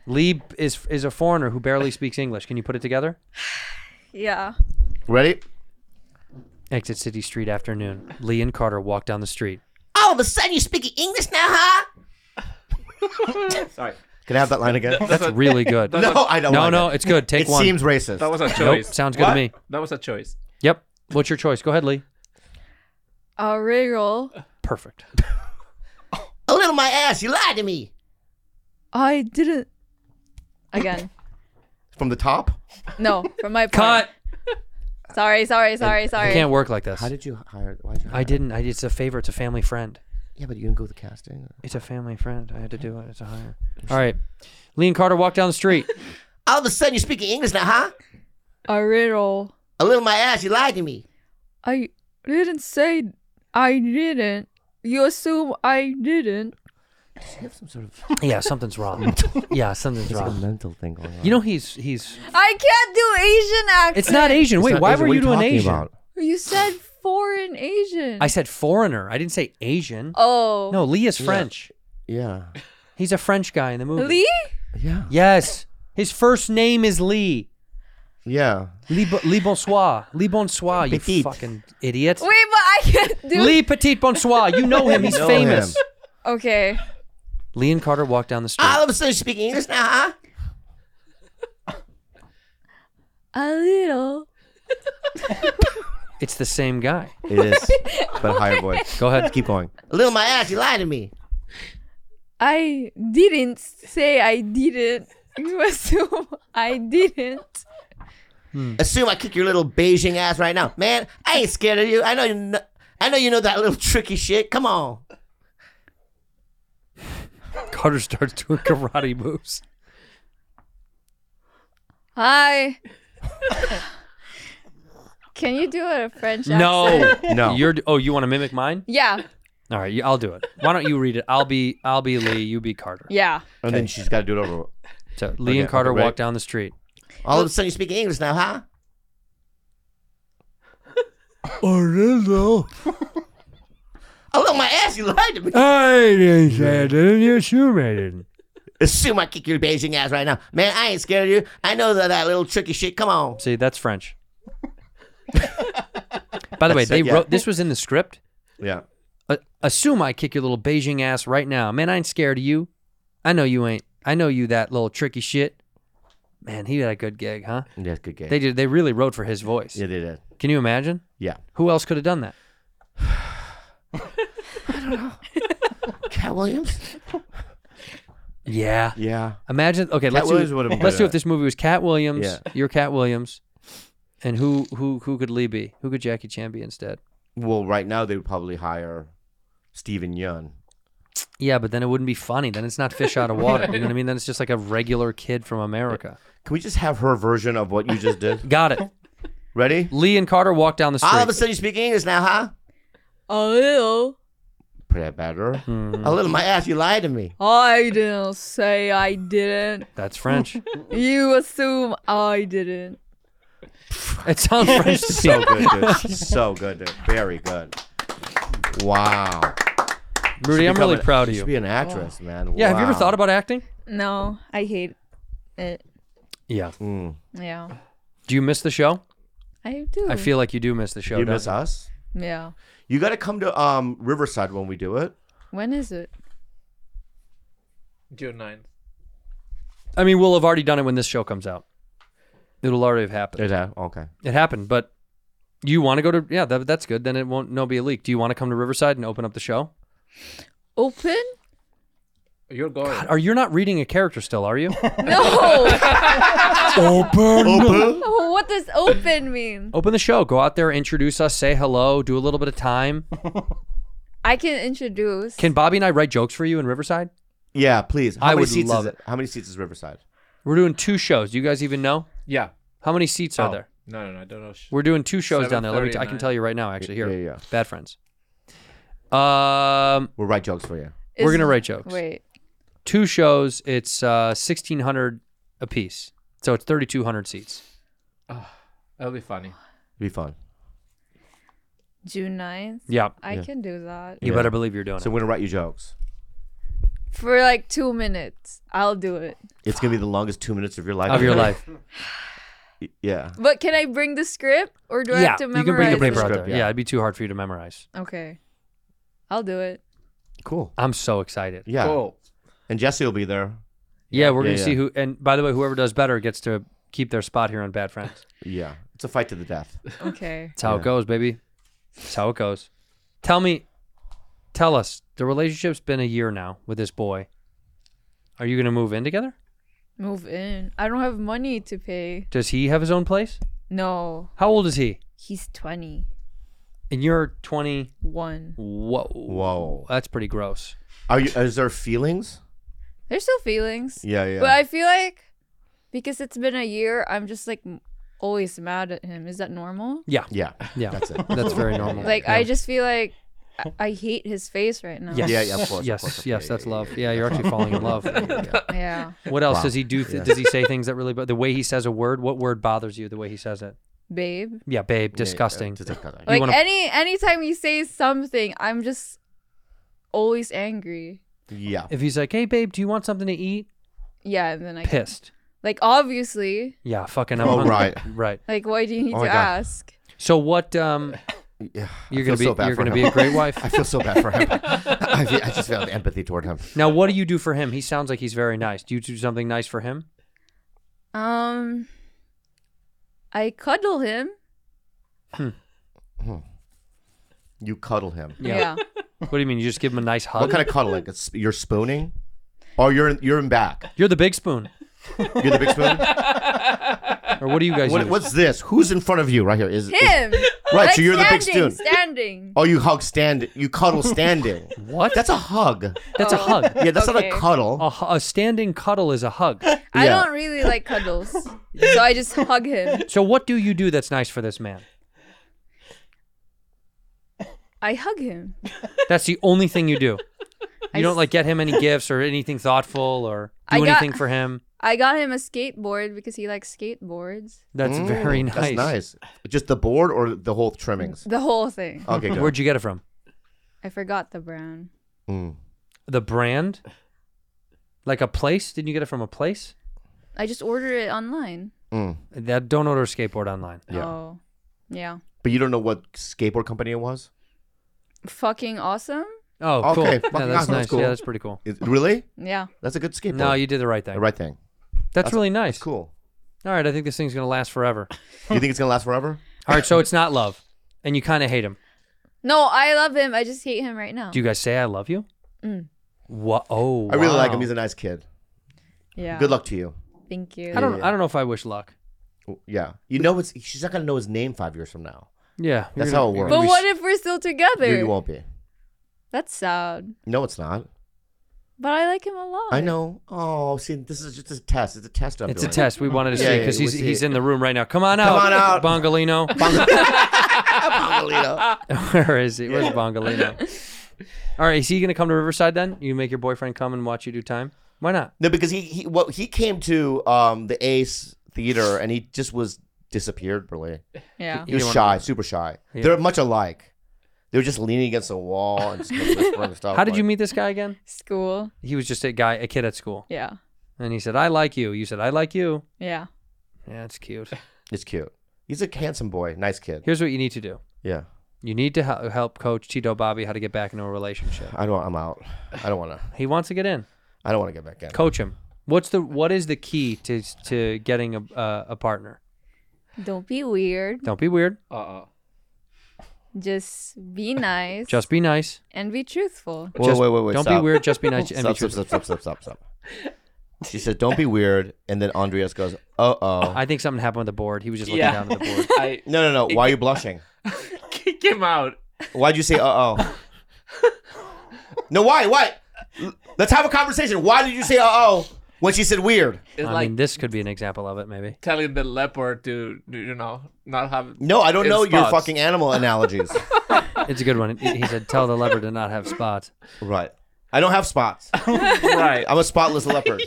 Speaker 1: Lee is is a foreigner who barely speaks English. Can you put it together?
Speaker 6: Yeah.
Speaker 2: Ready?
Speaker 1: Exit City Street afternoon. Lee and Carter walk down the street.
Speaker 11: All of a sudden, you're speaking English now, huh?
Speaker 2: Sorry. Can I have that line again?
Speaker 1: That's really good.
Speaker 2: no, I don't.
Speaker 1: No,
Speaker 2: like
Speaker 1: no,
Speaker 2: it.
Speaker 1: it's good. Take
Speaker 2: it
Speaker 1: one.
Speaker 2: seems racist.
Speaker 8: That was a
Speaker 1: Nope,
Speaker 8: choice.
Speaker 1: sounds good to
Speaker 8: What?
Speaker 1: me.
Speaker 8: That was a choice.
Speaker 1: Yep. What's your choice? Go ahead, Lee.
Speaker 6: A reroll.
Speaker 1: Perfect.
Speaker 11: A little my ass. You lied to me.
Speaker 6: I didn't. Again.
Speaker 2: From the top.
Speaker 6: No. From my part.
Speaker 1: Cut.
Speaker 6: Sorry. Sorry. Sorry.
Speaker 1: It
Speaker 6: Sorry.
Speaker 1: can't work like this.
Speaker 2: How did you hire? Why did you hire?
Speaker 1: I didn't. I, it's a favor. It's a family friend.
Speaker 2: Yeah, but you didn't go to the casting.
Speaker 1: It's a family friend. I had to do it. It's a hire. All right. Lee and Carter walk down the street.
Speaker 11: All of a sudden, you're speaking English now, huh?
Speaker 6: A reroll.
Speaker 11: A little my ass. You lied to me.
Speaker 6: I didn't say I didn't. You assume I didn't.
Speaker 1: yeah, something's wrong. Yeah, something's wrong.
Speaker 2: mental thing going on.
Speaker 1: You know he's he's
Speaker 6: I can't do Asian accent.
Speaker 1: It's not Asian. Wait, why were you doing
Speaker 2: talking
Speaker 1: Asian?
Speaker 2: about?
Speaker 6: You said foreign Asian.
Speaker 1: I said foreigner. I didn't say Asian.
Speaker 6: Oh.
Speaker 1: No, Lee is French.
Speaker 2: Yeah.
Speaker 1: He's a French guy in the movie.
Speaker 6: Lee?
Speaker 2: Yeah.
Speaker 1: Yes. His first name is Lee.
Speaker 2: Yeah.
Speaker 1: Lee, Bo- Lee Bonsoir. Lee Bonsoir, you
Speaker 2: Petit.
Speaker 1: fucking idiot.
Speaker 6: Wait, but I can't do.
Speaker 1: Lee Petit Bonsoir. You know him. He's
Speaker 2: know
Speaker 1: famous.
Speaker 2: him.
Speaker 6: Okay.
Speaker 1: Lee and Carter walk down the street.
Speaker 11: All of a sudden, you're speaking English now, huh?
Speaker 6: A little.
Speaker 1: It's the same guy.
Speaker 2: It is, but higher voice.
Speaker 1: Go ahead.
Speaker 2: Let's keep going.
Speaker 11: A little my ass. You lied to me.
Speaker 6: I didn't say I didn't. You assume I didn't.
Speaker 11: Assume I kick your little Beijing ass right now, man. I ain't scared of you. I know you. Know, I know you know that little tricky shit. Come on.
Speaker 1: Carter starts doing karate moves.
Speaker 6: Hi. Can you do a French accent?
Speaker 1: No.
Speaker 2: No.
Speaker 1: You're Oh, you want to mimic mine?
Speaker 6: Yeah.
Speaker 1: All right, you- I'll do it. Why don't you read it? I'll be I'll be Lee, you be Carter.
Speaker 6: Yeah.
Speaker 2: and then she's got to do it over.
Speaker 1: So Lee
Speaker 2: Okay,
Speaker 1: and Carter
Speaker 2: okay,
Speaker 1: walk
Speaker 2: wait.
Speaker 1: down the street.
Speaker 11: All of a sudden, you're speaking English now, huh? A little my ass. You lied to me.
Speaker 1: I didn't say it. Didn't you assume I didn't?
Speaker 11: Assume I kick your Beijing ass right now, man. I ain't scared of you. I know that that little tricky shit. Come on.
Speaker 1: See, that's French. By the way,
Speaker 2: That's
Speaker 1: they
Speaker 2: it, yeah.
Speaker 1: wrote this was in the script.
Speaker 2: Yeah.
Speaker 1: Uh, assume I kick your little Beijing ass right now, man. I ain't scared of you. I know you ain't. I know you that little tricky shit. Man, he had a good gig, huh?
Speaker 2: Yeah, it's a good game.
Speaker 1: They did. They really wrote for his voice.
Speaker 2: yeah, they did.
Speaker 1: Can you imagine?
Speaker 2: Yeah.
Speaker 1: Who else could have done that?
Speaker 2: don't know. Cat Williams?
Speaker 1: Yeah.
Speaker 2: Yeah.
Speaker 1: Imagine. Okay,
Speaker 2: Cat
Speaker 1: let's
Speaker 2: Williams
Speaker 1: do.
Speaker 2: would've been
Speaker 1: Let's
Speaker 2: good
Speaker 1: do
Speaker 2: at
Speaker 1: if this movie was Cat Williams.
Speaker 2: Yeah.
Speaker 1: You're Cat Williams, and who who who could Lee be? Who could Jackie Chan be instead?
Speaker 2: Well, right now they would probably hire Steven Yeun.
Speaker 1: Yeah, but then it wouldn't be funny. Then it's not fish out of water. You know what I mean? Then it's just like a regular kid from America.
Speaker 2: Can we just have her version of what you just did?
Speaker 1: Got it.
Speaker 2: Ready?
Speaker 1: Lee and Carter walk down the street.
Speaker 2: All of a sudden you speak English now, huh?
Speaker 6: A little.
Speaker 2: Pretty better.
Speaker 1: Hmm.
Speaker 2: A little my ass, you lied to me.
Speaker 6: I didn't say I didn't.
Speaker 1: That's French.
Speaker 6: You assume I didn't.
Speaker 1: It sounds French to
Speaker 2: so
Speaker 1: people.
Speaker 2: good, dude. So good, dude. Very good. Wow.
Speaker 1: Rudy,
Speaker 2: Should
Speaker 1: I'm
Speaker 2: become
Speaker 1: really
Speaker 2: an-
Speaker 1: proud of
Speaker 2: should
Speaker 1: you.
Speaker 2: be an actress, man.
Speaker 1: Yeah, have you ever
Speaker 2: Wow.
Speaker 1: thought about acting?
Speaker 6: No, I hate it.
Speaker 1: Yeah.
Speaker 6: Yeah,
Speaker 1: Do you miss the show?
Speaker 6: I do.
Speaker 1: I feel like you do miss the show.
Speaker 2: You
Speaker 1: don't
Speaker 2: miss us?
Speaker 6: Yeah.
Speaker 2: You got to come to um, Riverside when we do it.
Speaker 6: When is it?
Speaker 8: June 9th.
Speaker 1: I mean, we'll have already done it when this show comes out. It'll already have happened.
Speaker 2: It ha- okay.
Speaker 1: It happened, but you want to go to yeah, that, that's good. Then it won't no be a leak. Do you want to come to Riverside and open up the show?
Speaker 6: Open?
Speaker 8: You're going.
Speaker 1: Are you not reading a character still? Are you?
Speaker 6: No.
Speaker 1: open. Oh. open.
Speaker 6: Oh, what does open mean?
Speaker 1: the show. Go out there, introduce us, say hello, do a little bit of time.
Speaker 6: I can introduce.
Speaker 1: Can Bobby and I write jokes for you in Riverside?
Speaker 2: Yeah, please. How
Speaker 1: I
Speaker 2: many
Speaker 1: would
Speaker 2: seats
Speaker 1: love
Speaker 2: is
Speaker 1: it.
Speaker 2: it? How many seats is Riverside?
Speaker 1: We're doing two shows. Do you guys even know?
Speaker 8: Yeah.
Speaker 1: How many seats are
Speaker 8: Oh,
Speaker 1: there?
Speaker 8: No, no, no. I don't know. sh-
Speaker 1: We're doing two shows down there. Let me. T- I
Speaker 8: 7:30,
Speaker 1: can
Speaker 8: nine.
Speaker 1: tell you right now. Actually, here.
Speaker 2: Yeah, yeah.
Speaker 1: Bad friends. Um,
Speaker 2: We'll write jokes for you.
Speaker 1: we're
Speaker 6: Is-
Speaker 1: gonna write jokes.
Speaker 6: Wait.
Speaker 1: Two shows. It's uh, sixteen hundred a piece. So it's thirty two hundred seats.
Speaker 8: That'll be funny.
Speaker 2: It'd be fun.
Speaker 6: June 9th?
Speaker 1: Yeah.
Speaker 6: I
Speaker 2: Yeah.
Speaker 6: can do that.
Speaker 1: You better believe you're doing
Speaker 2: So
Speaker 1: it.
Speaker 2: we're gonna write you jokes.
Speaker 6: For like two minutes. I'll do it.
Speaker 2: It's gonna be the longest two minutes of your life.
Speaker 1: Of your life.
Speaker 2: Y- Yeah.
Speaker 6: But can I bring the script or do I
Speaker 1: yeah,
Speaker 6: have to
Speaker 1: you can bring
Speaker 6: memorize
Speaker 1: the paper
Speaker 6: it?
Speaker 1: out
Speaker 2: Script,
Speaker 1: there. Yeah.
Speaker 2: yeah.
Speaker 1: it'd be too hard for you to memorize.
Speaker 6: Okay. I'll do it.
Speaker 2: Cool.
Speaker 1: I'm so excited. Yeah,
Speaker 2: Yeah.
Speaker 8: Cool.
Speaker 2: And Jesse will be there.
Speaker 1: we're
Speaker 2: Yeah,
Speaker 1: gonna see
Speaker 2: yeah.
Speaker 1: who. And by the way, whoever does better gets to keep their spot here on Bad Friends.
Speaker 2: Yeah. It's a fight to the death.
Speaker 6: Okay.
Speaker 1: That's how it
Speaker 2: Yeah.
Speaker 1: goes, baby. That's how it goes. Tell me, tell us. The relationship's been a year now with this boy. Are you gonna move in together?
Speaker 6: Move in. I don't have money to pay.
Speaker 1: Does he have his own place?
Speaker 6: No.
Speaker 1: How old is he?
Speaker 6: He's 20.
Speaker 1: And you're 20.
Speaker 6: One.
Speaker 1: Whoa.
Speaker 2: Whoa.
Speaker 1: That's pretty gross.
Speaker 2: Are you? Is there feelings?
Speaker 6: There's still feelings.
Speaker 2: Yeah, yeah.
Speaker 6: But I feel like because it's been a year, I'm just like m- always mad at him. Is that normal?
Speaker 1: Yeah.
Speaker 2: yeah.
Speaker 1: Yeah.
Speaker 2: That's it.
Speaker 1: That's very normal.
Speaker 6: Like
Speaker 1: yeah.
Speaker 6: I just feel like I, I hate his face right now.
Speaker 1: Yes.
Speaker 2: Yeah, yeah, of course, of
Speaker 1: Yes.
Speaker 2: course, of
Speaker 1: yes.
Speaker 2: course.
Speaker 1: That's
Speaker 2: Yeah, yeah,
Speaker 1: love.
Speaker 2: yeah,
Speaker 1: Yeah, you're actually falling in love.
Speaker 6: Yeah.
Speaker 1: What else
Speaker 2: Wow.
Speaker 1: does he do?
Speaker 2: Yeah.
Speaker 1: Does he say things that really, bo- the way he says a word, what word bothers you the way he says it?
Speaker 6: Babe.
Speaker 1: Yeah, babe, disgusting.
Speaker 2: It's disgusting.
Speaker 6: Like
Speaker 1: wanna-
Speaker 6: any anytime he says something, I'm just always angry.
Speaker 2: Yeah.
Speaker 1: If he's like, hey, babe, do you want something to eat?
Speaker 6: Yeah, and then I
Speaker 1: Pissed.
Speaker 6: like obviously
Speaker 1: Yeah, fucking I'm
Speaker 2: Oh,
Speaker 1: hungry.
Speaker 2: right.
Speaker 1: Right.
Speaker 6: like why do you need
Speaker 2: Oh my
Speaker 6: to
Speaker 2: God.
Speaker 6: ask?
Speaker 1: So what, um,
Speaker 2: Yeah.
Speaker 1: You're
Speaker 2: I
Speaker 1: gonna
Speaker 2: feel
Speaker 1: be-
Speaker 2: so bad
Speaker 1: you're
Speaker 2: for
Speaker 1: gonna
Speaker 2: him.
Speaker 1: be a great wife.
Speaker 2: I feel so bad for him. I, feel- I just feel empathy toward him.
Speaker 1: now what do you do for him? He sounds like he's very nice. Do you do something nice for him?
Speaker 6: Um, I cuddle him.
Speaker 2: You cuddle him.
Speaker 6: Yeah.
Speaker 1: What do you mean? You just give him a nice hug?
Speaker 2: What kind of cuddling? It's, you're spooning, or you're in, you're in back.
Speaker 1: You're the big spoon.
Speaker 2: You're the big spoon.
Speaker 1: Or what do you guys
Speaker 2: What,
Speaker 1: use?
Speaker 2: what's this? Who's in front of you right here? Is, is-
Speaker 6: Him.
Speaker 2: right?
Speaker 6: Like
Speaker 2: so you're the big
Speaker 6: standing,
Speaker 2: spoon.
Speaker 6: Standing.
Speaker 2: Oh, you hug stand. You cuddle standing.
Speaker 1: What?
Speaker 2: That's a hug.
Speaker 1: That's a hug.
Speaker 2: Yeah, that's not a
Speaker 6: Okay.
Speaker 2: cuddle.
Speaker 1: A, hu- a standing cuddle is a hug.
Speaker 6: I
Speaker 2: Yeah.
Speaker 6: don't really like cuddles, so I just hug him.
Speaker 1: So what do you do that's nice for this man?
Speaker 6: I hug him.
Speaker 1: That's the only thing you do.
Speaker 6: I
Speaker 1: You don't
Speaker 6: s-
Speaker 1: like get him any gifts or anything thoughtful or
Speaker 6: I
Speaker 1: do
Speaker 6: got-
Speaker 1: anything for him.
Speaker 6: I got him a skateboard because he likes skateboards.
Speaker 1: That's
Speaker 2: Mm,
Speaker 1: very nice.
Speaker 2: That's nice. Just the board or the whole trimmings?
Speaker 6: The whole thing.
Speaker 2: Okay, good.
Speaker 1: Where'd you get it from?
Speaker 6: I forgot the brand.
Speaker 2: Mm.
Speaker 1: The brand? Like a place? Didn't you get it from a place?
Speaker 6: I just ordered it online.
Speaker 2: Mm.
Speaker 1: That don't order a skateboard online.
Speaker 2: Yeah.
Speaker 6: Oh. Yeah.
Speaker 2: But you don't know what skateboard company it was?
Speaker 6: Fucking awesome?
Speaker 1: Oh, cool.
Speaker 2: Okay,
Speaker 1: Yeah,
Speaker 2: fucking
Speaker 1: that's
Speaker 2: awesome.
Speaker 1: nice.
Speaker 2: That's cool.
Speaker 1: Yeah, that's pretty cool.
Speaker 2: Is- really?
Speaker 6: Yeah.
Speaker 2: That's a good skateboard.
Speaker 1: No, you did the right
Speaker 2: the
Speaker 1: thing.
Speaker 2: right thing.
Speaker 1: That's, really nice.
Speaker 2: That's cool.
Speaker 1: All right, I think this thing's gonna last forever.
Speaker 2: Do you think it's gonna last forever?
Speaker 1: All right, so it's not love, and you kind of hate him.
Speaker 6: No, I love him. I just hate him right now.
Speaker 1: Do you guys say I love you?
Speaker 6: Oh. Mm.
Speaker 1: What? Oh,
Speaker 2: I really like
Speaker 1: wow.
Speaker 2: him. He's a nice kid.
Speaker 6: Yeah.
Speaker 2: Good luck to you.
Speaker 6: Thank you.
Speaker 1: I don't. I don't know if I wish luck.
Speaker 2: Yeah. You know, it's she's not gonna know his name five years from now.
Speaker 1: Yeah,
Speaker 2: That's
Speaker 1: you're
Speaker 2: how it
Speaker 1: gonna-
Speaker 2: works.
Speaker 6: But what if we're still
Speaker 2: You,
Speaker 6: together?
Speaker 2: you won't be.
Speaker 6: That's sad.
Speaker 2: No, it's not.
Speaker 6: But I like him a lot.
Speaker 2: I know. Oh, see, this is just a test. It's a test. I'm
Speaker 1: It's a
Speaker 2: doing.
Speaker 1: test. We wanted to
Speaker 2: Yeah,
Speaker 1: see
Speaker 2: yeah,
Speaker 1: because he's
Speaker 2: we'll see.
Speaker 1: he's in the room right now. Come on out.
Speaker 2: Come on out.
Speaker 1: Bongolino. Bongolino. Where is he? Where's Bongolino? All right, is he going to come to Riverside then? You make your boyfriend come and watch you do time? Why not?
Speaker 2: No, because he he well, he came to um the Ace Theater and he just was disappeared really.
Speaker 6: Yeah.
Speaker 2: He was
Speaker 1: Either one
Speaker 2: shy, super shy.
Speaker 1: Yeah.
Speaker 2: They're much alike. They were just leaning against a wall and just whispering stuff.
Speaker 1: How did
Speaker 2: like-
Speaker 1: you meet this guy again?
Speaker 6: School.
Speaker 1: He was just a guy, a kid at school.
Speaker 6: Yeah.
Speaker 1: And he said, I like you. You said, I like you.
Speaker 6: Yeah.
Speaker 1: Yeah, it's cute.
Speaker 2: It's cute. He's a handsome boy, nice kid.
Speaker 1: Here's what you need to do
Speaker 2: Yeah,
Speaker 1: you need to hel- help coach Tito Bobby how to get back into a relationship.
Speaker 2: I don't. I'm out. I don't want to.
Speaker 1: He wants to get in.
Speaker 2: I don't want to get back in.
Speaker 1: Coach him. What's the what is the key to to getting a uh, a partner?
Speaker 6: Don't be weird.
Speaker 1: Don't be weird.
Speaker 8: Uh oh.
Speaker 6: Just be nice.
Speaker 1: Just be nice.
Speaker 6: and be truthful.
Speaker 2: Wait,
Speaker 1: Just-
Speaker 2: wait, wait, wait.
Speaker 1: don't be
Speaker 2: stop.
Speaker 1: weird, just be nice and be
Speaker 2: Stop, stop, stop, stop, stop, stop, stop. She said, "Don't be weird," and then Andreas goes, "Uh oh."
Speaker 1: I think something happened with the board. He was just looking
Speaker 8: Yeah.
Speaker 1: down at the board.
Speaker 8: I
Speaker 2: No, no, no. Why are you blushing?
Speaker 8: kick him out.
Speaker 2: Why'd you say uh oh? no, why? Why? L- Let's have a conversation. Why did you say uh oh when she said weird?
Speaker 8: It's
Speaker 1: I
Speaker 8: like
Speaker 1: mean, this could be an example of it, maybe.
Speaker 8: telling the leopard to you know not have.
Speaker 2: No, I don't
Speaker 8: its
Speaker 2: know your
Speaker 8: spots.
Speaker 2: fucking animal analogies.
Speaker 1: It's a good one. He he said, "Tell the leopard to not have spots."
Speaker 2: right. I don't have spots.
Speaker 8: right.
Speaker 2: I'm a spotless leopard.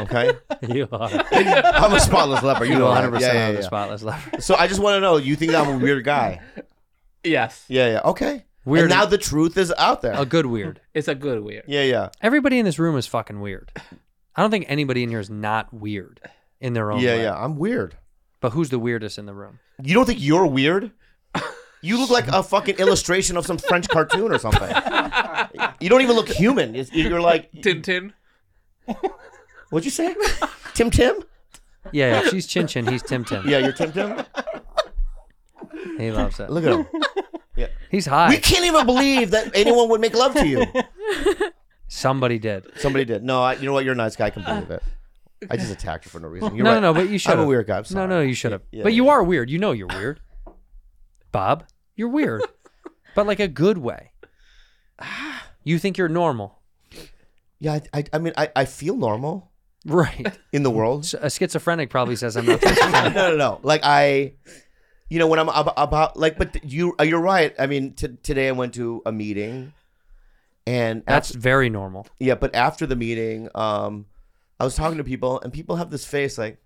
Speaker 2: okay?
Speaker 1: You are.
Speaker 2: I'm a spotless leopard. You
Speaker 1: You
Speaker 2: know 100%
Speaker 1: 100
Speaker 2: yeah,
Speaker 1: percent
Speaker 2: yeah,
Speaker 1: on the
Speaker 2: yeah.
Speaker 1: spotless leopard.
Speaker 2: So I just want to know, you think I'm a weird guy?
Speaker 8: Yes,
Speaker 2: Yeah, yeah. Okay.
Speaker 1: Weird.
Speaker 2: And now the truth is out there.
Speaker 1: A good weird.
Speaker 8: it's a good weird.
Speaker 2: Yeah, yeah.
Speaker 1: Everybody in this room is fucking weird. I don't think anybody in here is not weird in their own
Speaker 2: yeah,
Speaker 1: way.
Speaker 2: yeah. I'm weird.
Speaker 1: But who's the weirdest in the room?
Speaker 2: You don't think you're weird? You look like a fucking illustration of some French cartoon or something. You don't even look human. It's- You're like,
Speaker 8: Tintin.
Speaker 2: what'd you say? Tim Tim?
Speaker 1: Yeah, yeah. She's Chin Chin. He's Tim Tim.
Speaker 2: Yeah, you're Tim Tim?
Speaker 1: He loves it.
Speaker 2: Look at him.
Speaker 1: He's
Speaker 2: We
Speaker 1: high.
Speaker 2: can't even believe that anyone would make love to you.
Speaker 1: Somebody did.
Speaker 2: Somebody did. No, I, you know what? You're a nice guy. I can believe it. I just attacked you for no reason. You're
Speaker 1: no,
Speaker 2: right.
Speaker 1: no, no. But you should.
Speaker 2: I'm a weird guy. I'm
Speaker 1: No,
Speaker 2: sorry.
Speaker 1: no, you should have.
Speaker 2: Yeah,
Speaker 1: but
Speaker 2: yeah,
Speaker 1: you
Speaker 2: yeah.
Speaker 1: are weird. You know you're weird. Bob, you're weird, but like a good way. You think you're normal,
Speaker 2: Yeah, I, I, I mean, I, I feel normal
Speaker 1: right?
Speaker 2: in the world.
Speaker 1: S- A schizophrenic probably says I'm not. schizophrenic.
Speaker 2: no, no, no. Like I, you know, when I'm ab- about like, but you, uh, you're right. I mean, t- today I went to a meeting, and
Speaker 1: That's
Speaker 2: after,
Speaker 1: very normal.
Speaker 2: yeah. But after the meeting, um, I was talking to people, and people have this face like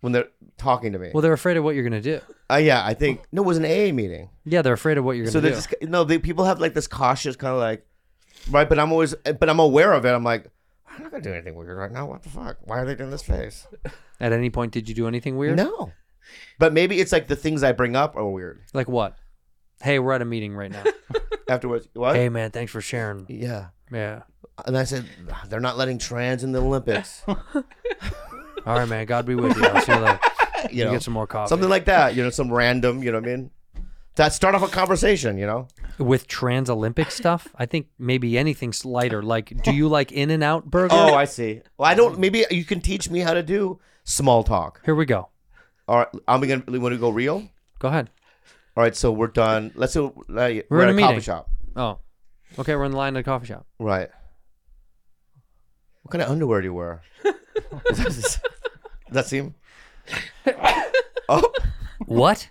Speaker 2: when they're talking to me.
Speaker 1: Well, they're afraid of what you're gonna do.
Speaker 2: uh, yeah, I think no, it was an AA meeting,
Speaker 1: Yeah, they're afraid of what you're gonna
Speaker 2: so
Speaker 1: do.
Speaker 2: they just no. They, people have like this cautious kind of like, right? But I'm always, but I'm aware of it. I'm like. I'm not gonna do anything weird right now. What the fuck? Why are they doing this face?
Speaker 1: At any point, did you do anything weird?
Speaker 2: No, but maybe it's like the things I bring up are weird.
Speaker 1: Like what? Hey, we're at a meeting right now.
Speaker 2: Afterwards, what?
Speaker 1: hey, man, thanks for sharing.
Speaker 2: Yeah.
Speaker 1: Yeah.
Speaker 2: And I said, "Ah, they're not letting trans in the Olympics.
Speaker 1: All right, man. God be with you. I'll see you later.
Speaker 2: You
Speaker 1: You
Speaker 2: know,
Speaker 1: get some more coffee.
Speaker 2: something like that. You know, some random, you know what I mean? That start off a conversation, you know?
Speaker 1: with trans Olympic stuff. I think maybe anything slighter. Like, do you like In and Out Burger?
Speaker 2: Oh, I see. Well, I don't, maybe you can teach me how to do small talk.
Speaker 1: Here we go.
Speaker 2: All right. I'm going to, want to go real? All
Speaker 1: Go ahead.
Speaker 2: right. So we're done. Let's do, like,
Speaker 1: We're
Speaker 2: we're,
Speaker 1: in
Speaker 2: at
Speaker 1: a
Speaker 2: a
Speaker 1: meeting.
Speaker 2: coffee shop.
Speaker 1: Oh, okay. We're in line at a coffee shop.
Speaker 2: Right. What kind of underwear do you wear? Is that, does that seem? Oh,
Speaker 1: What?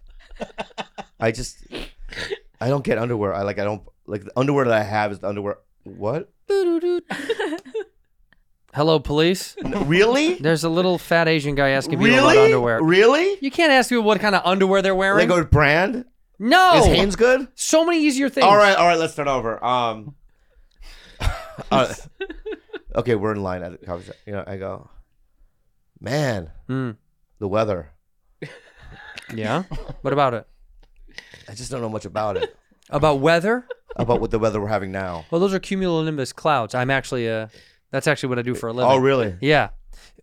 Speaker 2: I just, I don't get underwear. I like, I don't, like, the underwear that I have is the underwear. What?
Speaker 1: Hello, police.
Speaker 2: Really?
Speaker 1: There's a little fat Asian guy asking people
Speaker 2: Really?
Speaker 1: about underwear.
Speaker 2: Really?
Speaker 1: You can't ask people what kind of underwear they're
Speaker 2: They
Speaker 1: wearing.
Speaker 2: go brand.
Speaker 1: no.
Speaker 2: Is Hanes good?
Speaker 1: so many easier things.
Speaker 2: All right, all right. Let's start over. Um. all right. okay, we're in line at the coffee shop. You know, I go, man,
Speaker 1: Mm,
Speaker 2: the weather.
Speaker 1: yeah. What about it?
Speaker 2: I just don't know much about it.
Speaker 1: About weather?
Speaker 2: about what the weather we're having now.
Speaker 1: Well, those are cumulonimbus clouds. I'm uh, actually a. That's actually what I do for a living.
Speaker 2: Oh, really?
Speaker 1: Yeah.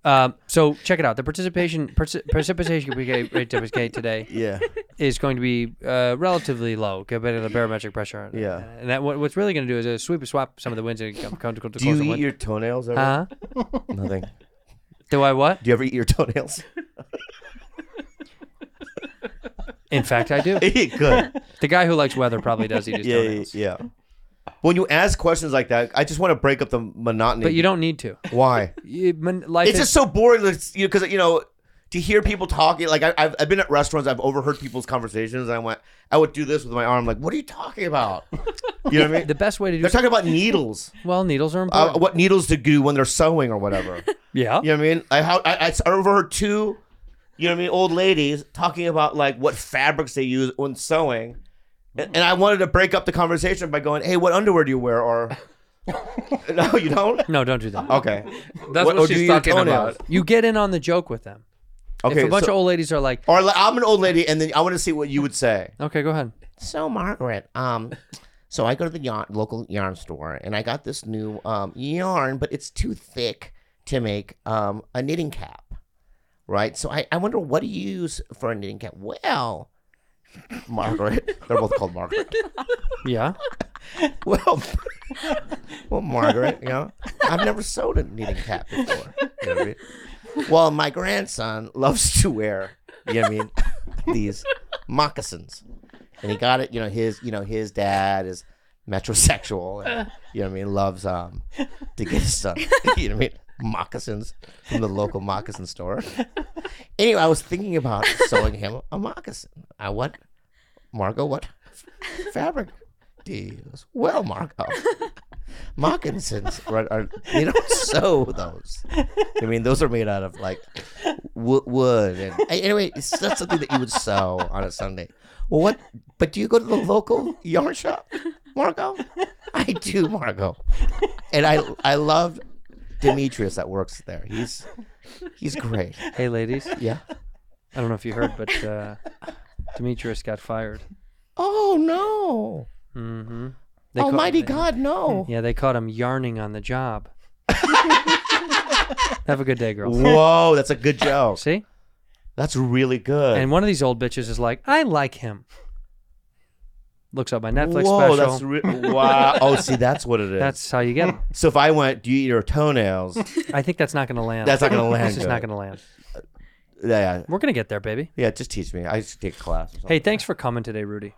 Speaker 1: Um, so check it out. The participation partic- precipitation rate rate of decay today
Speaker 2: Yeah.
Speaker 1: is going to be uh, relatively low compared to the barometric pressure.
Speaker 2: Yeah.
Speaker 1: and that what, what's really going to do is uh, sweep swap some of the winds and come, come to, come to
Speaker 2: Do you
Speaker 1: close the
Speaker 2: eat
Speaker 1: wind.
Speaker 2: your toenails ever?
Speaker 1: Huh?
Speaker 2: Nothing.
Speaker 1: Do I what?
Speaker 2: Do you ever eat your toenails?
Speaker 1: In fact, I do.
Speaker 2: Good.
Speaker 1: The guy who likes weather probably does eat his
Speaker 2: yeah,
Speaker 1: toenails.
Speaker 2: Yeah. yeah. When you ask questions like that, I just want to break up the monotony.
Speaker 1: But you don't need to.
Speaker 2: Why?
Speaker 1: You- mon- life
Speaker 2: it's
Speaker 1: is-
Speaker 2: just so boring because you, know, 'cause, you know to hear people talking like I, I've, I've been at restaurants i've overheard people's conversations and i went i would do this with my arm like what are you talking about you know what i mean
Speaker 1: the best way to do
Speaker 2: they're talking about needles
Speaker 1: well needles are
Speaker 2: uh,
Speaker 1: important.
Speaker 2: what needles to do when they're sewing or whatever
Speaker 1: yeah
Speaker 2: you know what i mean i how I, I overheard two you know what i mean old ladies talking about like what fabrics they use when sewing and, and i wanted to break up the conversation by going hey what underwear do you wear or no you don't
Speaker 1: No, don't do that.
Speaker 2: okay
Speaker 8: That's what,
Speaker 2: or do
Speaker 8: she's
Speaker 2: you eat
Speaker 8: talking
Speaker 2: toenails?
Speaker 8: about.
Speaker 1: oh, You get in on the joke with them.
Speaker 2: Okay,
Speaker 1: If a bunch
Speaker 2: so-
Speaker 1: of old ladies are like,
Speaker 2: Or like, I'm an old lady, and then I want to see what you would say.
Speaker 1: okay, go ahead.
Speaker 2: So Margaret, um, so I go to the yarn, local yarn store, and I got this new um, yarn, but it's too thick to make um, a knitting cap, right? So I, I wonder what do you use for a knitting cap? Well, Margaret, they're both called Margaret.
Speaker 1: Yeah.
Speaker 2: Well, well, Margaret, you know, I've never sewed a knitting cap before. you know what I mean? Well, my grandson loves to wear, you know what I mean, these moccasins. And he got it, you know, his, you know, his dad is metrosexual and, you know what I mean, loves um to get his son, you know what I mean, moccasins from the local moccasin store. Anyway, I was thinking about sewing him a moccasin. I what Margot, what fabric do you use? Well, Margot, moccasins right, are they don't sew those. I mean, those are made out of like wo- wood. And anyway, it's not something that you would sew on a Sunday. Well, what? But do you go to the local yarn shop, Margot? I do, Margot. And I I love Demetrius that works there. He's he's great.
Speaker 1: Hey, ladies.
Speaker 2: Yeah.
Speaker 1: I don't know if you heard, but uh, Demetrius got fired.
Speaker 2: Oh no!
Speaker 1: Mm-hmm.
Speaker 2: Almighty God, no!
Speaker 1: Yeah, they caught him yarning on the job. Have a good day, girl.
Speaker 2: Whoa, that's a good joke.
Speaker 1: See?
Speaker 2: That's really good.
Speaker 1: And one of these old bitches is like, I like him. Looks up my Netflix
Speaker 2: Whoa,
Speaker 1: special.
Speaker 2: that's re- wow. Oh, see, that's what it is.
Speaker 1: That's how you get him.
Speaker 2: so if I went, do you eat your toenails?
Speaker 1: I think that's not going to land.
Speaker 2: That's not gonna land
Speaker 1: This is
Speaker 2: good.
Speaker 1: not going to land.
Speaker 2: yeah,
Speaker 1: We're going to get there, baby.
Speaker 2: yeah. Just teach me. I should take a class. Or something.
Speaker 1: Hey, thanks for coming today, Rudy.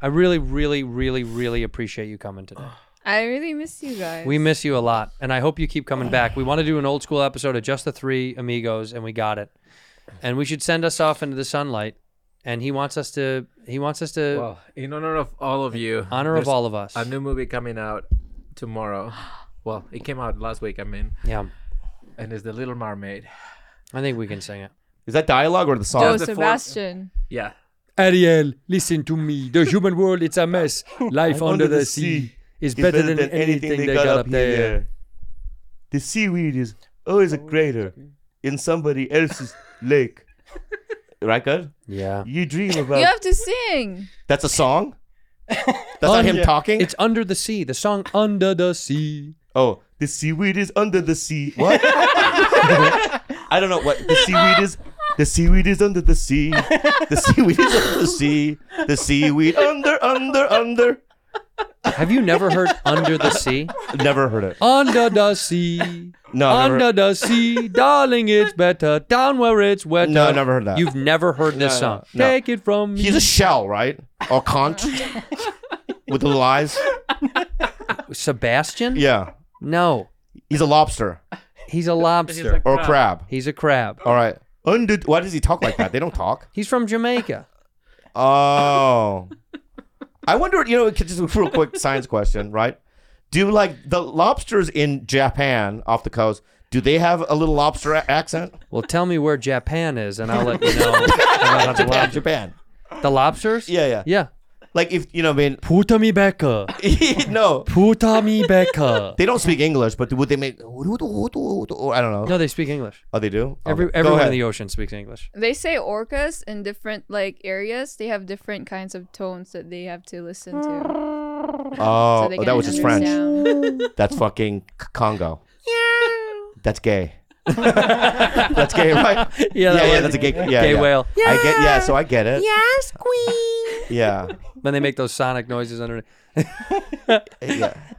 Speaker 1: I really, really, really, really appreciate you coming today.
Speaker 6: I really miss you guys.
Speaker 1: We miss you a lot, and I hope you keep coming back. We want to do an old school episode of just the three amigos, and we got it. And we should send us off into the sunlight. And he wants us to. He wants us to
Speaker 8: Well, in honor of all of you,
Speaker 1: honor of
Speaker 8: there's
Speaker 1: all of us.
Speaker 8: a new movie coming out tomorrow. Well, it came out last week. I mean,
Speaker 1: yeah,
Speaker 8: and it's The Little Mermaid.
Speaker 1: I think we can sing it.
Speaker 2: is that dialogue or the song?
Speaker 6: oh,
Speaker 8: the form-
Speaker 6: Sebastian.
Speaker 8: Yeah,
Speaker 1: Ariel, listen to me. The human world, it's a mess. Life
Speaker 2: under the sea
Speaker 1: is
Speaker 2: The seaweed is always
Speaker 1: Oh,
Speaker 2: a greater in somebody else's lake. Right, good.
Speaker 1: Yeah,
Speaker 2: You dream
Speaker 6: You
Speaker 2: about.
Speaker 6: have to sing.
Speaker 2: That's a song. That's
Speaker 1: Oh,
Speaker 2: not him talking.
Speaker 1: it's under the sea. The song "Under the Sea."
Speaker 2: Oh, the seaweed is under the sea. What? I don't know what the seaweed is. The seaweed is under the sea. The seaweed is under the sea. The seaweed under, under, under.
Speaker 1: Have you never heard "Under the Sea"?
Speaker 2: Never heard it.
Speaker 1: Under the sea.
Speaker 2: No, I've
Speaker 1: Under
Speaker 2: never-
Speaker 1: the sea, darling, it's better down where it's wetter.
Speaker 2: No, I've never heard that.
Speaker 1: You've never heard this
Speaker 2: No, no,
Speaker 1: song.
Speaker 2: no.
Speaker 1: Take it from me.
Speaker 2: He's a shell, right? Or conch with little eyes.
Speaker 1: Sebastian?
Speaker 2: Yeah,
Speaker 1: No,
Speaker 2: he's a lobster
Speaker 1: he's a lobster. He's,
Speaker 2: or a crab.
Speaker 1: a crab.
Speaker 2: All right. Under. Why does he talk like that? They don't talk.
Speaker 1: He's from Jamaica.
Speaker 2: Oh. I wonder, you know, just a real quick science question, right? Do like the lobsters in Japan off the coast, do they have a little lobster a- accent?
Speaker 1: Well, tell me where Japan is, and I'll let you know about the,
Speaker 2: Japan,
Speaker 1: lobster.
Speaker 2: Japan.
Speaker 1: the lobsters.
Speaker 2: Yeah, yeah.
Speaker 1: yeah.
Speaker 2: Like if, you know, I mean,
Speaker 1: Puta mi beca.
Speaker 2: no.
Speaker 1: Puta mi beca.
Speaker 2: They don't speak English, but would they make, I don't know.
Speaker 1: No, they speak English.
Speaker 2: Oh, they do?
Speaker 1: Every,
Speaker 2: Okay. Go
Speaker 1: everyone in
Speaker 2: ahead.
Speaker 1: the ocean speaks English.
Speaker 6: They say orcas in different like areas. They have different kinds of tones that they have to listen to.
Speaker 2: Oh,
Speaker 6: so they
Speaker 2: oh, that
Speaker 6: can
Speaker 2: was just French.
Speaker 6: understand.
Speaker 2: That's fucking C- Congo. That's gay. That's gay, right?
Speaker 1: Yeah,
Speaker 2: yeah,
Speaker 1: that
Speaker 2: yeah,
Speaker 1: was-
Speaker 2: that's a gay, yeah,
Speaker 1: gay
Speaker 2: yeah.
Speaker 1: whale.
Speaker 2: I get, yeah, so I get it.
Speaker 10: Yes, queen.
Speaker 2: Yeah.
Speaker 1: Then they make those sonic noises underneath.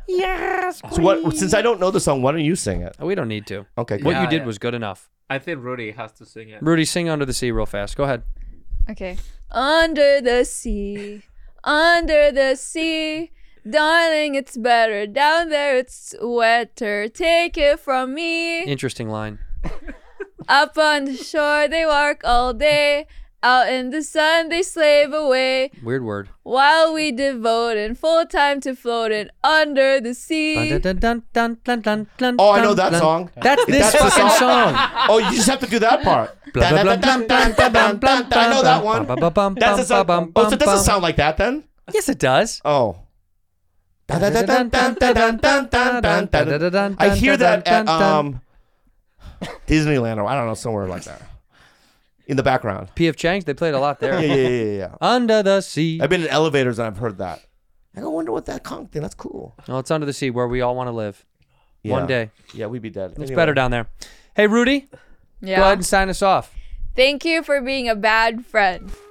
Speaker 10: Yes, queen.
Speaker 2: So what? Since I don't know the song, why don't you sing it?
Speaker 1: We don't need to.
Speaker 2: Okay,
Speaker 1: What
Speaker 2: good.
Speaker 1: you did was good enough.
Speaker 8: I think Rudy has to sing it.
Speaker 1: Rudy, sing Under the Sea real fast. Go ahead.
Speaker 6: Okay. Under the sea, under the sea, darling, it's better down there. It's wetter. Take it from me.
Speaker 1: Interesting line.
Speaker 6: Up on the shore they work all day. Out in the sun they slave away.
Speaker 1: Weird word.
Speaker 6: While we devote in full time to floating under the sea.
Speaker 1: Dun, dun, dun, dun, dun, dun, dun,
Speaker 2: Oh, I know
Speaker 1: dun,
Speaker 2: that
Speaker 1: dun.
Speaker 2: song.
Speaker 1: That's
Speaker 2: If
Speaker 1: this
Speaker 2: the
Speaker 1: fucking song.
Speaker 2: Oh, you just have to do that part.
Speaker 1: Blah, blah, blah,
Speaker 2: Dun, dun, dun, dun, dun, dun. I know that one.
Speaker 1: Bum, bum, bum,
Speaker 2: That's a
Speaker 1: bum, bum,
Speaker 2: song. Oh, so it
Speaker 1: bum, bum.
Speaker 2: doesn't sound like that then?
Speaker 1: Yes, it does.
Speaker 2: Oh. Dun, dun, dun, dun, dun, dun, dun, dun, dun, dun, dun. I hear that at um, Disneyland or I don't know somewhere like that in the background.
Speaker 1: P.F. Chang's. They played a lot
Speaker 2: Yeah,
Speaker 1: there.
Speaker 2: yeah, yeah, yeah, yeah.
Speaker 1: Under the sea.
Speaker 2: I've been in elevators and I've heard that. I go, wonder what that conk thing. That's cool.
Speaker 1: No, it's under the sea where we all want to live.
Speaker 2: Yeah.
Speaker 1: One day.
Speaker 2: Yeah, we'd be dead.
Speaker 1: It's better down there. Hey, Rudy, go
Speaker 6: Yeah.
Speaker 1: ahead and sign us off.
Speaker 6: Thank you for being a bad friend.